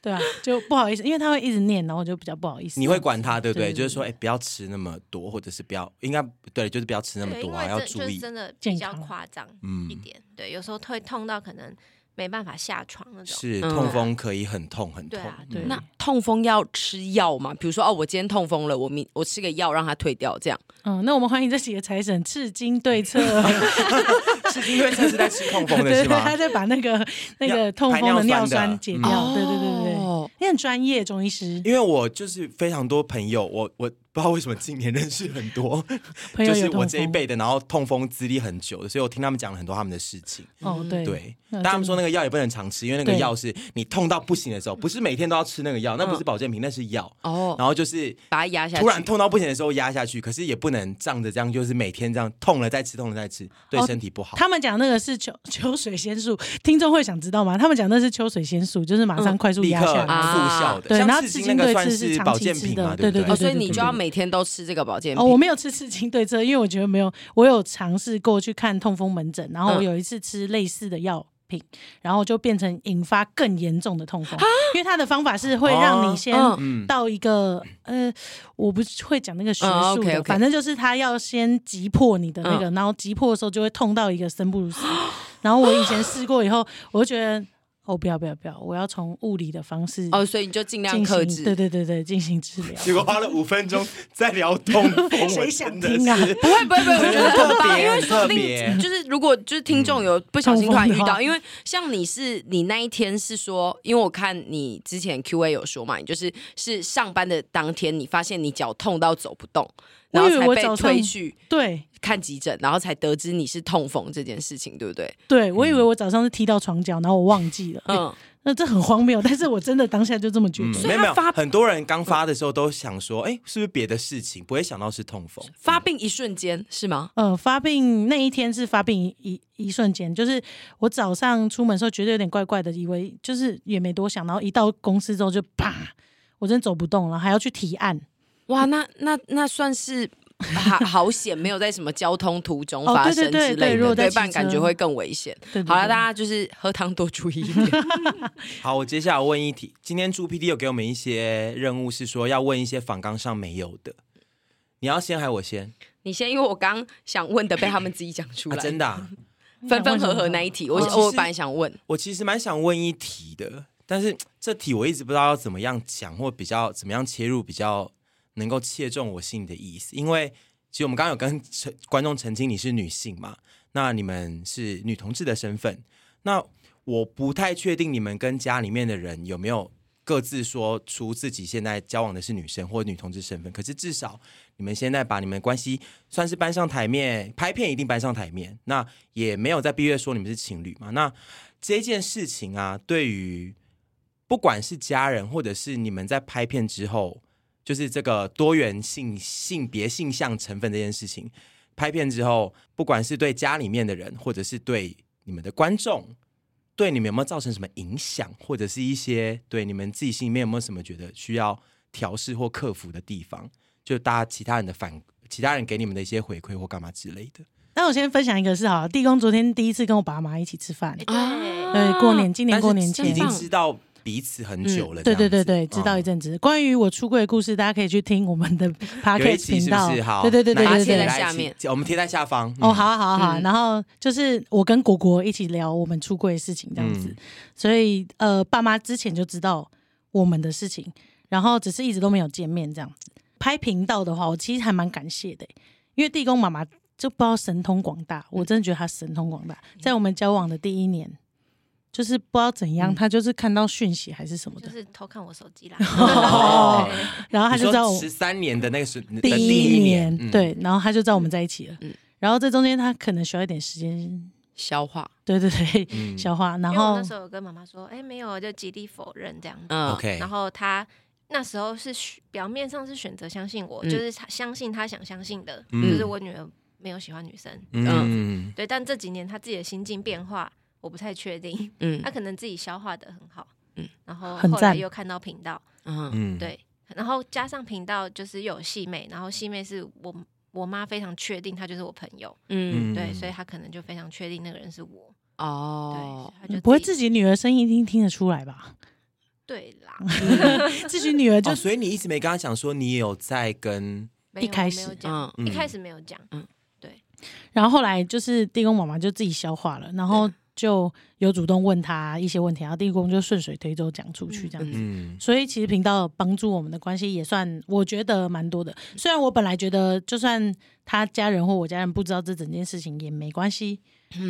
Speaker 6: 对啊，就不好意思，因为他会一直念，然后我就比较不好意思。
Speaker 2: 你会管他，对不对？
Speaker 6: 对对对
Speaker 2: 就是说，哎，不要吃那么多，或者是不要，应该对，就是不要吃？”那么
Speaker 1: 对，因
Speaker 2: 多
Speaker 1: 为
Speaker 2: 啊，要
Speaker 1: 这
Speaker 2: 注
Speaker 1: 就是
Speaker 2: 意。
Speaker 1: 真的比
Speaker 6: 健
Speaker 1: 较
Speaker 6: 康
Speaker 1: 夸张
Speaker 2: 嗯
Speaker 1: 一点。对，有时候会痛到可能没办法下床那种。
Speaker 2: 是
Speaker 5: 嗯
Speaker 2: 痛风可以很痛很痛嗯
Speaker 1: 对，啊，
Speaker 6: 对，
Speaker 5: 那痛风要吃药吗？比如说哦，我今天痛风了，我明我吃个药让它退掉，这样
Speaker 6: 嗯，那我们欢迎这几个财神赤金 对策，
Speaker 2: 是因为这是在吃痛风的
Speaker 6: 对
Speaker 2: 是
Speaker 6: 对，
Speaker 2: 吗
Speaker 6: 他？在把那个那个痛风的尿酸解掉，
Speaker 2: 哦
Speaker 6: 对对对对对。
Speaker 5: 哦，
Speaker 6: 你很专业，中医师
Speaker 2: 因为我就是非常多朋友，我我不知道为什么今年认识很多，
Speaker 6: 朋友
Speaker 2: 就
Speaker 6: 有
Speaker 2: 是我
Speaker 6: 痛
Speaker 2: 这一
Speaker 6: 风
Speaker 2: 辈的，然后痛风资历很久的，所以我听他们讲了很多他们的事情。
Speaker 6: 哦，对
Speaker 2: 对，
Speaker 6: 嗯
Speaker 2: 但他们说那个药也不能常吃，因为那个
Speaker 6: 对
Speaker 2: 药是你痛到不行的时候，不是每天都要吃那个药，那不
Speaker 6: 嗯
Speaker 2: 是保健品，那是药。
Speaker 5: 哦
Speaker 2: 然后就是
Speaker 5: 把它压下去
Speaker 2: 突然痛到不行的时候压下去，可是也不能仗着这样，就是每天这样痛了再吃，痛了再吃，对
Speaker 6: 哦
Speaker 2: 身体不好。
Speaker 6: 他们讲那个是秋 秋水仙素，听众会想知道吗？他们讲那是秋水仙素，就是马上快速
Speaker 2: 嗯立
Speaker 6: 压
Speaker 2: 刻
Speaker 6: 下
Speaker 2: 速
Speaker 6: 来。
Speaker 5: 啊
Speaker 2: 效的，
Speaker 6: 对然后
Speaker 2: 像
Speaker 6: 刺
Speaker 2: 刺
Speaker 6: 青
Speaker 2: 那个
Speaker 6: 对
Speaker 2: 算
Speaker 6: 刺是
Speaker 2: 是
Speaker 6: 长
Speaker 2: 保
Speaker 6: 期
Speaker 2: 健
Speaker 6: 吃
Speaker 2: 品
Speaker 6: 的
Speaker 2: 嘛，
Speaker 6: 对
Speaker 2: 不
Speaker 6: 对
Speaker 5: 哦，
Speaker 2: 对？
Speaker 5: 所以你
Speaker 6: 对
Speaker 5: 就
Speaker 6: 对
Speaker 5: 要每天都吃这个保健品。
Speaker 6: 哦，我没有吃刺青对症，因为我觉得没有，我有尝试过去看痛风门诊，然后我
Speaker 5: 嗯
Speaker 6: 有一次吃类似的药品，然后就变成引发更严重的痛风，因为它的方法是会让
Speaker 2: 哦
Speaker 6: 你先
Speaker 5: 啊嗯
Speaker 6: 到一个呃，我不是会讲那个学
Speaker 5: 嗯
Speaker 6: 术的，
Speaker 5: ，OK，OK 嗯
Speaker 6: 反正就是它要先击破你的那个，然后击破的时候就会痛到一个生不如死。然后我以前试过以后，我就觉得哦，不要不要不要，我要从物理的方式
Speaker 5: 哦，所以你就尽量
Speaker 6: 进
Speaker 5: 克
Speaker 6: 行，
Speaker 5: 制。
Speaker 6: 对对对对，进行治疗。
Speaker 2: 结果花了五分钟在聊痛风，
Speaker 6: 谁
Speaker 2: 我
Speaker 6: 想
Speaker 2: 真的
Speaker 6: 听啊
Speaker 2: 是
Speaker 5: 不会不会不会，我觉得很
Speaker 2: 特
Speaker 5: 棒，
Speaker 2: 别
Speaker 5: 因为说不
Speaker 2: 很特
Speaker 5: 定
Speaker 2: 别
Speaker 5: 就是如果就是听众有不小心突然遇
Speaker 6: 痛嗯风的
Speaker 5: 到，
Speaker 6: 话
Speaker 5: 因为像你是你那一天是说，因为我看你之前 Q A 有说嘛，你就是是上班的当天，你发现你脚痛到走不动，然后
Speaker 6: 我以
Speaker 5: 才
Speaker 6: 为我
Speaker 5: 被
Speaker 6: 早
Speaker 5: 推
Speaker 6: 上
Speaker 5: 去
Speaker 6: 对
Speaker 5: 看急诊，然后才得知你是痛风这件事情，对不对？
Speaker 6: 对，我以
Speaker 2: 嗯
Speaker 6: 为我早上是踢到床角，然后我忘记了。
Speaker 5: 嗯，
Speaker 6: 那这很荒谬，但是我真的当下就这么觉得。
Speaker 5: 所
Speaker 2: 嗯没
Speaker 5: 以
Speaker 2: 有
Speaker 5: 他
Speaker 2: 没有
Speaker 5: 发，
Speaker 2: 很多人刚发的时候都想说，哎，是不是别的事情？不会想到是痛风。
Speaker 5: 发病一瞬间是吗？
Speaker 6: 呃，发病那一天是发病一一一瞬间，就是我早上出门的时候觉得有点怪怪的，以为就是也没多想，然后一到公司之后就啪，我真走不动了，还要去提案。
Speaker 5: 哇，那那那算是。 好好险，没有在什么交通途中
Speaker 6: 哦
Speaker 5: 发
Speaker 6: 对
Speaker 5: 生
Speaker 6: 对
Speaker 5: 之
Speaker 6: 对
Speaker 5: 类的，
Speaker 6: 对如果在
Speaker 5: 不然
Speaker 6: 骑
Speaker 5: 感觉
Speaker 6: 车
Speaker 5: 会更危险。
Speaker 6: 对对
Speaker 5: 好了，
Speaker 6: 对
Speaker 5: 大家就是喝汤多注意一点。
Speaker 2: 好，我接下来问一题。今天朱 PD 有给我们一些任务，是说要问一些访纲上没有的。你要先还我先？
Speaker 5: 你先，因为我刚想问的被他们自己讲 出
Speaker 2: 啊、
Speaker 5: 来，
Speaker 2: 真的、啊，
Speaker 5: 分分合合那一题，
Speaker 2: 哦
Speaker 5: 我我
Speaker 2: 其实
Speaker 5: 本来想问，
Speaker 2: 我其实蛮想问一题的，但是这题我一直不知道要怎么样讲，或比较怎么样切入比较能够切中我心里的意思。因为其实我们刚刚有跟陈观众澄清你是女性嘛，那你们是女同志的身份，那我不太确定你们跟家里面的人有没有。各自说出自己现在交往的是女生或女同志身份，可是至少你们现在把你们的关系算是搬上台面，拍片一定搬上台面。那也没有在毕业说你们是情侣嘛？那这件事情啊，对于不管是家人或者是你们在拍片之后，就是这个多元性性别性向成分这件事情，拍片之后，不管是对家里面的人，或者是对你们的观众，对你们有没有造成什么影响，或者是一些对你们自己心里面有没有什么觉得需要调试或克服的地方？就大家其他人的反，其他人给你们的一些回馈或干嘛之类的。
Speaker 6: 那我先分享一个是好了，地公昨天第一次跟我爸妈一起吃饭，
Speaker 5: 啊
Speaker 6: 对，过年今年
Speaker 2: 哎但是
Speaker 6: 过年
Speaker 2: 已
Speaker 6: 前嗯
Speaker 2: 经知道彼此很久了，
Speaker 6: 对
Speaker 2: 这
Speaker 6: 对
Speaker 2: 样子嗯
Speaker 6: 对对，知道一。阵子。关于我出柜的故事，大家可以去听我们的
Speaker 2: 有一
Speaker 6: podcast
Speaker 2: 期
Speaker 6: 频
Speaker 2: 是不
Speaker 6: 道。
Speaker 2: 是好？
Speaker 6: 对对对对
Speaker 2: 哪一
Speaker 6: 对
Speaker 2: 期
Speaker 5: 贴
Speaker 6: 对
Speaker 5: 在
Speaker 2: 哪。一
Speaker 5: 下
Speaker 2: 期
Speaker 5: 面
Speaker 2: 我们贴在下方。
Speaker 6: 哦，
Speaker 2: 嗯
Speaker 6: 好，啊，好啊，好啊。
Speaker 5: 嗯
Speaker 6: 然后就是我跟果果一起聊我们出柜的事情，这样子。
Speaker 2: 嗯
Speaker 6: 所以呃，爸妈之前就知道我们的事情，然后只是一直都没有见面这样子。拍频道的话，我其实还蛮感谢的、因为地公妈妈就不知道神通广大，我真的觉得她神通广大。
Speaker 2: 嗯
Speaker 6: 在我们交往的第一年，就是不知道怎样，她就是看到讯息还是什么
Speaker 2: 嗯
Speaker 6: 的
Speaker 1: 就，是偷看我手机啦。
Speaker 2: 哦
Speaker 1: 对
Speaker 6: 然后她
Speaker 2: 你
Speaker 6: 就知道我
Speaker 2: 说十三年的那个是的
Speaker 6: 第
Speaker 2: 一
Speaker 6: 一年，
Speaker 2: 嗯
Speaker 6: 对，然后他就知道我们在一起了。
Speaker 5: 嗯
Speaker 6: 然后这中间他可能需要一点时间，
Speaker 5: 消化，
Speaker 6: 对对对，
Speaker 2: 嗯
Speaker 6: 消化。然
Speaker 1: 因为我
Speaker 6: 后
Speaker 1: 那时候有跟妈妈说，哎、没有，就极力否认这样子。
Speaker 5: 嗯
Speaker 1: 哦
Speaker 2: ，OK，
Speaker 1: 然后她那时候是选表面上是选择相信我，
Speaker 5: 嗯
Speaker 1: 就是她相信她想相信的，
Speaker 2: 嗯
Speaker 1: 就是我女儿没有喜欢女生。
Speaker 2: 嗯，
Speaker 1: 对，但这几年她自己的心境变化，我不太确定。
Speaker 5: 嗯
Speaker 1: 她可能自己消化的很好，
Speaker 5: 嗯
Speaker 1: 嗯，然后
Speaker 6: 很
Speaker 1: 后来
Speaker 6: 赞
Speaker 1: 又看到频道，
Speaker 5: 嗯，
Speaker 2: 嗯，
Speaker 1: 对，然后加上频道就是又有细妹，然后细妹是我我妈非常确定她就是我朋友，
Speaker 5: 嗯，
Speaker 1: 对，所以她可能就非常确定那个人是我，对，啊所
Speaker 5: 哦
Speaker 1: 以，她就
Speaker 6: 嗯不会自
Speaker 1: 自己
Speaker 6: 己女儿声音一定听得出来 吧？
Speaker 1: 对啦，
Speaker 6: 自己女儿就
Speaker 2: 哦，所以你一直没跟他讲说你有在跟
Speaker 1: 没有
Speaker 6: 一开
Speaker 1: 没有
Speaker 6: 始
Speaker 1: 讲
Speaker 5: 嗯，
Speaker 1: 一开始没有讲，
Speaker 6: 然后后来就是地公妈妈就自己消化了，然后就有主动问他一些问题，然后地公就顺水推舟讲出去这样子。
Speaker 2: 嗯
Speaker 6: 所以其实频道帮助我们的关系也算，我觉得蛮多的。虽然我本来觉得，就算他家
Speaker 1: 嗯
Speaker 6: 人或我家人不知道这整件事情也没关系，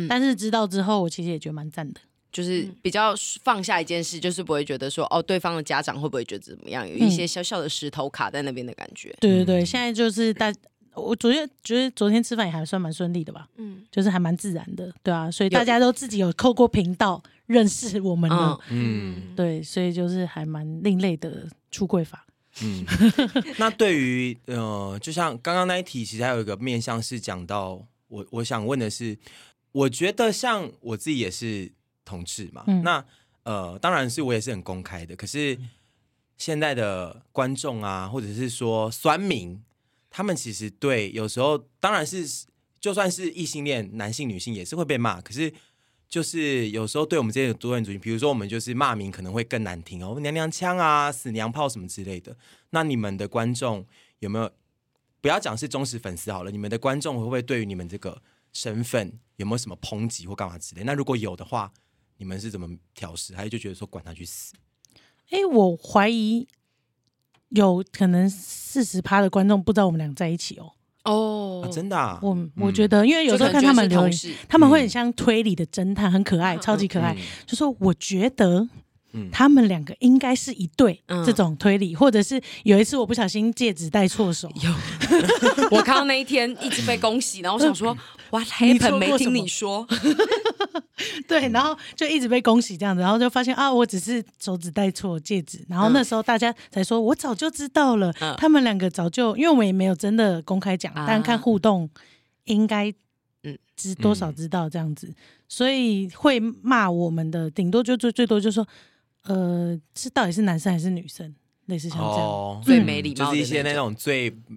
Speaker 6: 但是知道之后，我其实也觉得蛮赞的。
Speaker 5: 就是比较放下一件事，就是不会觉得说哦，对方的家长会不会觉得怎么样，有一些小小的石头卡在那边的感觉。
Speaker 6: 对对
Speaker 2: 嗯
Speaker 6: 对，现在就是大，我昨天觉得昨天吃饭也还算蛮顺利的吧，
Speaker 1: 嗯，
Speaker 6: 就是还蛮自然的，对啊，所以大家都自己有透过频道 认识我
Speaker 2: 哦
Speaker 6: 们了，
Speaker 2: 嗯
Speaker 6: 对，所以就是还蛮另类的出柜法。
Speaker 2: 嗯。 那对于呃，就像刚刚那一题，其实还有一个面向是讲到我，我想问的是，我觉得像我自己也是同志嘛，
Speaker 6: 嗯
Speaker 2: 那呃，当然是我也是很公开的，可是现在的观众啊，或者是说酸民，他们其实对有时候当然是就算是异性恋，男性女性也是会被骂，可是。就是有时候对我们这些多元族群，比如说我们就是骂名可能会更难听哦，娘娘腔啊、死娘炮什么之类的。那你们的观众有没有？不要讲是忠实粉丝好了，你们的观众会不会对于你们这个身份有没有什么抨击或干嘛之类？那如果有的话，你们是怎么调试？还是就觉得说管他去死？
Speaker 6: 哎，我怀疑有可能四十趴的观众不知道我们俩在一起哦，
Speaker 5: 哦
Speaker 2: 啊、真的、啊，
Speaker 6: 我我觉得，因为有时候看他们留言，他们会很像推理的侦探，很可爱，超级可爱。就说我觉得
Speaker 2: 嗯。
Speaker 6: 他们两个应该是一对，
Speaker 5: 嗯
Speaker 6: 这种推理，或者是有一次我不小心戒指戴错手，
Speaker 5: 我看到那一天一直被恭喜，然后我 想说，What
Speaker 6: 你错
Speaker 5: happened？
Speaker 6: 过
Speaker 5: 没听
Speaker 6: 什么
Speaker 5: 你说，
Speaker 6: 对，然后就一直被恭喜这样子，然后就发现啊，我只是手指戴错戒指，然后那时候大家才说，我早就知道了，
Speaker 5: 嗯
Speaker 6: 他们两个早就，因为我们也没有真的公开讲，
Speaker 5: 啊
Speaker 6: 但看互动应该
Speaker 5: 嗯
Speaker 6: 嗯知多少知道这样子，所以会骂我们的，顶多就最最多就说，呃，是到底是男生还是女生，类似像这样，
Speaker 2: 哦，
Speaker 5: 最没礼貌的
Speaker 2: 就是一些
Speaker 5: 那
Speaker 2: 那种最
Speaker 5: 不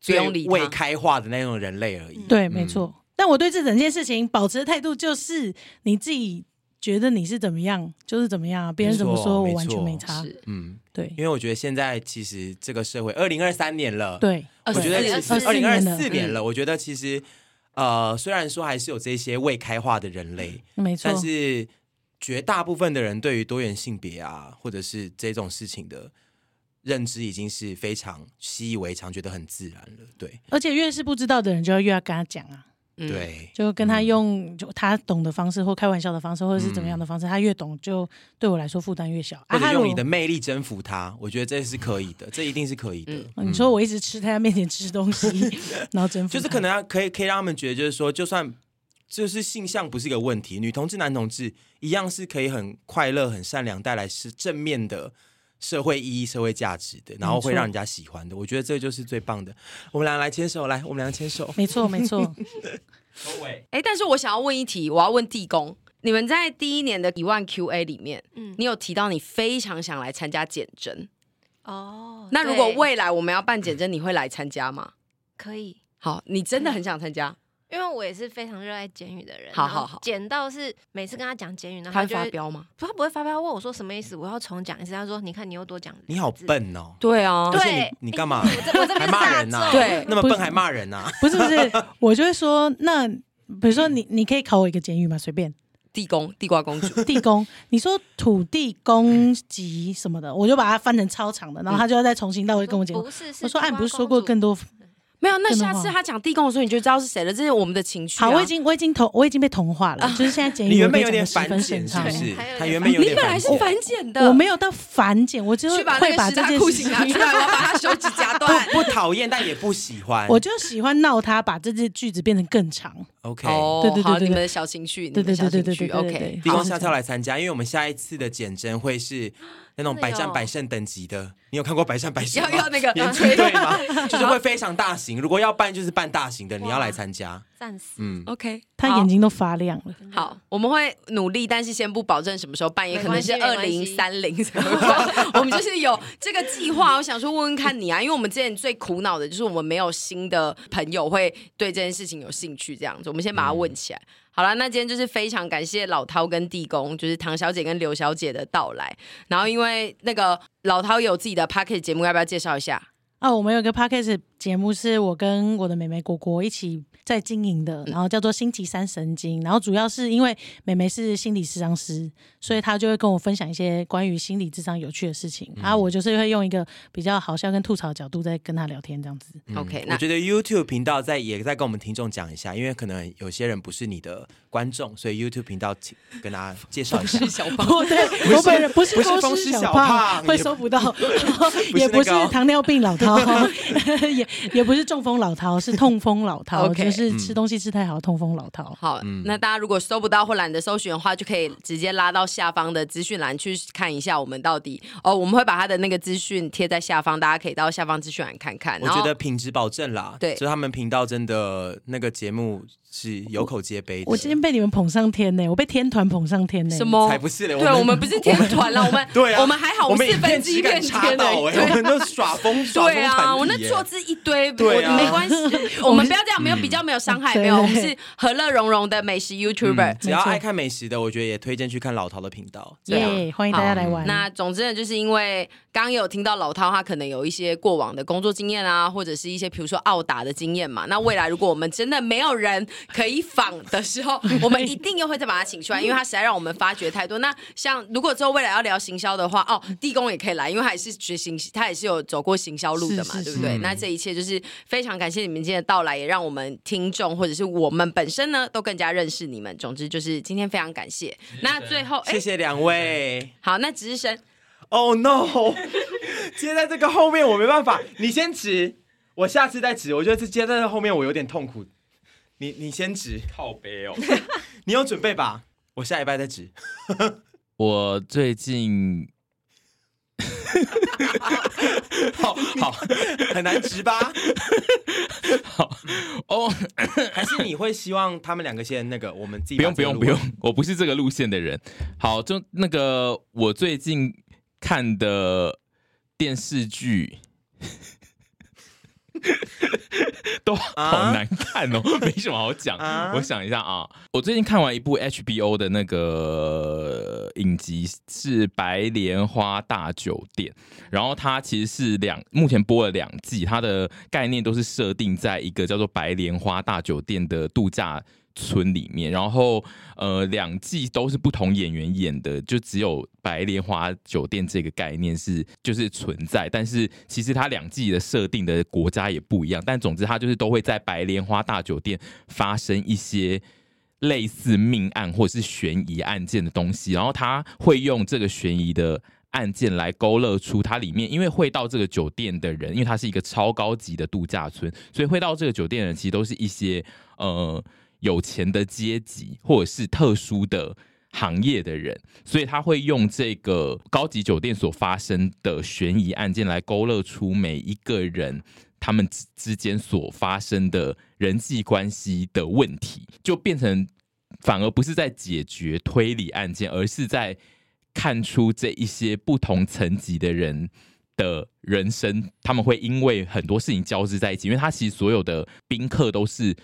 Speaker 2: 最
Speaker 5: 用理他
Speaker 2: 未开化的那种人类而已。
Speaker 6: 对，没错。但我对这整件事情保持的态度就是，你自己觉得你是怎么样，就是怎么样啊，别人怎么
Speaker 2: 没错
Speaker 6: 说我
Speaker 2: 没
Speaker 6: 完全
Speaker 2: 错
Speaker 6: 没差。
Speaker 5: 是
Speaker 2: 嗯，
Speaker 6: 对
Speaker 2: 因为我觉得现在其实这个社会，二零二三年了，，
Speaker 6: 对，
Speaker 2: 我觉得
Speaker 5: 呃
Speaker 2: 其实
Speaker 1: 24
Speaker 2: 二零二四
Speaker 6: 年
Speaker 2: 年了，我觉得其实呃，虽然说还是有这些未开化的人类，
Speaker 6: 没错
Speaker 2: 但。是绝大部分的人对于多元性别啊，或者是这种事情的认知，已经是非常习以为常，觉得很自然了。对、
Speaker 6: 而且越是不知道的人，就要越要跟他讲啊，
Speaker 5: 嗯，
Speaker 2: 对，
Speaker 6: 就跟他用就他懂的方式，或开玩笑的方式，或者是怎么样的方式，他越懂，就对我来说负担越小。
Speaker 2: 嗯或
Speaker 6: 啊，
Speaker 2: 者
Speaker 6: 他
Speaker 2: 用
Speaker 6: 如
Speaker 2: 你的
Speaker 6: 果
Speaker 2: 魅力征服他，我觉得这是可以的，这一定是可以的。
Speaker 5: 嗯
Speaker 6: 哦你说我一直吃在他面前吃东西， 然后征服他，
Speaker 2: 就是可能要可以可以让他们觉得，就是说，就算就是性向不是一个问题，女同志、男同志一样是可以很快乐、很善良，带来是正面的社会意义、社会价值的，然后会
Speaker 6: 没错
Speaker 2: 让人家喜欢的。我觉得这就是最棒的。我们俩来牵手，来，我们俩牵手。
Speaker 6: 没错没错，
Speaker 5: 哎，但是我想要问一题，我要问地公，你们在第一年的一万 QA 里面，
Speaker 1: 嗯
Speaker 5: 你有提到你非常想来参加减征，
Speaker 1: 哦，
Speaker 5: 那如果
Speaker 1: 对
Speaker 5: 未来我们要办减征，你会来参加吗？
Speaker 1: 可以，
Speaker 5: 好，你真的很想参加，
Speaker 1: 因为我也是非常热爱简语的人，
Speaker 5: 好好
Speaker 1: 然后
Speaker 5: 好
Speaker 1: 简到是每次跟他讲简语，然后
Speaker 5: 他
Speaker 1: 他
Speaker 5: 会
Speaker 1: 就会
Speaker 5: 发，飙吗？
Speaker 1: 他不会发飙，问我说什么意思，我要重讲一次。他说：“你看你又多讲，
Speaker 2: 你好，笨哦！
Speaker 5: 对啊
Speaker 2: 而
Speaker 1: 对
Speaker 2: 且你你干嘛？
Speaker 1: 我这我这
Speaker 2: 还
Speaker 1: 边
Speaker 2: 骂人呐、啊
Speaker 1: 呐，
Speaker 5: 对
Speaker 2: 那么
Speaker 6: 不
Speaker 2: 笨
Speaker 6: 是哎
Speaker 2: 还骂人啊呐、
Speaker 6: 不是不是，我就会说，那比如说你你可以考我一个监狱吗？随便。
Speaker 5: 地公、地瓜公主，
Speaker 6: 地公，你说土地公及什么的，我就把它翻成超长的，然后他就要再重新到位跟我讲。
Speaker 1: 不是，是
Speaker 6: 我说，哎，你
Speaker 1: 花
Speaker 6: 不是
Speaker 1: 公
Speaker 6: 说过
Speaker 1: 主
Speaker 6: 更多？
Speaker 5: 没有，那
Speaker 6: 真的
Speaker 5: 下次
Speaker 6: 吗
Speaker 5: 他讲地公的时候，你就知道是谁了。这是我们的情绪、啊。啊
Speaker 6: 好，我已经我已经同我已经被同化了，就是现在 简
Speaker 2: 你
Speaker 6: 语
Speaker 2: 原
Speaker 6: 我可
Speaker 2: 本
Speaker 6: 以
Speaker 2: 有
Speaker 6: 讲
Speaker 2: 点
Speaker 6: 的十
Speaker 2: 反
Speaker 6: 分
Speaker 2: 减，是
Speaker 6: 顺畅
Speaker 2: 不。
Speaker 1: 对
Speaker 2: 是
Speaker 1: 还有？
Speaker 2: 他
Speaker 1: 点
Speaker 2: 原本有
Speaker 5: 你
Speaker 2: 点
Speaker 5: 本
Speaker 2: 反
Speaker 5: 来是
Speaker 2: 减
Speaker 5: 反剪的，
Speaker 6: 我没有到反减，我就是
Speaker 5: 去把那
Speaker 6: 会把
Speaker 5: 个十
Speaker 6: 这
Speaker 5: 大
Speaker 6: 件
Speaker 5: 酷
Speaker 6: 事
Speaker 5: 刑拿出
Speaker 6: 情，
Speaker 5: 来，我要把他手指夹断。
Speaker 2: 不不讨厌，但也不喜欢。
Speaker 6: 我就喜欢闹他，把这句句子变成更长。
Speaker 2: OK，
Speaker 5: 哦，
Speaker 6: 对对对
Speaker 5: 好，
Speaker 6: 对对
Speaker 5: 你们的小情绪，你
Speaker 6: 对
Speaker 5: 们的
Speaker 6: 对
Speaker 5: 小情
Speaker 6: 对对对
Speaker 5: 绪
Speaker 6: 对对对
Speaker 5: ，OK
Speaker 6: 对。
Speaker 2: 地
Speaker 5: 好
Speaker 2: 光下次要来参加，因为我们下一次的减真会是那种百战百胜等级的。你有看过百战百胜吗？
Speaker 5: 要要那个
Speaker 1: 啊
Speaker 2: 演出队 吗？就是会非常大型。如果要办，就是办大型的，你要来参加。
Speaker 1: 战死。
Speaker 2: 嗯，
Speaker 5: OK，
Speaker 6: 他眼睛都发亮了，
Speaker 5: 好，我们会努力，但是先不保证什么时候办，也可能是
Speaker 1: 嗯没
Speaker 5: 二
Speaker 1: 关系
Speaker 5: 零
Speaker 1: 没
Speaker 5: 三零。 我们就是有这个计划，我想说问问看你啊，因为我们之前最苦恼的就是我们没有新的朋友会对这件事情有兴趣，这样子，我们先把它问起来。
Speaker 1: 嗯
Speaker 5: 好了，那今天就是非常感谢老涛跟地公，就是唐小姐跟刘小姐的到来。然后因为那个老涛有自己的 p a c k e t 节目，要不要介绍一下？
Speaker 6: 啊，我们有个 podcast 节目是我跟我的妹妹果果一起在经营的，然后叫做星期三神经，然后主要是因为妹妹是心理智商师，所以她就会跟我分享一些关于心理智商有趣的事情，
Speaker 5: 嗯
Speaker 6: 然后我就是会用一个比较好笑跟吐槽的角度在跟她聊天这样子。
Speaker 5: OK，
Speaker 2: 嗯我
Speaker 5: 那
Speaker 2: 觉得 YouTube 频道在也在跟我们听众讲一下，因为可能有些人不是你的观众，所以 YouTube 频道请跟大家介绍一 下。
Speaker 5: 小
Speaker 6: 哦，对，我本人不是
Speaker 2: 不是
Speaker 6: 风
Speaker 2: 风
Speaker 6: 湿
Speaker 2: 湿
Speaker 6: 小
Speaker 2: 小
Speaker 6: 胖，
Speaker 2: 胖
Speaker 6: 会
Speaker 2: 也
Speaker 6: 收不到，
Speaker 2: 不
Speaker 6: 也
Speaker 2: 是
Speaker 6: 不是
Speaker 2: 那个哦
Speaker 6: 糖尿病老饕，也也不是中风老饕，是痛风老饕，
Speaker 5: OK
Speaker 6: 就是吃东西吃太好，痛风老饕。
Speaker 5: 好，
Speaker 2: 嗯
Speaker 5: 那大家如果搜不到或懒得搜寻的话，就可以直接拉到下方的资讯栏去看一下我们到底哦，我们会把他的那个资讯贴在下方，大家可以到下方资讯栏看看。
Speaker 2: 我
Speaker 5: 然后
Speaker 2: 觉得品质保证啦，
Speaker 5: 对
Speaker 2: 就是他们频道真的那个节目是有口皆碑的。
Speaker 6: 我今天被你们捧上天呢，我被天团捧上天呢。
Speaker 5: 什？么
Speaker 2: 才不是嘞，
Speaker 5: 哦对，我们不是天团了，我们
Speaker 2: 对啊，
Speaker 5: 我们还好，
Speaker 2: 我
Speaker 5: 们
Speaker 2: 们
Speaker 5: 四分之一
Speaker 2: 质
Speaker 5: 片
Speaker 2: 感
Speaker 5: 天
Speaker 2: 差
Speaker 5: 的
Speaker 2: 到，哎，我们都耍 疯耍疯
Speaker 5: 对啊，
Speaker 2: 团
Speaker 5: 我那
Speaker 2: 体耶
Speaker 5: 坐姿一堆，
Speaker 2: 对啊
Speaker 5: 我没关系，我们不要这样，没有比较，没有伤害，没有，
Speaker 6: 对
Speaker 5: 我们是和乐融融的美食 YouTuber
Speaker 2: 嗯。只要
Speaker 6: 没错
Speaker 2: 爱看美食的，我觉得也推荐去看老陶的频道。
Speaker 5: 对啊
Speaker 6: 耶！欢迎大家来玩。
Speaker 5: 那总之呢，就是因为刚刚有听到老涛他可能有一些过往的工作经验啊，或者是一些比如说澳打的经验嘛。那未来如果我们真的没有人可以访的时候，我们一定又会再把他请出来，因为他实在让我们发掘太多。那像如果之后未来要聊行销的话，哦，地公也可以来，因为他也是学行，他也是有走过行销路的嘛，
Speaker 6: 是是
Speaker 5: 对不对？那这一切就是非常感谢你们今天的到来，也让我们听众或者是我们本身呢都更加认识你们。总之就是今天非常感谢。那最后，哎
Speaker 2: 谢，谢两位。
Speaker 5: 好，那值日生。
Speaker 2: Oh no！接在这个后面我没办法，你先指，我下次再指。我觉得这接在这后面我有点痛苦。你你先指，
Speaker 7: 靠背哦，
Speaker 2: 你有准备吧？我下礼拜再 指。
Speaker 3: 我最近
Speaker 2: 好好，很难指吧？
Speaker 3: 哦，
Speaker 2: 还是你会希望他们两个先那个，我们自己
Speaker 3: 不
Speaker 2: 把
Speaker 3: 用不
Speaker 2: 这个
Speaker 3: 用
Speaker 2: 录
Speaker 3: 不用
Speaker 2: 完，
Speaker 3: 我不是这个路线的人。好，就那个我最近看的电视剧。 都好难看哦，没什么好讲。
Speaker 2: 啊
Speaker 3: 我想一下啊，我最近看完一部 HBO 的那个影集是《白莲花大酒店》，然后它其实是两目前播了两季，它的概念都是设定在一个叫做白莲花大酒店的度假村里面，然后呃两季都是不同演员演的，就只有白莲花酒店这个概念是就是存在，但是其实它两季的设定的国家也不一样，但总之它就是都会在白莲花大酒店发生一些。类似命案或是悬疑案件的东西，然后他会用这个悬疑的案件来勾勒出它里面，因为会到这个酒店的人，因为它是一个超高级的度假村，所以会到这个酒店的人其实都是一些呃有钱的阶级或者是特殊的。行业的人，所以他会用这个高级酒店所发生的悬疑案件来勾勒出每一个人他们之之间所发生的人际关系的问题，就变成反而不是在解决推理案件，而是在看出这一些不同层级的人的人生，他们会因为很多事情交织在一起，因为他其实所有的宾客都是。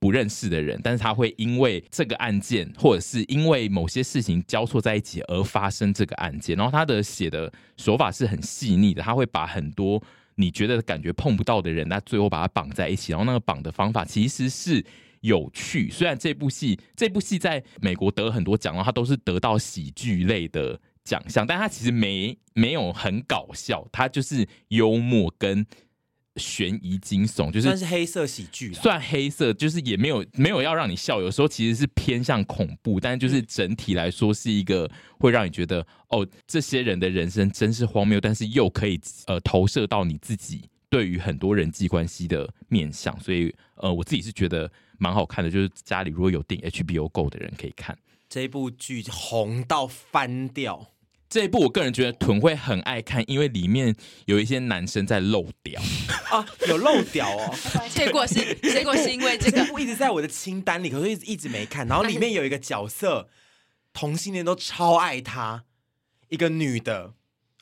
Speaker 3: 不认识的人，但是他会因为这个案件，或者是因为某些事情交错在一起而发生这个案件。然后他的写的手法是很细腻的，他会把很多你觉得感觉碰不到的人，那最后把它绑在一起。然后那个绑的方法其实是有趣。虽然这部戏这部戏在美国得很多奖，然后它都是得到喜剧类的奖项，但它其实没没有很搞笑，它就是幽默跟悬疑惊悚，就是
Speaker 2: 算是黑色喜剧啦。
Speaker 3: 算黑色，就是也没有没有要让你笑，有时候其实是偏向恐怖，但就是整体来说是一个会让你觉得哦，这些人的人生真是荒谬，但是又可以呃投射到你自己对于很多人际关系的面向，所以呃我自己是觉得蛮好看的，就是家里如果有订 HBO Go 的人可以看。
Speaker 2: 这一部剧红到翻掉，
Speaker 3: 这一部我个人觉得屯会很爱看，因为里面有一些男生在漏屌，
Speaker 2: 啊，有漏屌 哦。
Speaker 5: 结果是结果是因为这
Speaker 2: 这
Speaker 5: 个
Speaker 2: 部一直在我的清单里，可是一直一直没看。然后里面有一个角色，同性恋都超爱她，一个女的，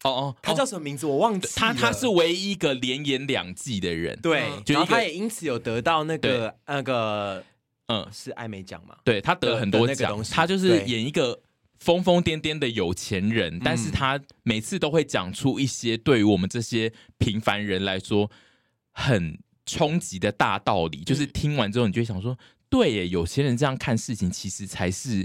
Speaker 3: 哦哦，
Speaker 2: 她叫什么名字我忘记了。
Speaker 3: 他他是唯一一个连演两季的人，
Speaker 2: 对
Speaker 5: 嗯，
Speaker 3: 就
Speaker 2: 然后
Speaker 3: 一个
Speaker 2: 她也因此有得到那个那个
Speaker 3: 嗯，
Speaker 2: 是艾美奖嘛？
Speaker 3: 对他得了很多
Speaker 2: 的那个
Speaker 3: 奖
Speaker 2: 东，西
Speaker 3: 他就是
Speaker 2: 对
Speaker 3: 演一个疯疯癫癫的有钱人，但
Speaker 2: 嗯
Speaker 3: 是他每次都会讲出一些对于我们这些平凡人来说很冲击的大道理，
Speaker 2: 嗯
Speaker 3: 就是听完之后，你就会想说，对耶，有些人这样看事情，其实才是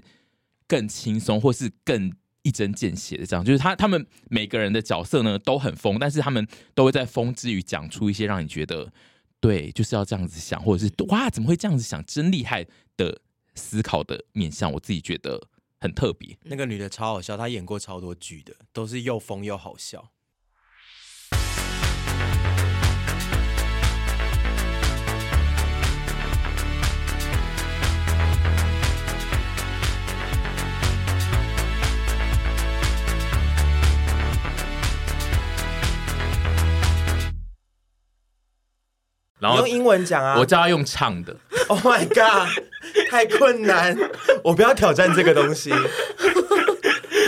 Speaker 3: 更轻松，或是更一针见血的。这样，就是他他们每个人的角色呢都很疯，但是他们都会在疯之余讲出一些让你觉得对，就是要这样子想，或者是哇，怎么会这样子想，真厉害的思考的面向，我自己觉得很特别。
Speaker 2: 那个女的超好笑，她演过超多剧的，都是又疯又好笑。
Speaker 3: 然
Speaker 2: 你
Speaker 3: 后
Speaker 2: 用英文讲啊！
Speaker 3: 我叫他用唱的，
Speaker 2: Oh my god，太困难，我不要挑战这个东 西。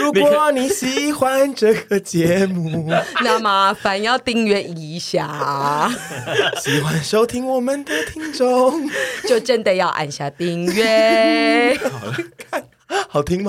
Speaker 2: 如果你喜欢这个节目，
Speaker 5: 那麻烦要订阅一下，
Speaker 2: 喜欢收听我们的听众，
Speaker 5: 就真的要按下订阅。
Speaker 2: 好听吗？